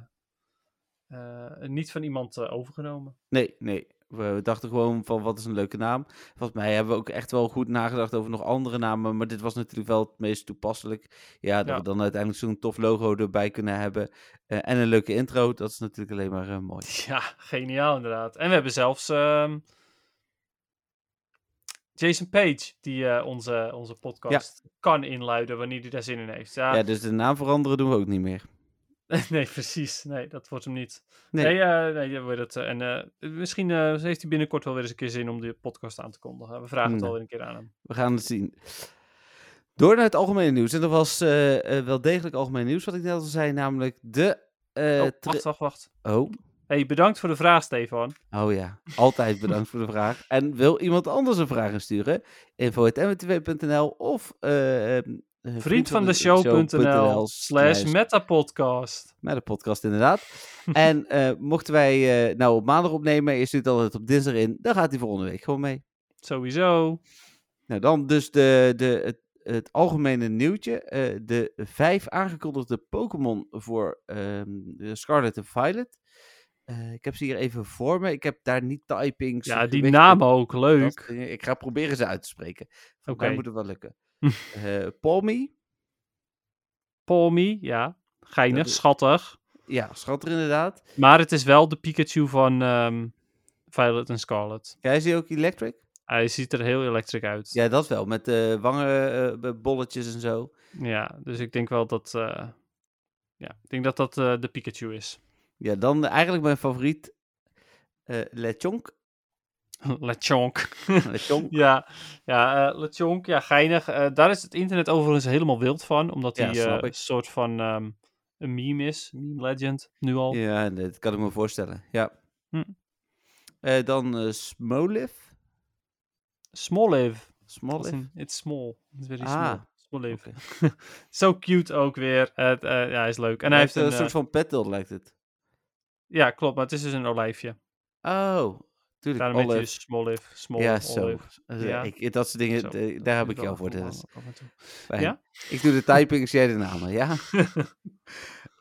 S4: eh, niet van iemand eh, overgenomen.
S3: Nee, nee. We we dachten gewoon van wat is een leuke naam. Volgens mij hebben we ook echt wel goed nagedacht over nog andere namen. Maar dit was natuurlijk wel het meest toepasselijk. Ja, dat
S4: Ja.
S3: we dan uiteindelijk zo'n tof logo erbij kunnen hebben. eh, en een leuke intro. Dat is natuurlijk alleen maar eh, mooi.
S4: Ja, geniaal inderdaad. En we hebben zelfs ehm, Jason Page, die eh, onze, onze podcast kan inluiden wanneer hij daar zin in heeft. Ja,
S3: Ja, dus de naam veranderen doen we ook niet meer.
S4: nee, precies. Nee, dat wordt hem niet.
S3: Nee.
S4: Nee, eh, nee je weet het. eh, en eh, misschien eh, heeft hij binnenkort wel weer eens een keer zin om die podcast aan te kondigen. We vragen het
S3: Nee.
S4: alweer een keer aan hem.
S3: We gaan het zien. Door naar het algemene nieuws. En dat was eh, eh, wel degelijk algemeen nieuws wat ik net al zei. Namelijk de... eh,
S4: oh,
S3: tra-
S4: wacht, wacht, wacht.
S3: oh.
S4: hey, bedankt voor de vraag, Stefan.
S3: Oh ja, altijd bedankt voor de vraag. En wil iemand anders een vraag insturen? info.mwtv.nl of eh, eh,
S4: Vriend van de show.nl slash metapodcast.
S3: met de podcast inderdaad. en eh, mochten wij eh, nou op maandag opnemen, je stuurt altijd op dinsdag in, dan gaat hij volgende week gewoon mee.
S4: Sowieso.
S3: Nou, dan dus de, de, het, het algemene nieuwtje. eh, de vijf aangekondigde Pokémon voor ehm, de Scarlet en Violet. Eh, ik heb ze hier even voor me. Ik heb daar niet typings.
S4: Ja, die
S3: gewichten-
S4: naam ook.
S3: dat
S4: Leuk.
S3: soort dingen. Ik ga proberen ze uit te spreken. Oké.
S4: Oké.
S3: moet het wel lukken. Eh Palmy.
S4: Palmy, ja. Geinig,
S3: Dat is-
S4: schattig.
S3: Ja, schatter inderdaad.
S4: Maar het is wel de Pikachu van ehm, Violet en Scarlet.
S3: Jij is die ook electric?
S4: Hij ziet er heel elektrisch uit. Ja,
S3: Ja, dat wel. Met eh wangenbolletjes en zo.
S4: dus ik denk wel dat... eh, ja, ik denk dat dat eh, de Pikachu is.
S3: Ja, dan eigenlijk mijn favoriet. eh Lechonk.
S4: Lechonk.
S3: Lechonk.
S4: ja, ja eh, Lechonk, ja, geinig. Eh, daar is het internet overigens helemaal wild van. Omdat
S3: Ja,
S4: hij
S3: snap
S4: eh,
S3: ik.
S4: een soort van ehm, een meme is. Meme legend, nu al.
S3: Ja, dat kan ik me voorstellen. Ja.
S4: Hm.
S3: Eh, dan eh Smoliv.
S4: Smoliv. Als
S3: Smoliv.
S4: in, It's small. It's very
S3: Ah,
S4: small. Smoliv. Zo cute ook weer. Het, eh, ja, hij is leuk. En
S3: Hij
S4: hij
S3: heeft eh,
S4: heeft
S3: een,
S4: een...
S3: soort van petal, lijkt het.
S4: eh, ja, klopt. Maar het is dus een olijfje.
S3: Oh, tuurlijk.
S4: Daarom heet hij
S3: Olive.
S4: dus Smoliv. Small
S3: Ja, zo.
S4: olive.
S3: Eh,
S4: Ja.
S3: Ik, dat soort dingen,
S4: Zo,
S3: eh,
S4: dat
S3: daar heb
S4: moet
S3: ik jou
S4: wel
S3: voor. dus.
S4: even
S3: Dat is
S4: af en toe.
S3: fijn.
S4: Ja?
S3: Ik doe de typing, jij de namen, ja.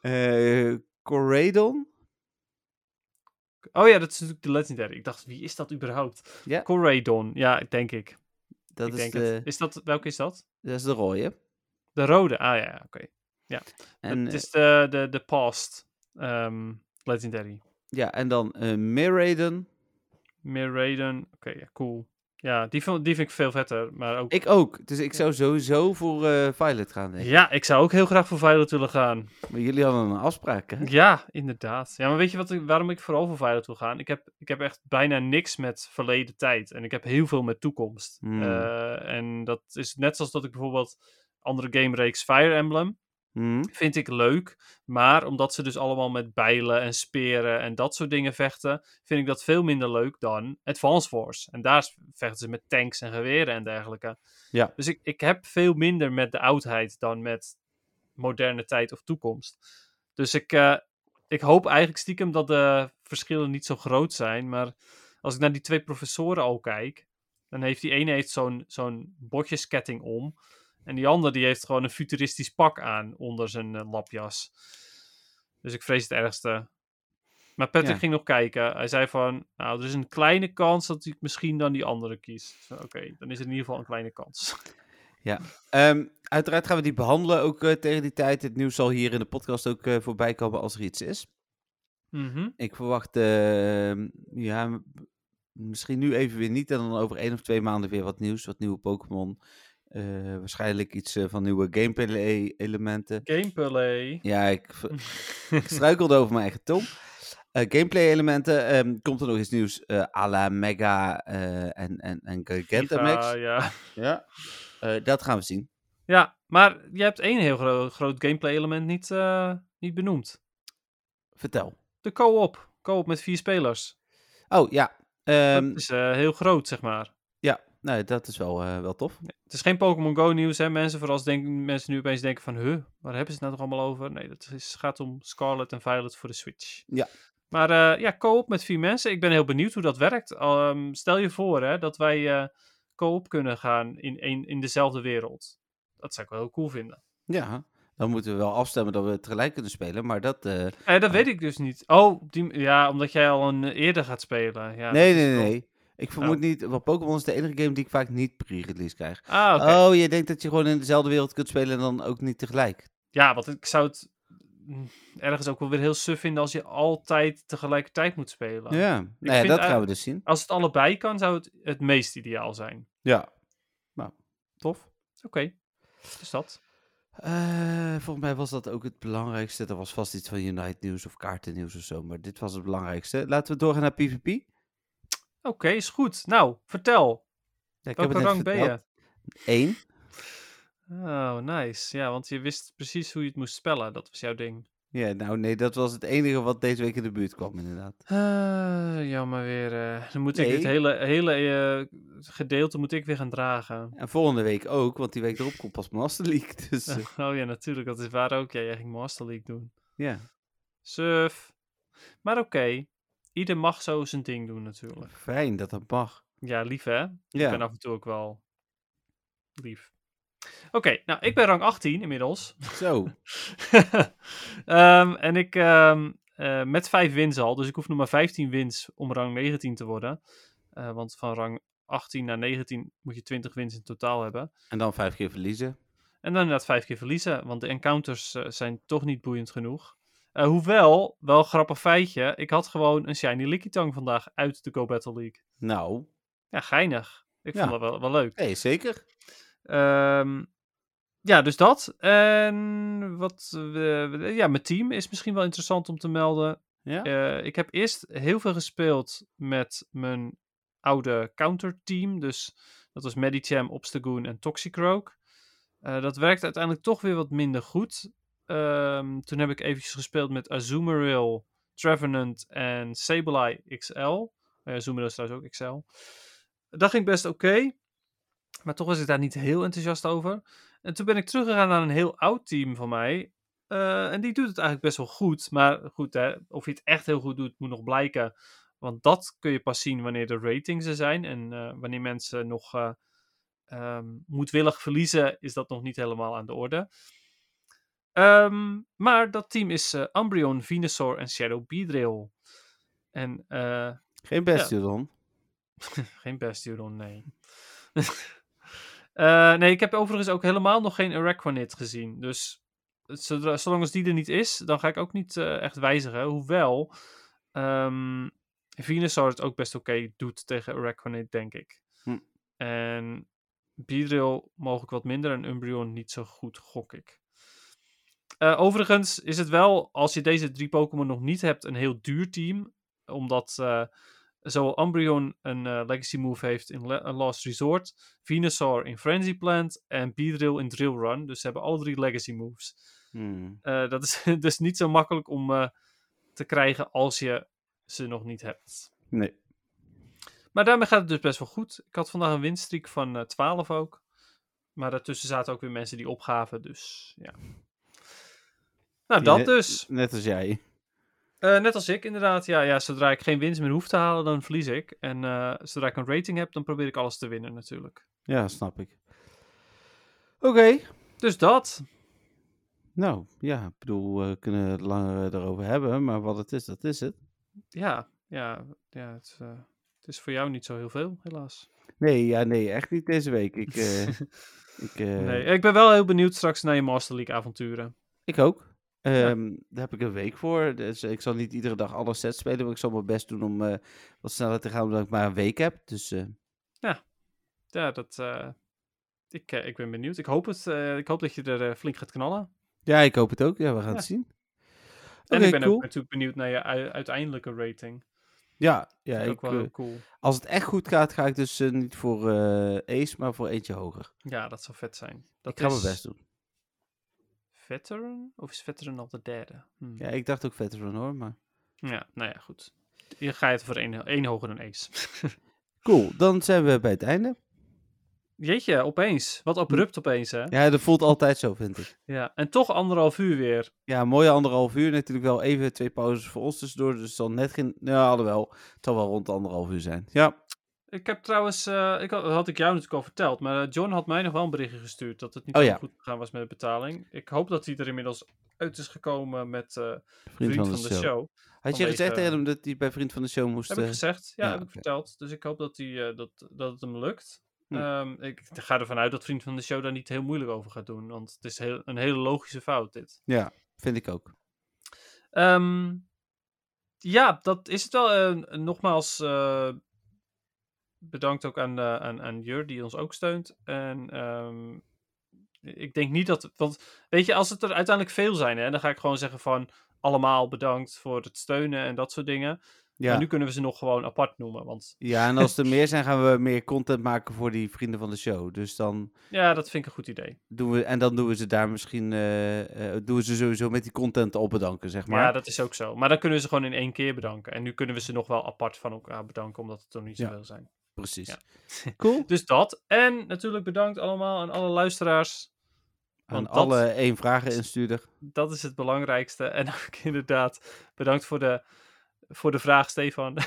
S3: Eh Corradon?
S4: Oh ja, dat is natuurlijk de legendary. Ik dacht, wie is dat überhaupt?
S3: Ja.
S4: Corradon. Ja, denk ik.
S3: Dat,
S4: ik
S3: is
S4: denk
S3: de,
S4: het. Is dat, welke is dat?
S3: dat is de rode.
S4: De rode. Ah ja, ja, oké.
S3: En,
S4: het
S3: eh,
S4: is de, de, de past ehm, legendary.
S3: ja, en dan eh Miraidon.
S4: Meer Raiden. Oké, ja, cool. Ja, die, vond- die vind ik veel vetter. Maar ook...
S3: Ik ook. Dus ik zou sowieso voor eh, Violet gaan, denk ik.
S4: Ja, ik zou ook heel graag voor Violet willen gaan.
S3: Maar jullie hadden een afspraak, hè?
S4: Ja, inderdaad. Ja, maar weet je wat ik, waarom ik vooral voor Violet wil gaan? Ik heb, ik heb echt bijna niks met verleden tijd. En ik heb heel veel met toekomst.
S3: Hmm.
S4: Eh, en dat is net zoals dat ik bijvoorbeeld andere game reeks Fire Emblem
S3: Hm?
S4: vind ik leuk. Maar omdat ze dus allemaal met bijlen en speren en dat soort dingen vechten, vind ik dat veel minder leuk dan Advance Wars. En daar s- vechten ze met tanks en geweren en dergelijke.
S3: Ja.
S4: Dus ik, ik heb veel minder met de oudheid dan met moderne tijd of toekomst. Dus ik, eh, ik hoop eigenlijk stiekem dat de verschillen niet zo groot zijn. Maar als ik naar die twee professoren al kijk, dan heeft die ene heeft zo'n zo'n botjesketting om. En die ander die heeft gewoon een futuristisch pak aan onder zijn eh, lapjas. Dus ik vrees het ergste. Maar Patrick
S3: Ja.
S4: ging nog kijken. Hij zei van, nou, er is een kleine kans dat ik misschien dan die andere kies. Ik zei, Oké, dan is er in ieder geval een kleine kans.
S3: Ehm, uiteraard gaan we die behandelen ook eh, tegen die tijd. Het nieuws zal hier in de podcast ook eh, voorbij komen als er iets is.
S4: Mhm.
S3: Ik verwacht, ehm, ja, m- misschien nu even weer niet. En dan over één of twee maanden weer wat nieuws, wat nieuwe Pokémon. Eh, waarschijnlijk iets eh, van nieuwe gameplay-elementen.
S4: Gameplay.
S3: Ja, ik, v- ik struikelde over mijn eigen tong. Eh, gameplay-elementen. ehm, komt er nog iets nieuws? eh à la Mega eh, en, en, en
S4: Giga,
S3: Gigantamax.
S4: ja.
S3: Ja. Eh, dat gaan we zien.
S4: ja, maar je hebt één heel gro- groot gameplay element niet, eh, niet benoemd.
S3: Vertel.
S4: De co-op. Co-op met vier spelers.
S3: Oh ja. ehm,
S4: dat is eh, heel groot, zeg maar.
S3: Ja, nee, dat is wel, eh, wel tof.
S4: Het is geen Pokémon Go nieuws, hè mensen. Vooral als denken, mensen nu opeens denken van, huh, waar hebben ze het nou toch allemaal over? Nee, dat is, gaat om Scarlet en Violet voor de Switch.
S3: Ja.
S4: Maar eh, ja, co-op met vier mensen. Ik ben heel benieuwd hoe dat werkt. Ehm, stel je voor hè, dat wij eh, co-op kunnen gaan in, één in dezelfde wereld. Dat zou ik wel heel cool vinden.
S3: Ja, dan moeten we wel afstemmen dat we tegelijk kunnen spelen. Maar dat. eh,
S4: Eh, dat weet ik dus niet. Oh, die, ja, omdat jij al een eh, eerder gaat spelen. Ja,
S3: nee,
S4: dat is Oh.
S3: nee,
S4: wel-
S3: nee. Ik vermoed niet. Want Pokémon is de enige game die ik vaak niet pre-release krijg.
S4: Ah, oké.
S3: Oh, je denkt dat je gewoon in dezelfde wereld kunt spelen en dan ook niet tegelijk.
S4: Ja, want ik zou het mm, ergens ook wel weer heel suf vinden als je altijd tegelijkertijd moet spelen.
S3: Ja, nou ja
S4: Oh. vind eh,
S3: dat
S4: ei-
S3: gaan we dus zien.
S4: Als het allebei kan, zou het het meest ideaal zijn.
S3: Ja. Nou, tof.
S4: Oké, dus dat.
S3: Eh, volgens mij was dat ook het belangrijkste. Er was vast iets van Unite nieuws of kaartennieuws of zo, maar dit was het belangrijkste. Laten we doorgaan naar PvP. Ja, ik
S4: Oké, is goed. Nou, vertel.
S3: heb het
S4: Welke
S3: net
S4: rang ben
S3: verteld.
S4: je?
S3: Eén.
S4: Oh, nice. Ja, want je wist precies hoe je het moest spellen. Dat was jouw ding.
S3: Ja, nou nee, dat was het enige wat deze week in de buurt kwam inderdaad.
S4: Ah, jammer weer. eh. Dan moet ik
S3: Nee.
S4: dit hele, hele eh, gedeelte moet ik weer gaan dragen.
S3: En volgende week ook, want die week erop komt pas Master League. Dus eh,
S4: Oh ja, natuurlijk. Dat is waar ook. Ja, jij ging Master League doen.
S3: ja,
S4: Surf. Maar oké, ieder mag zo zijn ding doen natuurlijk.
S3: fijn dat dat mag.
S4: Ja, lief hè? Ik ben
S3: Ja,
S4: af en toe ook wel lief. Oké, nou, ik ben rang 18 inmiddels.
S3: zo.
S4: Ehm, en ik ehm, eh, met 5 wins al, dus ik hoef nog maar 15 wins om rang 19 te worden. Eh, want van rang 18 naar 19 moet je 20 wins in totaal hebben.
S3: En dan vijf keer verliezen.
S4: En dan inderdaad 5 keer verliezen, want de encounters eh, zijn toch niet boeiend genoeg. Eh, hoewel, wel een grappig feitje, ik had gewoon een shiny Lickitung vandaag uit de Go Battle League.
S3: Nou,
S4: Ja, geinig. Ik
S3: Ja.
S4: vond dat wel, wel leuk.
S3: nee, zeker.
S4: Ehm, ja, dus dat. En wat we, ja, mijn team is misschien wel interessant om te melden.
S3: Ja,
S4: Eh, ik heb eerst heel veel gespeeld met mijn oude counterteam. Dus dat was Medicham, Obstagoon en Toxicroak. Eh dat werkte uiteindelijk toch weer wat minder goed. Ehm, toen heb ik eventjes gespeeld met Azumarill, Trevenant en Sableye XL. Eh Azumarill is trouwens ook XL. Dat ging best oké. maar toch was ik daar niet heel enthousiast over. En toen ben ik teruggegaan naar een heel oud team van mij. Eh, en die doet het eigenlijk best wel goed. Maar goed, hè, of je het echt heel goed doet, moet nog blijken. Want dat kun je pas zien wanneer de ratings er zijn. En eh, wanneer mensen nog eh, ehm, moedwillig verliezen, is dat nog niet helemaal aan de orde. Ehm, maar dat team is eh Umbreon, Venusaur en Shadow Beedrill. En eh,
S3: geen Bastion.
S4: geen Basturon, nee. Eh, nee, ik heb overigens ook helemaal nog geen Araquanid gezien. Dus zodra- zolang als die er niet is, dan ga ik ook niet eh, echt wijzigen. Hoewel, ehm Venusaur het ook best oké doet tegen Araquanid, denk ik.
S3: Hm.
S4: En Beedrill mogelijk wat minder en Umbreon niet zo goed, gok ik. Eh, overigens is het wel, als je deze drie Pokémon nog niet hebt, een heel duur team. Omdat... eh, Zowel Umbreon een eh, legacy move heeft in Le- eh, Last Resort, Venusaur in Frenzy Plant en Beedrill in Drill Run. Dus ze hebben alle drie legacy moves.
S3: Hmm.
S4: Eh, dat is dus niet zo makkelijk om eh, te krijgen als je ze nog niet hebt.
S3: Nee.
S4: Maar daarmee gaat het dus best wel goed. Ik had vandaag een winstreak van eh, 12 ook. Maar daartussen zaten ook weer mensen die opgaven, dus ja. Nou,
S3: Die
S4: dat
S3: net-
S4: dus.
S3: Net als jij.
S4: Eh, net als ik, inderdaad. Ja, ja, zodra ik geen winst meer hoef te halen, dan verlies ik. En eh, zodra ik een rating heb, dan probeer ik alles te winnen, natuurlijk.
S3: Ja, snap ik. Oké.
S4: Dus dat.
S3: Nou, ja, ik bedoel, we kunnen het langer eh, erover hebben, maar wat het is, dat is het.
S4: Ja, ja, ja het, eh, het is voor jou niet zo heel veel, helaas.
S3: Nee, ja, nee, echt niet deze week. Ik, eh, ik, eh,
S4: Nee, ik ben wel heel benieuwd straks naar je Master League avonturen.
S3: ik ook. Ehm, Daar heb ik een week voor, dus ik zal niet iedere dag alle sets spelen, maar ik zal mijn best doen om eh, wat sneller te gaan, omdat ik maar een week heb. Dus eh,
S4: Ja, dat... eh, ik, eh, ik ben benieuwd. Ik hoop, het, eh, ik hoop dat je er eh, flink gaat knallen.
S3: ja, ik hoop het ook. Ja, we gaan
S4: Ja.
S3: het zien.
S4: En
S3: Oké,
S4: ik ben
S3: cool.
S4: ook natuurlijk benieuwd naar je ui- uiteindelijke rating.
S3: Ja, ja
S4: dat is ook
S3: ik,
S4: wel
S3: eh,
S4: heel cool.
S3: als het echt goed gaat, ga ik dus eh, niet voor eh Ace, maar voor eentje hoger.
S4: Ja, dat zou vet zijn. Dat
S3: ik ga
S4: is
S3: mijn best doen.
S4: Veteran? Of is Veteran al de derde? Hmm.
S3: Ja, ik dacht ook veteran hoor, maar...
S4: Ja, nou ja, goed. Je gaat voor één, één hoger dan Ace.
S3: Cool, dan zijn we bij het einde.
S4: jeetje, opeens. Wat abrupt opeens, hè? Ja.
S3: Ja, dat voelt altijd zo, vind ik.
S4: En toch anderhalf uur weer.
S3: Ja, mooie anderhalf uur. Natuurlijk wel even twee pauzes voor ons tussendoor. Dus het zal net geen... Ja, alhoewel. Het zal wel rond de anderhalf uur zijn. Ja.
S4: Ik heb trouwens, eh, ik had, dat had ik jou natuurlijk al verteld, maar eh, John had mij nog wel een berichtje gestuurd dat het niet
S3: Oh
S4: zo
S3: ja.
S4: goed gegaan was met de betaling. Ik hoop dat hij er inmiddels uit is gekomen met eh
S3: Vriend van de show. eh, Had je
S4: Vanwege-
S3: gezegd tegen hem dat hij bij Vriend van de Show moest...
S4: Heb ik
S3: eh,
S4: gezegd, ja,
S3: ja,
S4: heb ik
S3: oké.
S4: verteld. Dus ik hoop dat, hij eh, dat, dat het hem lukt.
S3: Hm.
S4: Ehm, ik ga ervan uit dat Vriend van de Show daar niet heel moeilijk over gaat doen, want het is heel, een hele logische fout dit.
S3: Ja, vind ik ook.
S4: Ehm, ja, dat is het wel. Eh, nogmaals, eh, bedankt ook aan, eh, aan, aan Jur die ons ook steunt. En ehm, ik denk niet dat. Want weet je, als het er uiteindelijk veel zijn, hè, dan ga ik gewoon zeggen van allemaal bedankt voor het steunen en dat soort dingen.
S3: Ja.
S4: Maar nu kunnen we ze nog gewoon apart noemen. Want
S3: ja, en als er meer zijn, gaan we meer content maken voor die Vrienden van de Show. Dus dan
S4: ja, dat vind ik een goed idee.
S3: doen we... En dan doen we ze daar misschien... eh, eh, doen we ze sowieso met die content al bedanken, zeg maar.
S4: Ja, dat is ook zo. Maar dan kunnen we ze gewoon in één keer bedanken. En nu kunnen we ze nog wel apart van elkaar bedanken, omdat het er niet
S3: Ja.
S4: zoveel zijn.
S3: Precies.
S4: Ja.
S3: Cool.
S4: Dus dat. En natuurlijk bedankt allemaal aan alle luisteraars.
S3: Aan
S4: Want dat-
S3: alle één vragen instuurder.
S4: Dat is het belangrijkste. En ook inderdaad, bedankt voor de, voor de vraag, Stefan.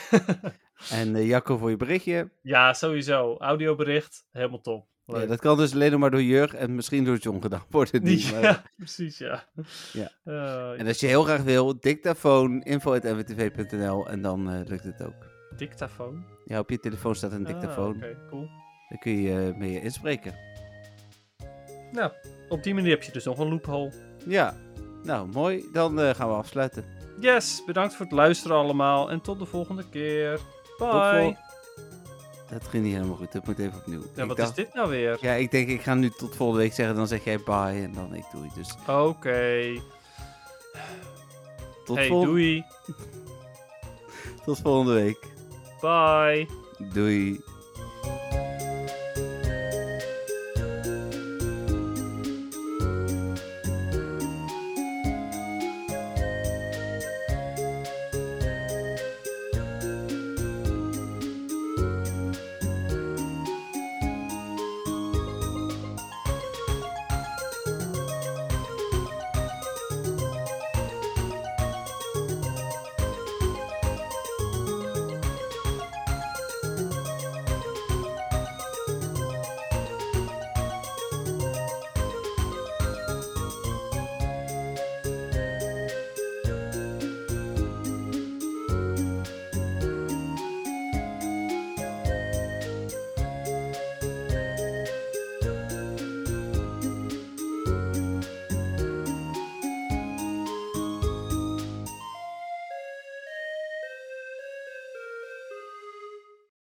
S3: En eh, Jacco voor je berichtje.
S4: ja, sowieso. Audiobericht, helemaal top. Leuk.
S3: Ja, dat kan dus alleen nog maar door Jurg en misschien door John gedaan worden. nu,
S4: Ja,
S3: maar-
S4: precies, ja.
S3: Ja.
S4: Eh,
S3: En als je heel graag wil, dictafoon, info.mwtv.nl en dan eh, lukt het ook.
S4: Dictafoon.
S3: Ja, op je telefoon staat een dictafoon.
S4: Ah, Oké, cool.
S3: Daar kun je eh, mee inspreken.
S4: Nou, op die manier heb je dus nog een loophole.
S3: Ja, nou mooi. Dan eh, gaan we afsluiten.
S4: Yes, bedankt voor het luisteren allemaal. En tot de volgende keer.
S3: Tot
S4: Bye.
S3: vol- Dat ging niet helemaal goed. Dat moet even opnieuw.
S4: Ja,
S3: Ik
S4: wat is
S3: dacht-
S4: dit nou weer?
S3: Ja, ik denk ik ga nu tot volgende week zeggen. Dan zeg jij bye en dan ik doei. Dus
S4: Oké.
S3: tot,
S4: Hey,
S3: vol-
S4: doei.
S3: tot volgende week.
S4: Bye.
S3: Doei.